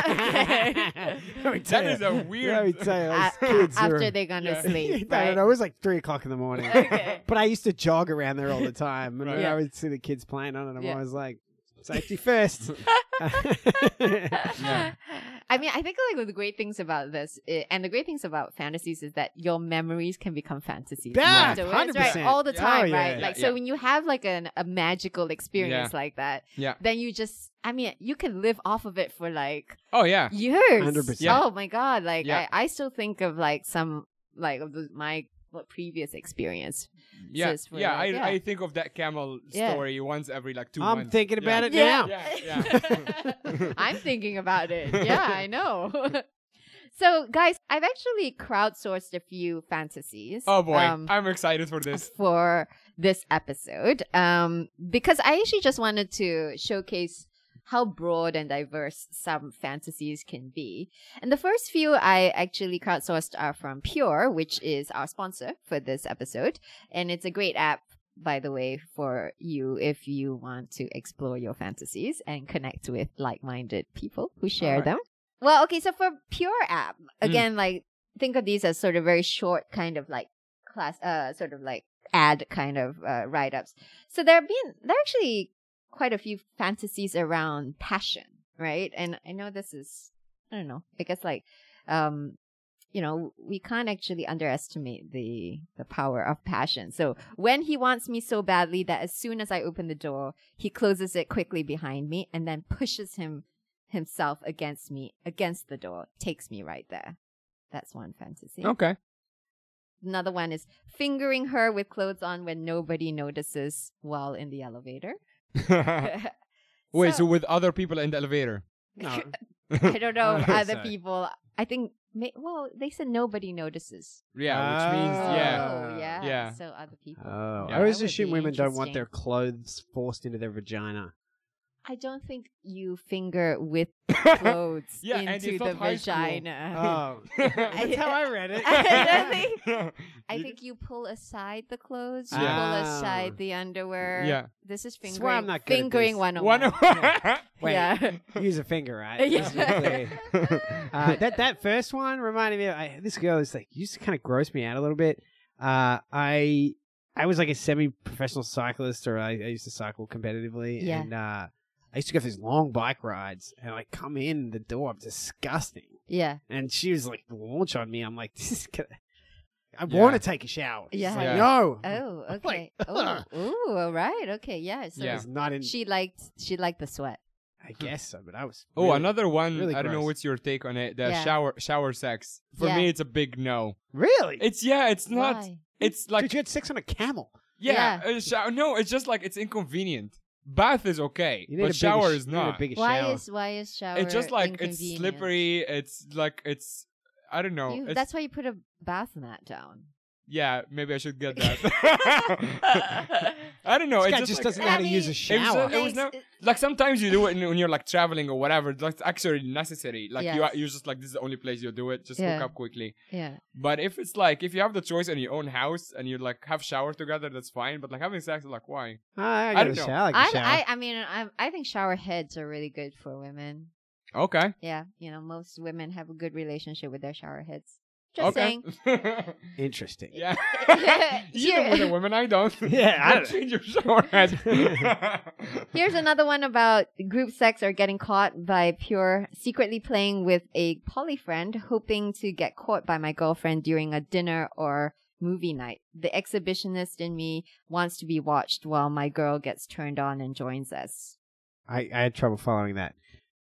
Speaker 1: Okay.
Speaker 2: Let me tell
Speaker 3: That
Speaker 2: you.
Speaker 3: is a
Speaker 2: Let me
Speaker 3: weird.
Speaker 2: tell you,
Speaker 1: A-
Speaker 2: those kids
Speaker 1: after
Speaker 2: are-
Speaker 1: they're gonna
Speaker 3: Yeah.
Speaker 1: sleep,
Speaker 2: I
Speaker 1: right?
Speaker 2: don't know. It was like three o'clock in the morning.
Speaker 1: Okay.
Speaker 2: But I used to jog around there all the time, and
Speaker 3: Right.
Speaker 2: when
Speaker 1: Yeah.
Speaker 2: I would see the kids playing on it. I'm
Speaker 1: Yeah.
Speaker 2: always like, safety first.
Speaker 3: Yeah.
Speaker 1: I mean, I think like the great things about this, uh, and the great things about fantasies is that your memories can become fantasies.
Speaker 2: Yeah,
Speaker 1: afterwards, right?
Speaker 2: 100%.
Speaker 1: All the
Speaker 2: Yeah.
Speaker 1: time,
Speaker 2: Oh, yeah,
Speaker 1: right?
Speaker 2: yeah,
Speaker 1: like,
Speaker 3: yeah.
Speaker 1: so when you have like an, a magical experience like that,
Speaker 3: Yeah.
Speaker 1: then you just, I mean, you can live off of it for like
Speaker 3: Oh yeah.
Speaker 1: years.
Speaker 2: 100%.
Speaker 3: Yeah.
Speaker 1: Oh my God. Like,
Speaker 3: Yeah.
Speaker 1: I, I still think of like some, like, of the, my what, previous experience.
Speaker 3: Yeah,
Speaker 1: sis were
Speaker 3: yeah,
Speaker 1: like,
Speaker 3: I,
Speaker 1: yeah.
Speaker 3: I think of that camel
Speaker 1: Yeah.
Speaker 3: story once every like two
Speaker 2: I'm
Speaker 3: months.
Speaker 2: thinking about
Speaker 3: Yeah.
Speaker 2: it now.
Speaker 3: Yeah, yeah.
Speaker 1: I'm thinking about it. Yeah, I know. so, guys, I've actually crowdsourced a few fantasies.
Speaker 3: oh boy,
Speaker 1: um,
Speaker 3: I'm excited for this.
Speaker 1: for this episode, um, because I actually just wanted to showcase how broad and diverse some fantasies can be. And the first few I actually crowdsourced are from Pure, which is our sponsor for this episode, and it's a great app. By the way, for you, if you want to explore your fantasies and connect with like minded people who share
Speaker 3: Alright.
Speaker 1: them. Well, okay, so for Pure app,
Speaker 3: Mm.
Speaker 1: again, like think of these as sort of very short, kind of like class, uh, sort of like ad kind of uh, write ups. So there have been, there are actually quite a few fantasies around passion, right? And I know this is, I don't know, I guess like, um, you know, we can't actually underestimate the the power of passion. So when he wants me so badly that as soon as I open the door, he closes it quickly behind me and then pushes him himself against me against the door, takes me right there. That's one fantasy.
Speaker 3: Okay.
Speaker 1: Another one is fingering her with clothes on when nobody notices while in the elevator.
Speaker 3: Wait, so, with other people in the elevator?
Speaker 2: No.
Speaker 1: I don't know
Speaker 2: Okay,
Speaker 1: other
Speaker 2: so-
Speaker 1: people. I think, may, well, they said nobody notices.
Speaker 3: Yeah, which means yeah.
Speaker 1: Oh, yeah.
Speaker 3: yeah.
Speaker 1: So other people.
Speaker 2: Oh,
Speaker 3: Yeah.
Speaker 2: I always
Speaker 1: That would
Speaker 2: assume
Speaker 1: be
Speaker 2: women don't want
Speaker 1: interesting.
Speaker 2: their clothes forced into their vagina.
Speaker 1: I don't think you finger with clothes
Speaker 3: Yeah, and
Speaker 1: into
Speaker 3: it's
Speaker 1: the
Speaker 3: not high school.
Speaker 1: vagina.
Speaker 2: Oh, that's how I read it.
Speaker 1: I think- I think you pull aside the clothes, you
Speaker 2: Yeah.
Speaker 1: pull
Speaker 2: Ah.
Speaker 1: aside the underwear.
Speaker 3: Yeah.
Speaker 1: This is
Speaker 2: That's
Speaker 1: fingering,
Speaker 2: why I'm not good at
Speaker 1: fingering
Speaker 2: this.
Speaker 1: one on
Speaker 3: One
Speaker 1: one.
Speaker 2: Wait,
Speaker 1: Yeah.
Speaker 2: use a finger, right?
Speaker 1: Yeah.
Speaker 2: Just to be clear. Uh, that that first one reminded me. Of, I, this girl is like used to kind of gross me out a little bit. Uh, I I was like a semi-professional cyclist, or I, I used to cycle competitively,
Speaker 1: Yeah.
Speaker 2: and uh, I used to go for these long bike rides, and like come in the door, I'm disgusting,
Speaker 1: yeah.
Speaker 2: and she was like launch on me. I'm like, this is gonna, I
Speaker 3: Yeah.
Speaker 2: want to take a shower. She's
Speaker 1: Yeah.
Speaker 2: like,
Speaker 3: Yeah.
Speaker 2: no,
Speaker 1: Oh,
Speaker 2: I'm
Speaker 1: okay.
Speaker 2: like,
Speaker 1: oh, ooh, all right. Okay, yeah. So
Speaker 3: Yeah.
Speaker 2: it's not in.
Speaker 1: she liked she liked the sweat.
Speaker 2: I guess so, but I was.
Speaker 3: Oh,
Speaker 2: really-
Speaker 3: another one.
Speaker 2: really
Speaker 3: I don't know
Speaker 2: gross.
Speaker 3: what's your take on it. The
Speaker 1: Yeah.
Speaker 3: shower shower sex. For
Speaker 1: Yeah.
Speaker 3: me, it's a big no.
Speaker 2: Really?
Speaker 3: It's yeah. It's not.
Speaker 1: Why?
Speaker 3: It's
Speaker 2: Dude,
Speaker 3: like
Speaker 2: you had sex on a camel.
Speaker 3: yeah. a shower. No, it's just like it's inconvenient. Bath is okay,
Speaker 2: You need a
Speaker 3: but
Speaker 2: bigger
Speaker 3: shower
Speaker 2: sh-
Speaker 3: is
Speaker 2: you need a
Speaker 3: not.
Speaker 2: bigger
Speaker 1: Why
Speaker 2: shower.
Speaker 1: is why is shower?
Speaker 3: It's just like it's
Speaker 1: inconvenient?
Speaker 3: slippery. It's like it's. I don't know.
Speaker 1: You-
Speaker 3: Oh, It's-
Speaker 1: that's why you put a bath mat down.
Speaker 3: yeah, maybe I should get that. I don't know.
Speaker 2: This guy
Speaker 3: It's just,
Speaker 2: just
Speaker 3: like-
Speaker 2: doesn't know how to
Speaker 1: I
Speaker 2: use
Speaker 1: mean,
Speaker 2: a
Speaker 3: It was,
Speaker 2: shower.
Speaker 3: it was
Speaker 1: Thanks.
Speaker 3: no, like sometimes you do it when you're like traveling or whatever. That's actually necessary. Like you,
Speaker 1: Yes.
Speaker 3: are- you're just like this is the only place you do it. Just
Speaker 1: Yeah.
Speaker 3: hook up quickly.
Speaker 1: Yeah.
Speaker 3: But if it's like if you have the choice in your own house and you like have shower together, that's fine. But like having sex, like why?
Speaker 2: I,
Speaker 3: I
Speaker 2: got a
Speaker 3: don't know.
Speaker 2: shower. I, like a shower.
Speaker 1: I, I I mean I I think shower heads are really good for women.
Speaker 3: Okay.
Speaker 1: Yeah, you know most women have a good relationship with their shower heads. Just
Speaker 3: okay.
Speaker 1: saying.
Speaker 2: Interesting.
Speaker 3: yeah. you
Speaker 1: Here-
Speaker 3: know with the women I don't.
Speaker 2: Yeah, I
Speaker 3: Don't
Speaker 2: don't-
Speaker 3: change your shower head.
Speaker 1: Here's another one about group sex or getting caught by pure secretly playing with a poly friend, hoping to get caught by my girlfriend during a dinner or movie night. The exhibitionist in me wants to be watched while my girl gets turned on and joins us.
Speaker 2: I, I had trouble following that.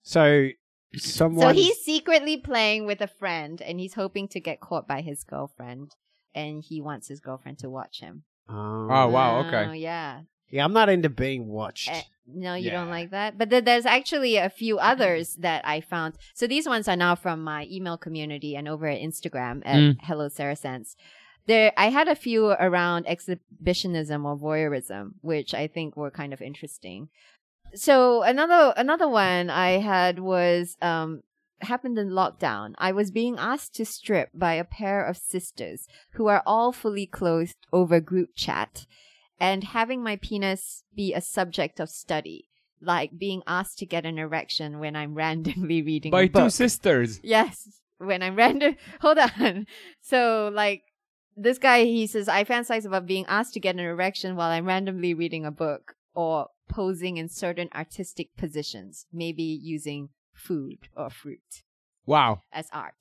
Speaker 2: So someone.
Speaker 1: So he's secretly playing with a friend and he's hoping to get caught by his girlfriend and he wants his girlfriend to watch him.
Speaker 2: Um,
Speaker 3: Oh, wow, okay.
Speaker 1: Oh, yeah.
Speaker 2: Yeah, I'm not into being watched.
Speaker 1: Eh, no, you don't
Speaker 3: Yeah. Mm-hmm.
Speaker 1: like that. But th- there's actually a few others that I found. So these ones are now from my email community and over at Instagram at
Speaker 3: Mm.
Speaker 1: Hello Sarah Sense. There, I had a few around exhibitionism or voyeurism, which I think were kind of interesting. So another another one I had was um, happened in lockdown. I was being asked to strip by a pair of sisters who are all fully clothed over group chat and having my penis be a subject of study, like being asked to get an erection when I'm randomly reading
Speaker 3: By
Speaker 1: a book.
Speaker 3: two sisters.
Speaker 1: Yes, when I'm random. Hold on. So, like, this guy, he says, I fantasize about being asked to get an erection while I'm randomly reading a book or posing in certain artistic positions, maybe using food or fruit
Speaker 3: Wow.
Speaker 1: as art.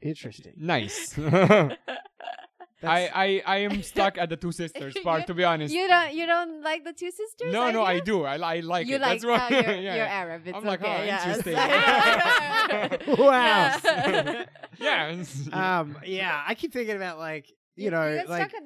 Speaker 2: Interesting.
Speaker 3: Nice. I,
Speaker 2: That's-
Speaker 3: I I am stuck at the two sisters part. To be honest.
Speaker 1: You don't, you don't like the two sisters?
Speaker 3: no, no, I
Speaker 1: guess?
Speaker 3: do. I, I like
Speaker 1: you
Speaker 3: it.
Speaker 1: like
Speaker 3: That's why.
Speaker 1: oh, you're,
Speaker 3: yeah.
Speaker 1: you're Arab. It's
Speaker 3: I'm like,
Speaker 1: okay.
Speaker 3: oh,
Speaker 1: yeah.
Speaker 3: interesting.
Speaker 2: wow.
Speaker 1: Yeah.
Speaker 3: yeah.
Speaker 2: um. Yeah, I keep thinking about like you
Speaker 1: you
Speaker 2: know
Speaker 1: got
Speaker 2: like
Speaker 1: stuck at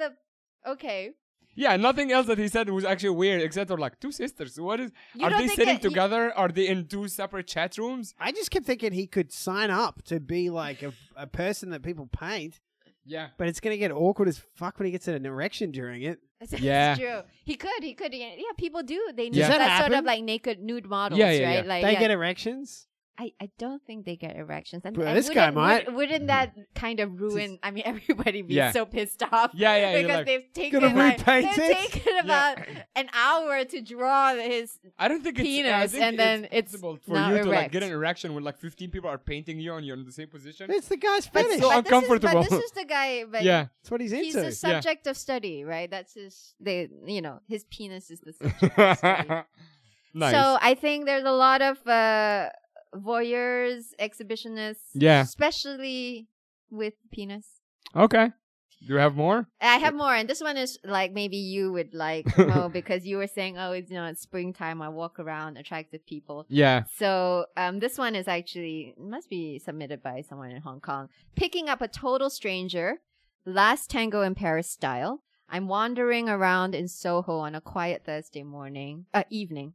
Speaker 1: the. Okay.
Speaker 3: yeah. Nothing else that he said was actually weird, except for like two sisters. What is?
Speaker 1: You
Speaker 3: are
Speaker 1: don't
Speaker 3: they
Speaker 1: think
Speaker 3: sitting
Speaker 1: that you-
Speaker 3: together? Are they in two separate chat rooms?
Speaker 2: I just kept thinking he could sign up to be like a, a person that people paint,
Speaker 3: Yeah.
Speaker 2: but it's gonna get awkward as fuck when he gets an erection during it.
Speaker 1: That's
Speaker 3: Yeah.
Speaker 1: true. He could. He could. Yeah, yeah, people do. They
Speaker 3: Does
Speaker 1: need
Speaker 2: that
Speaker 1: that, sort
Speaker 2: happen?
Speaker 1: of like naked nude models,
Speaker 3: Yeah, yeah,
Speaker 1: right?
Speaker 3: yeah.
Speaker 1: Like,
Speaker 2: they
Speaker 1: Uh, yeah.
Speaker 2: get erections.
Speaker 1: I, I don't think they get erections. And,
Speaker 2: Well,
Speaker 1: and
Speaker 2: this guy
Speaker 1: wouldn't-
Speaker 2: might.
Speaker 1: would- Wouldn't that kind of ruin? I mean, everybody be
Speaker 3: Hmm. Yeah.
Speaker 1: so pissed off.
Speaker 3: Yeah, yeah, you're
Speaker 1: Because
Speaker 3: like,
Speaker 1: they've taken
Speaker 2: "Gonna
Speaker 1: like,
Speaker 2: repaint
Speaker 1: they've
Speaker 2: it?"
Speaker 1: taken
Speaker 3: Yeah.
Speaker 1: about an hour to draw his.
Speaker 3: I don't think it's I
Speaker 1: Penis,
Speaker 3: think
Speaker 1: and then it's
Speaker 3: possible for
Speaker 1: not
Speaker 3: you to like get
Speaker 1: erect.
Speaker 3: an erection when like 15 people are painting you and you're in the same position.
Speaker 2: It's the guy's
Speaker 3: But
Speaker 2: fetish.
Speaker 1: but this
Speaker 3: so
Speaker 1: is-
Speaker 3: uncomfortable.
Speaker 1: But this is the guy. But
Speaker 3: yeah.
Speaker 2: That's what he's
Speaker 1: He's
Speaker 2: into.
Speaker 1: a subject of study, right? That's his. They, you know, his penis is the subject.
Speaker 3: nice.
Speaker 1: So I think there's a lot of uh, voyeurs, exhibitionists,
Speaker 3: Yeah.
Speaker 1: especially with penis.
Speaker 3: okay. Do you have more?
Speaker 1: I have more, and this one is like maybe you would like Mo because you were saying, oh, it's you know, it's springtime. I walk around, attractive people.
Speaker 3: Yeah.
Speaker 1: So um, this one is actually must be submitted by someone in Hong Kong. Picking up a total stranger, last tango in Paris style. I'm wandering around in Soho on a quiet Thursday morning, uh, evening.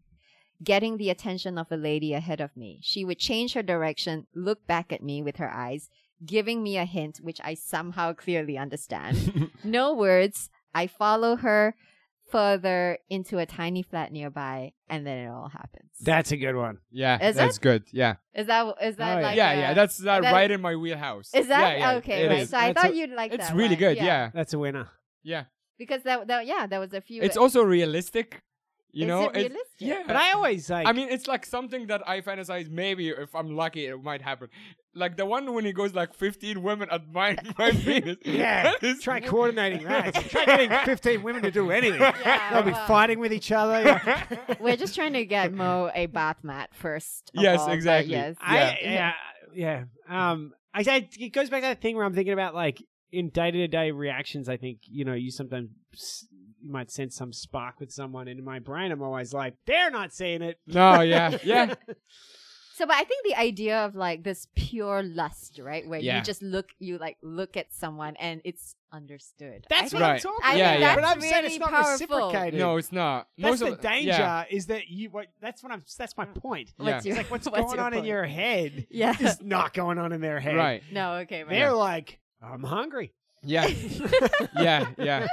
Speaker 1: getting the attention of a lady ahead of me. She would change her direction, look back at me with her eyes, giving me a hint which I somehow clearly understand. no words. I follow her further into a tiny flat nearby, and then it all happens.
Speaker 2: That's a good one.
Speaker 3: Yeah,
Speaker 1: Is
Speaker 3: that's
Speaker 1: it?
Speaker 3: good. Yeah,
Speaker 1: Is that is that
Speaker 2: Oh, yeah.
Speaker 1: like
Speaker 3: yeah,
Speaker 1: a-
Speaker 3: yeah. That's that
Speaker 1: that-
Speaker 3: right in my wheelhouse.
Speaker 1: is that
Speaker 3: Yeah, yeah,
Speaker 1: okay?
Speaker 3: it
Speaker 1: Right.
Speaker 3: is.
Speaker 1: So I
Speaker 2: That's
Speaker 1: thought
Speaker 2: a-
Speaker 1: you'd like
Speaker 3: it's
Speaker 1: that.
Speaker 3: really
Speaker 1: one.
Speaker 3: good. Yeah,
Speaker 2: That's a winner.
Speaker 3: yeah.
Speaker 1: because that, that yeah, that was a few.
Speaker 3: It's also realistic. You
Speaker 1: Is
Speaker 3: know,
Speaker 1: it
Speaker 3: It's-
Speaker 1: realistic?
Speaker 3: yeah.
Speaker 2: But I always like.
Speaker 3: I mean, it's like something that I fantasize. Maybe if I'm lucky, it might happen. Like the one when he goes like 15 women admire my penis.
Speaker 2: yeah.
Speaker 3: That is-
Speaker 2: Try coordinating that. Try getting 15 women to do anything.
Speaker 1: Yeah,
Speaker 2: They'll be
Speaker 1: well.
Speaker 2: fighting with each other. yeah.
Speaker 1: We're just trying to get Mo a bath mat first. of
Speaker 3: Yes,
Speaker 1: all, but
Speaker 3: exactly.
Speaker 1: Yes.
Speaker 2: I, yeah, yeah. Um, I, I it goes back to that thing where I'm thinking about like in day to day reactions. I think you know you sometimes s- you might sense some spark with someone, and in my brain I'm always like, they're not seeing it.
Speaker 3: No, yeah, yeah.
Speaker 1: So, but I think the idea of like this pure lust, right, where
Speaker 3: Yeah.
Speaker 1: you just look, you like look at someone and it's understood.
Speaker 2: That's
Speaker 1: I
Speaker 2: what
Speaker 1: think,
Speaker 2: I'm
Speaker 3: Right.
Speaker 2: talking
Speaker 1: I
Speaker 2: about.
Speaker 3: Yeah, yeah.
Speaker 2: But
Speaker 1: that's
Speaker 2: I'm saying it's
Speaker 1: really
Speaker 2: not
Speaker 1: powerful.
Speaker 2: reciprocated.
Speaker 3: No, it's not.
Speaker 2: that's the
Speaker 3: of-
Speaker 2: danger.
Speaker 3: Yeah.
Speaker 2: Is that you? What, that's what I'm. That's my point.
Speaker 3: Yeah.
Speaker 1: What's your,
Speaker 2: It's like what's, going
Speaker 1: your
Speaker 2: on in
Speaker 1: point?
Speaker 2: your head
Speaker 1: Yeah.
Speaker 2: is not going on in their head.
Speaker 3: Right.
Speaker 1: No. Okay.
Speaker 2: They're
Speaker 1: Right.
Speaker 2: like, I'm hungry.
Speaker 3: Yeah. yeah. Yeah.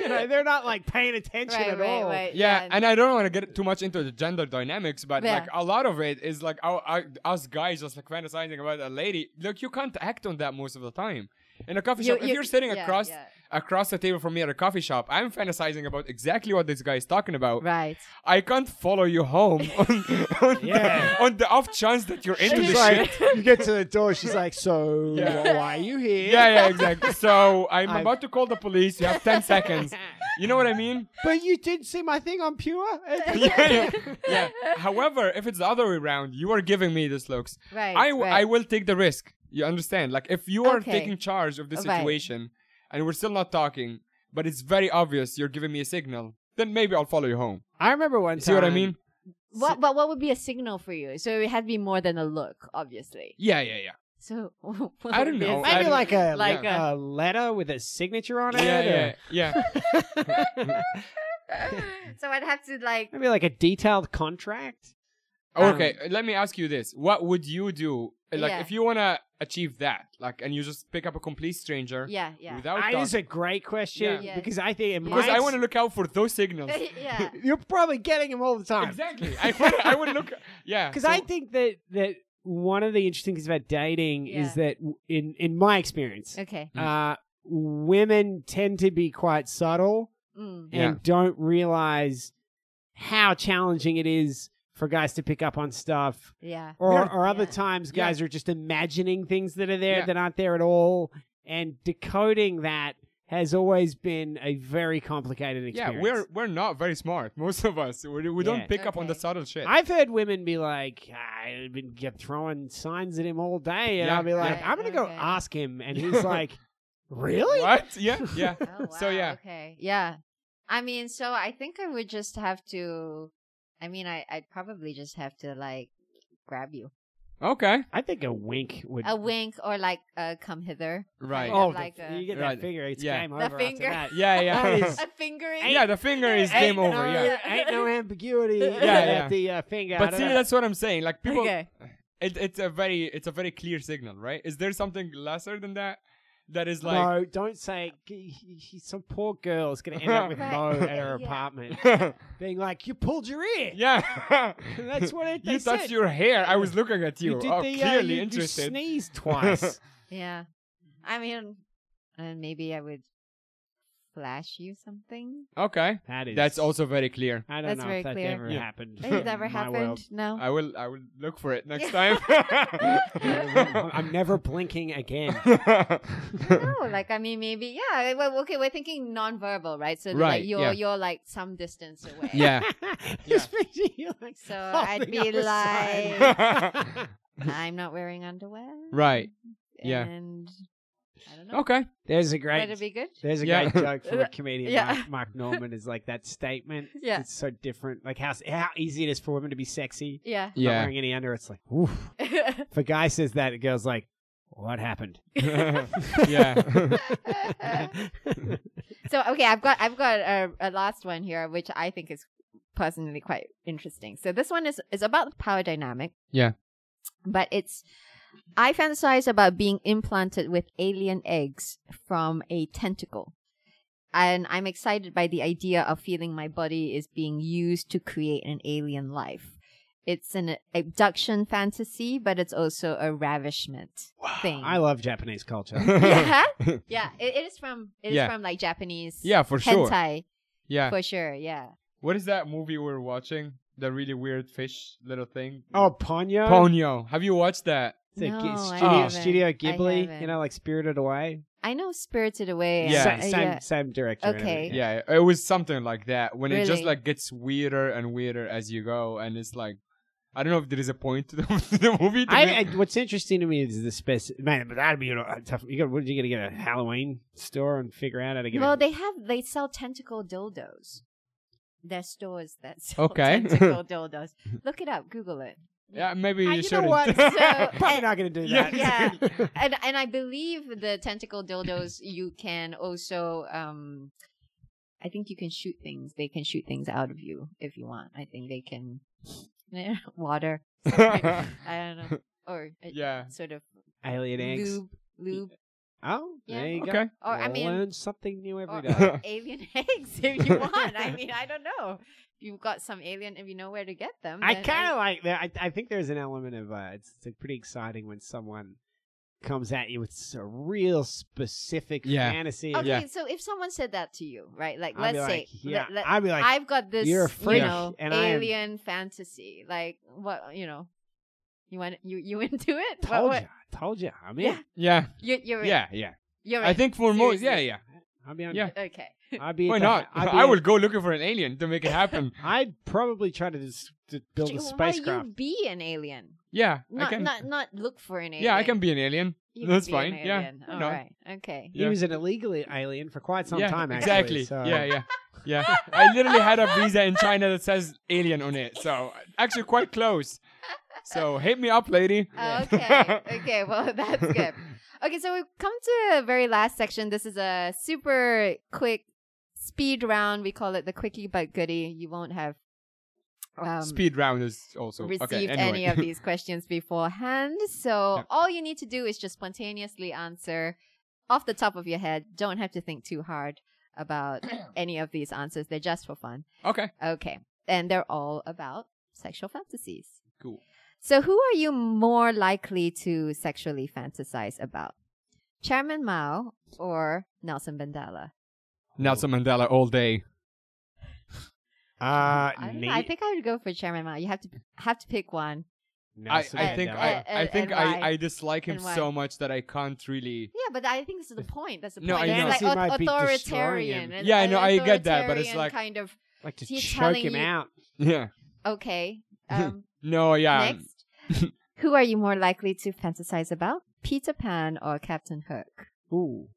Speaker 2: You know, they're not like paying attention
Speaker 1: right.
Speaker 2: at
Speaker 1: Right.
Speaker 2: all.
Speaker 1: Right.
Speaker 3: Yeah, and uh, I don't want to get too much into the gender dynamics, but
Speaker 1: Yeah.
Speaker 3: like a lot of it is like our, our, us guys just like fantasizing about a lady. Look, you can't act on that most of the time. In a coffee
Speaker 1: You-
Speaker 3: shop, if
Speaker 1: you-
Speaker 3: you're sitting
Speaker 1: yeah,
Speaker 3: across
Speaker 1: yeah.
Speaker 3: across the table from me at a coffee shop, I'm fantasizing about exactly what this guy is talking about.
Speaker 1: Right.
Speaker 3: I can't follow you home on, on,
Speaker 2: Yeah.
Speaker 3: the, on the off chance that you're into
Speaker 2: She's
Speaker 3: this
Speaker 2: like,
Speaker 3: shit.
Speaker 2: you get to the door. She's like, so
Speaker 3: Yeah.
Speaker 2: why are you here?
Speaker 3: Yeah, yeah, exactly. So I'm,
Speaker 2: I'm-
Speaker 3: about to call the police. You have 10 seconds. You know what I mean?
Speaker 2: But you did see my thing on Pure.
Speaker 3: yeah, yeah, yeah. However, if it's the other way around, you are giving me this looks.
Speaker 1: Right.
Speaker 3: I, w-
Speaker 1: right.
Speaker 3: I will take the risk. You understand? Like, if you are
Speaker 1: Okay.
Speaker 3: taking charge of the
Speaker 1: Right.
Speaker 3: situation and we're still not talking, but it's very obvious you're giving me a signal, then maybe I'll follow you home.
Speaker 2: I remember one
Speaker 3: You
Speaker 2: time.
Speaker 3: see what I mean?
Speaker 1: What? But what would be a signal for you? So it had to be more than a look, obviously.
Speaker 3: Yeah, yeah, yeah.
Speaker 1: So what
Speaker 3: I
Speaker 1: would
Speaker 3: don't
Speaker 1: be a
Speaker 3: know. I
Speaker 1: signal?
Speaker 2: Maybe
Speaker 3: don't-
Speaker 2: like a
Speaker 1: Like
Speaker 2: like a, letter with a signature on it.
Speaker 3: Yeah,
Speaker 2: or-
Speaker 3: yeah, yeah.
Speaker 1: so I'd have to like
Speaker 2: Maybe like a detailed contract. Um,
Speaker 3: Oh, okay, let me ask you this. What would you do? Like,
Speaker 1: Yeah.
Speaker 3: if you want to achieve that, like, and you just pick up a complete stranger
Speaker 1: yeah yeah
Speaker 3: without
Speaker 2: That is
Speaker 3: talking.
Speaker 2: a great question
Speaker 1: Yeah.
Speaker 2: because I think in
Speaker 3: Because
Speaker 2: my
Speaker 3: I want to look out for those signals.
Speaker 1: yeah
Speaker 2: you're probably getting them all the time.
Speaker 3: exactly. I, wanna, I would look. Yeah.
Speaker 2: Because
Speaker 3: so-
Speaker 2: I think that that one of the interesting things about dating is
Speaker 1: Yeah.
Speaker 2: that w- in in my experience,
Speaker 1: okay
Speaker 2: uh, women tend to be quite subtle
Speaker 1: mm.
Speaker 3: Yeah.
Speaker 2: and don't realize how challenging it is for guys to pick up on stuff.
Speaker 1: yeah
Speaker 2: Or,
Speaker 3: Yeah.
Speaker 2: or other
Speaker 1: Yeah.
Speaker 2: times, guys are just imagining things that are there
Speaker 3: Yeah.
Speaker 2: that aren't there at all. And decoding that has always been a very complicated experience.
Speaker 3: Yeah, we're we're not very smart. Most of us, we, we
Speaker 2: Yeah.
Speaker 3: don't pick up on the
Speaker 1: Okay.
Speaker 3: subtle shit.
Speaker 2: I've heard women be like, I've been get throwing signs at him all day, and
Speaker 3: Yeah.
Speaker 2: I'll be like,
Speaker 1: Right,
Speaker 2: I'm gonna go
Speaker 1: okay.
Speaker 2: ask him, and he's like, really?
Speaker 3: what? Yeah, yeah.
Speaker 1: oh, wow.
Speaker 3: So, yeah.
Speaker 1: okay yeah I mean so I think I would just have to I mean I I'd probably just have to like grab you
Speaker 3: okay.
Speaker 2: I think a wink would.
Speaker 1: a wink or like uh come hither
Speaker 3: Right.
Speaker 1: Oh,
Speaker 2: Oh,
Speaker 1: of like
Speaker 2: the-
Speaker 1: a-
Speaker 2: you get
Speaker 3: Right.
Speaker 2: that finger. It's
Speaker 3: Yeah.
Speaker 2: game
Speaker 1: The
Speaker 2: over. after
Speaker 1: finger.
Speaker 2: that.
Speaker 3: Yeah,
Speaker 2: That
Speaker 3: yeah.
Speaker 2: is-
Speaker 1: a fingering
Speaker 3: yeah, the finger is game
Speaker 2: Ain't
Speaker 3: over.
Speaker 2: no-
Speaker 3: yeah.
Speaker 2: Ain't no ambiguity.
Speaker 1: Yeah,
Speaker 3: yeah.
Speaker 2: At the uh, finger. I
Speaker 3: But
Speaker 2: don't
Speaker 3: see,
Speaker 2: know.
Speaker 3: that's what I'm saying. Like people,
Speaker 1: okay
Speaker 3: it, it's a very it's a very clear signal, right? Is there something lesser than that? That is like.
Speaker 2: no, don't say. g- he- he- Some poor girl is going to end up with
Speaker 1: Right.
Speaker 2: Mo at her
Speaker 1: Yeah.
Speaker 2: apartment, being like, "You pulled your ear."
Speaker 3: yeah.
Speaker 2: That's what it, they
Speaker 3: you
Speaker 2: said.
Speaker 3: touched your hair. I was looking at you.
Speaker 2: You did
Speaker 3: oh,
Speaker 2: the, uh,
Speaker 3: clearly
Speaker 2: you- you
Speaker 3: interested.
Speaker 2: sneezed twice.
Speaker 1: yeah I mean and maybe I would flash you something
Speaker 3: okay.
Speaker 2: that is.
Speaker 3: That's also very clear.
Speaker 2: I don't
Speaker 1: That's
Speaker 2: know
Speaker 1: very
Speaker 2: if that
Speaker 1: clear.
Speaker 2: ever
Speaker 3: Yeah.
Speaker 2: happened.
Speaker 1: has
Speaker 2: in
Speaker 1: ever
Speaker 2: my
Speaker 1: happened
Speaker 2: world.
Speaker 1: no
Speaker 3: I will. I will look for it
Speaker 1: Yeah.
Speaker 3: next time.
Speaker 2: I'm never blinking again.
Speaker 1: No, Oh, like I mean, maybe yeah. Well, okay, we're thinking nonverbal, right? So
Speaker 3: Right,
Speaker 1: like you're
Speaker 3: yeah.
Speaker 1: you're like some distance away.
Speaker 3: yeah.
Speaker 2: Just picture you, like,
Speaker 1: So
Speaker 2: holding
Speaker 1: I'd be
Speaker 2: up a sign.
Speaker 1: like, I'm not wearing underwear.
Speaker 3: Right. Yeah.
Speaker 1: And I don't know.
Speaker 3: Okay.
Speaker 2: There's a
Speaker 1: Would it
Speaker 2: great
Speaker 1: be good?
Speaker 2: there's a
Speaker 3: Yeah.
Speaker 2: great joke from a comedian
Speaker 1: Yeah.
Speaker 2: Mark, Mark Norman is like that statement.
Speaker 1: Yeah.
Speaker 2: It's so different. Like how how easy it is for women to be sexy.
Speaker 1: Yeah.
Speaker 2: not wearing any under, it's like oof. If a guy says that, the girl's like, What happened?
Speaker 3: yeah.
Speaker 1: so okay, I've got I've got a, a last one here, which I think is personally quite interesting. So this one is is about the power dynamic.
Speaker 3: Yeah.
Speaker 1: But it's I fantasize about being implanted with alien eggs from a tentacle. And I'm excited by the idea of feeling my body is being used to create an alien life. It's an abduction fantasy, but it's also a ravishment thing.
Speaker 2: I love Japanese culture.
Speaker 3: yeah.
Speaker 1: yeah, yeah. It, it is from it is
Speaker 3: Yeah.
Speaker 1: from like Japanese
Speaker 3: for sure.
Speaker 1: hentai
Speaker 3: Yeah.
Speaker 1: for sure. Yeah,
Speaker 3: What is that movie we're watching? The really weird fish little thing.
Speaker 2: oh, Ponyo.
Speaker 3: Ponyo. Have you watched that?
Speaker 2: It's a
Speaker 1: No,
Speaker 2: Gi-
Speaker 1: I
Speaker 2: studio,
Speaker 1: haven't.
Speaker 2: studio
Speaker 1: I
Speaker 2: Ghibli, you
Speaker 1: haven't.
Speaker 2: know, like Spirited Away.
Speaker 1: I know Spirited Away. and-
Speaker 3: Yeah.
Speaker 2: Sa-
Speaker 1: uh,
Speaker 2: same, same director. and
Speaker 1: Okay.
Speaker 2: everything.
Speaker 3: Yeah. it was something like that. When it just
Speaker 1: Really?
Speaker 3: like gets weirder and weirder as you go, and it's like, I don't know if there is a point to the, to the movie. To me.
Speaker 2: I,
Speaker 1: uh,
Speaker 2: I, what's interesting to me is the specific man, but that'd be a a tough. You got, what are you gonna get a Halloween store and figure out how to get?
Speaker 1: Well,
Speaker 2: a,
Speaker 1: they have they sell tentacle dildos. There's stores that sell
Speaker 3: Okay.
Speaker 1: tentacle dildos. Look it up. Google it.
Speaker 3: yeah, maybe
Speaker 1: I-
Speaker 3: you
Speaker 1: uh, you know
Speaker 3: shouldn't.
Speaker 1: what, so-
Speaker 2: probably not gonna do that.
Speaker 1: Yeah. And and I believe the tentacle dildos you can also um, I think you can shoot things. They can shoot things out of you if you want. I think they can water. I don't know. Or uh,
Speaker 3: yeah.
Speaker 1: sort of
Speaker 2: Alien eggs.
Speaker 1: lube, lube,
Speaker 2: Oh,
Speaker 1: Yeah.
Speaker 2: there you
Speaker 3: Okay.
Speaker 2: go.
Speaker 1: or I
Speaker 2: You'll
Speaker 1: mean,
Speaker 2: learn something new every
Speaker 1: or
Speaker 2: day.
Speaker 3: day.
Speaker 1: alien eggs if you want. I mean, I don't know. You've got some alien, if you know where to get them.
Speaker 2: I
Speaker 1: then
Speaker 2: kind of like that. I, I think there's an element of uh, it's, it's pretty exciting when someone comes at you with s- a real specific
Speaker 3: Yeah.
Speaker 2: fantasy.
Speaker 1: Okay,
Speaker 3: Yeah.
Speaker 1: so if someone said that to you, right? Like,
Speaker 2: I'd be
Speaker 1: let's say,
Speaker 2: like, yeah,
Speaker 1: let,
Speaker 2: I'd be like,
Speaker 1: have got this,
Speaker 2: "You're a freak,
Speaker 1: you know,
Speaker 2: and I am-
Speaker 1: alien fantasy. Like, what, you know, you want you you into it? What-
Speaker 2: told
Speaker 1: what-
Speaker 2: you, I told you, I'm in.
Speaker 1: Yeah.
Speaker 3: Yeah.
Speaker 1: You, you're in.
Speaker 3: Yeah. Yeah.
Speaker 1: You're
Speaker 3: I
Speaker 1: in.
Speaker 3: think for most. Yeah.
Speaker 1: Seriously.
Speaker 3: Yeah.
Speaker 2: I'll be on.
Speaker 3: Yeah.
Speaker 1: Okay.
Speaker 2: I'd be.
Speaker 3: Why
Speaker 2: at the-
Speaker 3: not?
Speaker 2: I'd be
Speaker 3: I
Speaker 2: at-
Speaker 3: will go looking for an alien to make it happen.
Speaker 2: I'd probably try to just to build a
Speaker 1: Why
Speaker 2: spacecraft.
Speaker 1: you be an alien?
Speaker 3: yeah. I
Speaker 1: Not
Speaker 3: can.
Speaker 1: not not look for an alien.
Speaker 3: yeah, I can be an alien.
Speaker 1: You
Speaker 3: that's
Speaker 1: can be
Speaker 3: fine,
Speaker 1: An
Speaker 3: yeah,
Speaker 1: alien.
Speaker 3: you
Speaker 1: All
Speaker 3: know.
Speaker 1: right. Okay.
Speaker 2: He
Speaker 3: Yeah.
Speaker 2: was an illegal alien for quite some
Speaker 3: yeah,
Speaker 2: time. Actually,
Speaker 3: Exactly.
Speaker 2: so-
Speaker 3: Yeah, yeah. Yeah. I literally had a visa in China that says alien on it. So actually quite close. So hit me up, lady.
Speaker 1: Oh, okay. okay. Well, that's good. Okay, so we've come to the very last section. This is a super quick speed round. We call it the quickie but goodie. You won't have um,
Speaker 3: Oh, Speed round is also
Speaker 1: received
Speaker 3: okay, anyway.
Speaker 1: any of these questions beforehand. So all you need to do is just spontaneously answer off the top of your head. Don't have to think too hard about any of these answers. They're just for fun.
Speaker 3: okay.
Speaker 1: Okay. And they're all about sexual fantasies.
Speaker 3: Cool.
Speaker 1: So, who are you more likely to sexually fantasize about? Chairman Mao or Nelson Mandela?
Speaker 3: Nelson Mandela all day.
Speaker 2: Uh,
Speaker 1: I, don't know.
Speaker 2: Nate
Speaker 1: I think I would go for Chairman Mao. You have to have to pick one.
Speaker 3: I,
Speaker 2: Nelson
Speaker 3: I think
Speaker 2: Mandela.
Speaker 3: I, I
Speaker 1: And-
Speaker 3: think
Speaker 1: and
Speaker 3: I,
Speaker 1: why?
Speaker 3: I dislike him
Speaker 1: And why?
Speaker 3: so much that I can't really
Speaker 1: Yeah, but I think this is the point. That's the
Speaker 3: No,
Speaker 1: point.
Speaker 3: I know.
Speaker 1: It's
Speaker 2: Fantasy
Speaker 1: like au-
Speaker 2: might be destroying
Speaker 1: authoritarian.
Speaker 2: him.
Speaker 1: An-
Speaker 3: Yeah, I
Speaker 1: an
Speaker 3: know, I get that, but it's
Speaker 1: authoritarian
Speaker 3: like-
Speaker 1: kind of
Speaker 2: like to
Speaker 1: Is he
Speaker 2: choke
Speaker 1: telling
Speaker 2: him
Speaker 1: you-
Speaker 2: out.
Speaker 3: Yeah.
Speaker 1: okay. Um,
Speaker 3: No, yeah. um,
Speaker 1: next, who are you more likely to fantasize about? Peter Pan or Captain Hook?
Speaker 2: Ooh,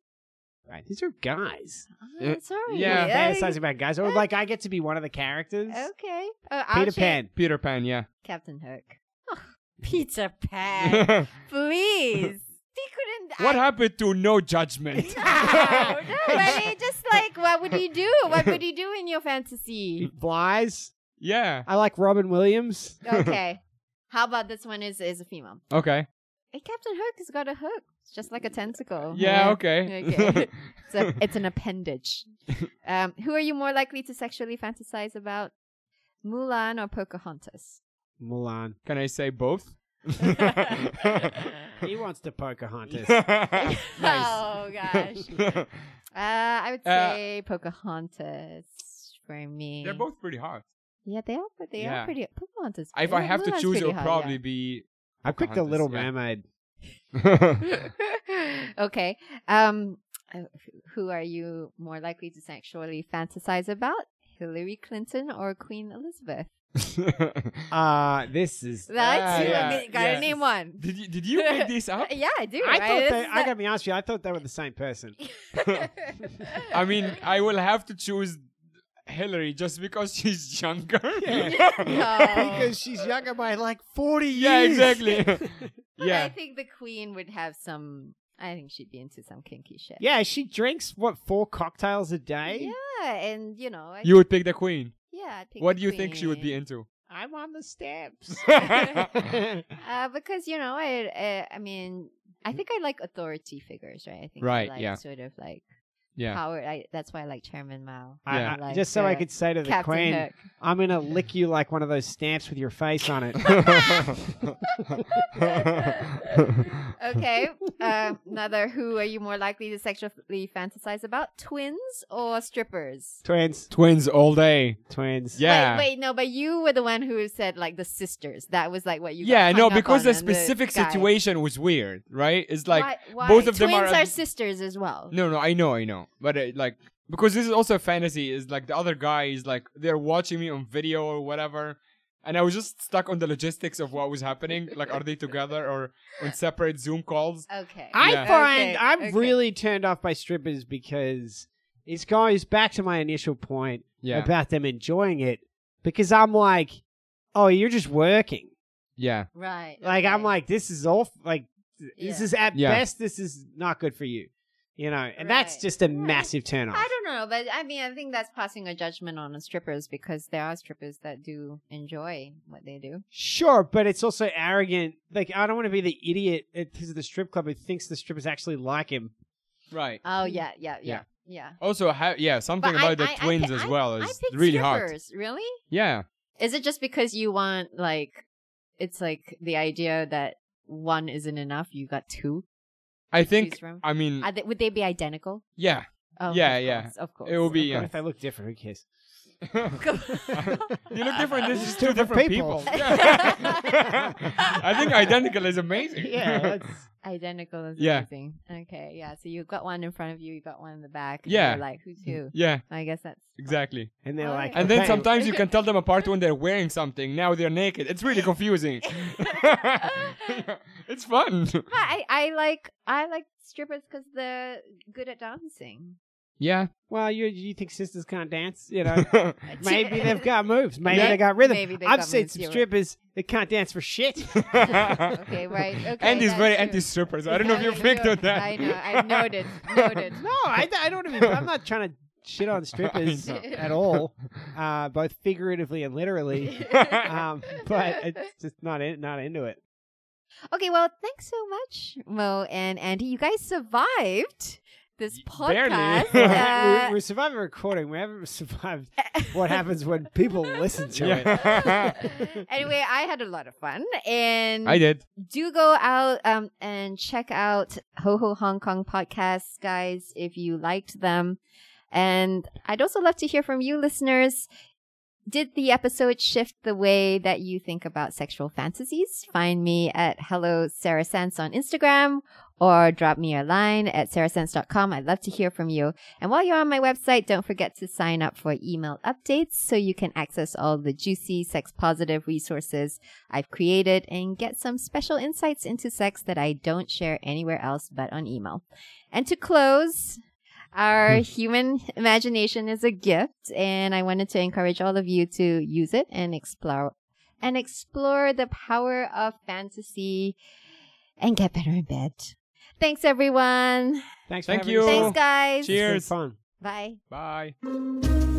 Speaker 2: right. These are guys.
Speaker 1: Oh,
Speaker 3: Yeah.
Speaker 1: sorry.
Speaker 3: Uh, Yeah,
Speaker 2: fantasizing about guys. Or like I get to be one of the characters.
Speaker 1: Okay. Uh, I'll
Speaker 2: Peter
Speaker 1: change-
Speaker 2: Pan.
Speaker 3: Peter Pan, yeah.
Speaker 1: Captain Hook. Oh, Peter Pan. Please. He couldn't.
Speaker 3: what
Speaker 1: I-
Speaker 3: happened to no judgment?
Speaker 1: No, no, I mean, just like, what would you do? What would you do in your fantasy?
Speaker 2: Flies.
Speaker 3: yeah.
Speaker 2: I like Robin Williams.
Speaker 1: Okay. How about this one is is a female?
Speaker 3: Okay.
Speaker 1: Hey, Captain Hook has got a hook, it's just like a tentacle.
Speaker 3: Yeah, okay.
Speaker 1: Okay. It's, a, it's an appendage. Um, who are you more likely to sexually fantasize about? Mulan or Pocahontas?
Speaker 2: Milan.
Speaker 3: Can I say both?
Speaker 2: He wants to Pocahontas.
Speaker 3: nice.
Speaker 1: Oh, gosh. Uh, I would
Speaker 3: Uh,
Speaker 1: say Pocahontas for me.
Speaker 3: They're both pretty hot.
Speaker 1: Yeah, they are. But they
Speaker 3: Yeah.
Speaker 1: are pretty. Pocahontas.
Speaker 3: If I
Speaker 1: Mul-
Speaker 3: have to
Speaker 1: Mulan's
Speaker 3: choose,
Speaker 1: pretty
Speaker 3: it'll
Speaker 1: hot,
Speaker 3: probably
Speaker 1: yeah.
Speaker 3: be.
Speaker 2: I picked the
Speaker 3: Pocahontas,
Speaker 2: Little
Speaker 3: yeah.
Speaker 2: Mermaid.
Speaker 1: okay. Um, uh, who are you more likely to sexually fantasize about? Hillary Clinton or Queen Elizabeth?
Speaker 2: Uh this is.
Speaker 1: Right?
Speaker 3: Ah,
Speaker 1: You
Speaker 3: yeah,
Speaker 1: admit- gotta
Speaker 3: yeah.
Speaker 1: name one.
Speaker 3: did you did you make this up?
Speaker 1: Uh, yeah, I do.
Speaker 2: I
Speaker 1: right?
Speaker 2: thought
Speaker 1: This
Speaker 2: they,
Speaker 1: is
Speaker 2: I gotta be honest with you. I thought they were the same person.
Speaker 1: not-
Speaker 3: I mean, I will have to choose Hillary just because she's younger.
Speaker 2: Yeah.
Speaker 1: No.
Speaker 2: because she's younger by like forty
Speaker 3: Yeah,
Speaker 2: years.
Speaker 3: exactly.
Speaker 1: But I
Speaker 3: yeah.
Speaker 1: think the Queen would have some. I think she'd be into some kinky shit.
Speaker 2: Yeah, she drinks what four cocktails a day.
Speaker 1: Yeah, and you know, I,
Speaker 3: You would pick the queen.
Speaker 1: yeah, Yeah. I'd pick
Speaker 3: What
Speaker 1: a
Speaker 3: do you think she would be
Speaker 1: queen.
Speaker 3: into?
Speaker 2: I'm on the steps.
Speaker 1: Uh, because you know, I, uh, I mean, I think I like authority figures, right? I think I
Speaker 3: Mm-hmm. Right,
Speaker 1: like
Speaker 3: yeah.
Speaker 1: Sort of like
Speaker 3: Yeah.
Speaker 1: power. I, that's why I like Chairman Mao.
Speaker 2: I-
Speaker 3: Yeah.
Speaker 2: I-
Speaker 1: Like,
Speaker 2: just so I
Speaker 1: uh,
Speaker 2: could say to the
Speaker 1: Captain
Speaker 2: queen,
Speaker 1: Hook.
Speaker 2: I'm gonna lick you like one of those stamps with your face on it.
Speaker 1: okay. Um, another. Who are you more likely to sexually fantasize about? Twins or strippers?
Speaker 2: twins,
Speaker 3: Twins all day.
Speaker 2: twins.
Speaker 3: Yeah.
Speaker 1: Wait, wait, no, but you were the one who said like the sisters. That was like what you. got
Speaker 3: yeah, no,
Speaker 1: hung up
Speaker 3: because
Speaker 1: on,
Speaker 3: the
Speaker 1: on
Speaker 3: specific
Speaker 1: guy.
Speaker 3: situation was weird, right? It's like
Speaker 1: Why- why-
Speaker 3: both of them are-
Speaker 1: twins are sisters as well.
Speaker 3: No, no, I know, I know. But uh, like because this is also a fantasy is like the other guy is like they're watching me on video or whatever. And I was just stuck on the logistics of what was happening. Like, are they together or on separate Zoom calls?
Speaker 1: Okay.
Speaker 2: I
Speaker 3: Yeah.
Speaker 2: find
Speaker 1: Okay,
Speaker 2: I'm
Speaker 1: okay.
Speaker 2: really turned off by strippers because it goes back to my initial point
Speaker 3: Yeah,
Speaker 2: about them enjoying it. Because I'm like, oh, you're just working.
Speaker 3: yeah,
Speaker 1: Right.
Speaker 2: Like I'm
Speaker 1: okay.
Speaker 2: like, this is all like, th- this
Speaker 1: Yeah.
Speaker 2: is at
Speaker 3: Yeah.
Speaker 2: best, this is not good for you. You know, and that's
Speaker 1: Right.
Speaker 2: just a
Speaker 1: Yeah, I-
Speaker 2: massive turn off.
Speaker 1: I don't know, but I mean, I think that's passing a judgment on the strippers because there are strippers that do enjoy what they do.
Speaker 2: Sure, but it's also arrogant. Like I don't want to be the idiot because of the strip club who thinks the strippers actually like him.
Speaker 3: right.
Speaker 1: Oh yeah, yeah,
Speaker 3: Yeah.
Speaker 1: yeah, yeah.
Speaker 3: Also, ha- yeah, something
Speaker 1: But I-
Speaker 3: about the
Speaker 1: I- I
Speaker 3: twins
Speaker 1: pi-
Speaker 3: as
Speaker 1: I-
Speaker 3: well
Speaker 1: I
Speaker 3: is
Speaker 1: picked
Speaker 3: really hard.
Speaker 1: strippers. Really?
Speaker 3: Yeah,
Speaker 1: Is it just because you want like it's like the idea that one isn't enough? You got two.
Speaker 3: I
Speaker 1: to choose
Speaker 3: think.
Speaker 1: from?
Speaker 3: I mean,
Speaker 1: Are they, would they be identical?
Speaker 3: yeah,
Speaker 1: Oh,
Speaker 3: Mm. Yeah,
Speaker 1: of
Speaker 3: yeah.
Speaker 1: course, of course.
Speaker 3: it will be.
Speaker 2: But
Speaker 3: Yeah.
Speaker 2: if they look different, who cares?
Speaker 3: you look different. This is two
Speaker 2: Different
Speaker 3: different people.
Speaker 2: people.
Speaker 3: Yeah. I think identical is amazing.
Speaker 2: yeah, that's-
Speaker 1: identical is
Speaker 3: Yeah.
Speaker 1: amazing. Okay, yeah. So you got one in front of you, you got one in the back. and
Speaker 3: Yeah. Mm.
Speaker 1: You're like who's who?
Speaker 3: yeah,
Speaker 1: I guess that's
Speaker 3: exactly.
Speaker 2: and they're
Speaker 1: Oh,
Speaker 2: like,
Speaker 1: yeah.
Speaker 3: And then
Speaker 2: okay,
Speaker 3: sometimes you can tell them apart when they're wearing something. Now they're naked. It's really confusing. it's fun.
Speaker 1: I I like I like strippers because they're good at dancing.
Speaker 3: Yeah.
Speaker 2: Well, you you think sisters can't dance? You know, maybe
Speaker 1: Yeah.
Speaker 2: they've got moves. Maybe
Speaker 3: Yeah.
Speaker 2: they got rhythm.
Speaker 1: Maybe they
Speaker 2: I've
Speaker 1: got
Speaker 2: seen
Speaker 1: moves,
Speaker 2: some
Speaker 1: you're right.
Speaker 2: strippers that can't dance for shit.
Speaker 3: okay,
Speaker 1: right, okay,
Speaker 3: Andy's
Speaker 1: that's
Speaker 3: very
Speaker 1: true.
Speaker 3: anti strippers. I don't know if you
Speaker 1: Yeah,
Speaker 3: picked on that.
Speaker 1: I know. I noted. Noted.
Speaker 2: no, I, I don't. Even, I'm not trying to shit on strippers
Speaker 1: I know.
Speaker 2: at all, uh, both figuratively and literally. Um, but it's just not in, not into it.
Speaker 1: Okay, well, thanks so much, Mo and Andy. You guys survived this
Speaker 3: Y- barely.
Speaker 1: podcast.
Speaker 2: we,
Speaker 1: Uh,
Speaker 2: we survived a recording. We haven't survived what happens when people listen to it.
Speaker 3: Yeah.
Speaker 1: anyway, I had a lot of fun, and
Speaker 3: I did.
Speaker 1: do go out um, and check out Ho Ho Hong Kong podcasts, guys, if you liked them. And I'd also love to hear from you, listeners. Did the episode shift the way that you think about sexual fantasies? Find me at Hello Sarah Sense on Instagram or drop me a line at sarahsense.com. I'd love to hear from you. And while you're on my website, don't forget to sign up for email updates so you can access all the juicy sex positive resources I've created and get some special insights into sex that I don't share anywhere else but on email. And to close, our human imagination is a gift and I wanted to encourage all of you to use it and explore and explore the power of fantasy and get better in bed. Thanks everyone.
Speaker 2: Thanks.
Speaker 3: Thank
Speaker 2: for having
Speaker 3: you.
Speaker 2: us.
Speaker 1: Thanks guys.
Speaker 2: It's been
Speaker 3: Cheers.
Speaker 2: Fun.
Speaker 1: Bye.
Speaker 3: Bye.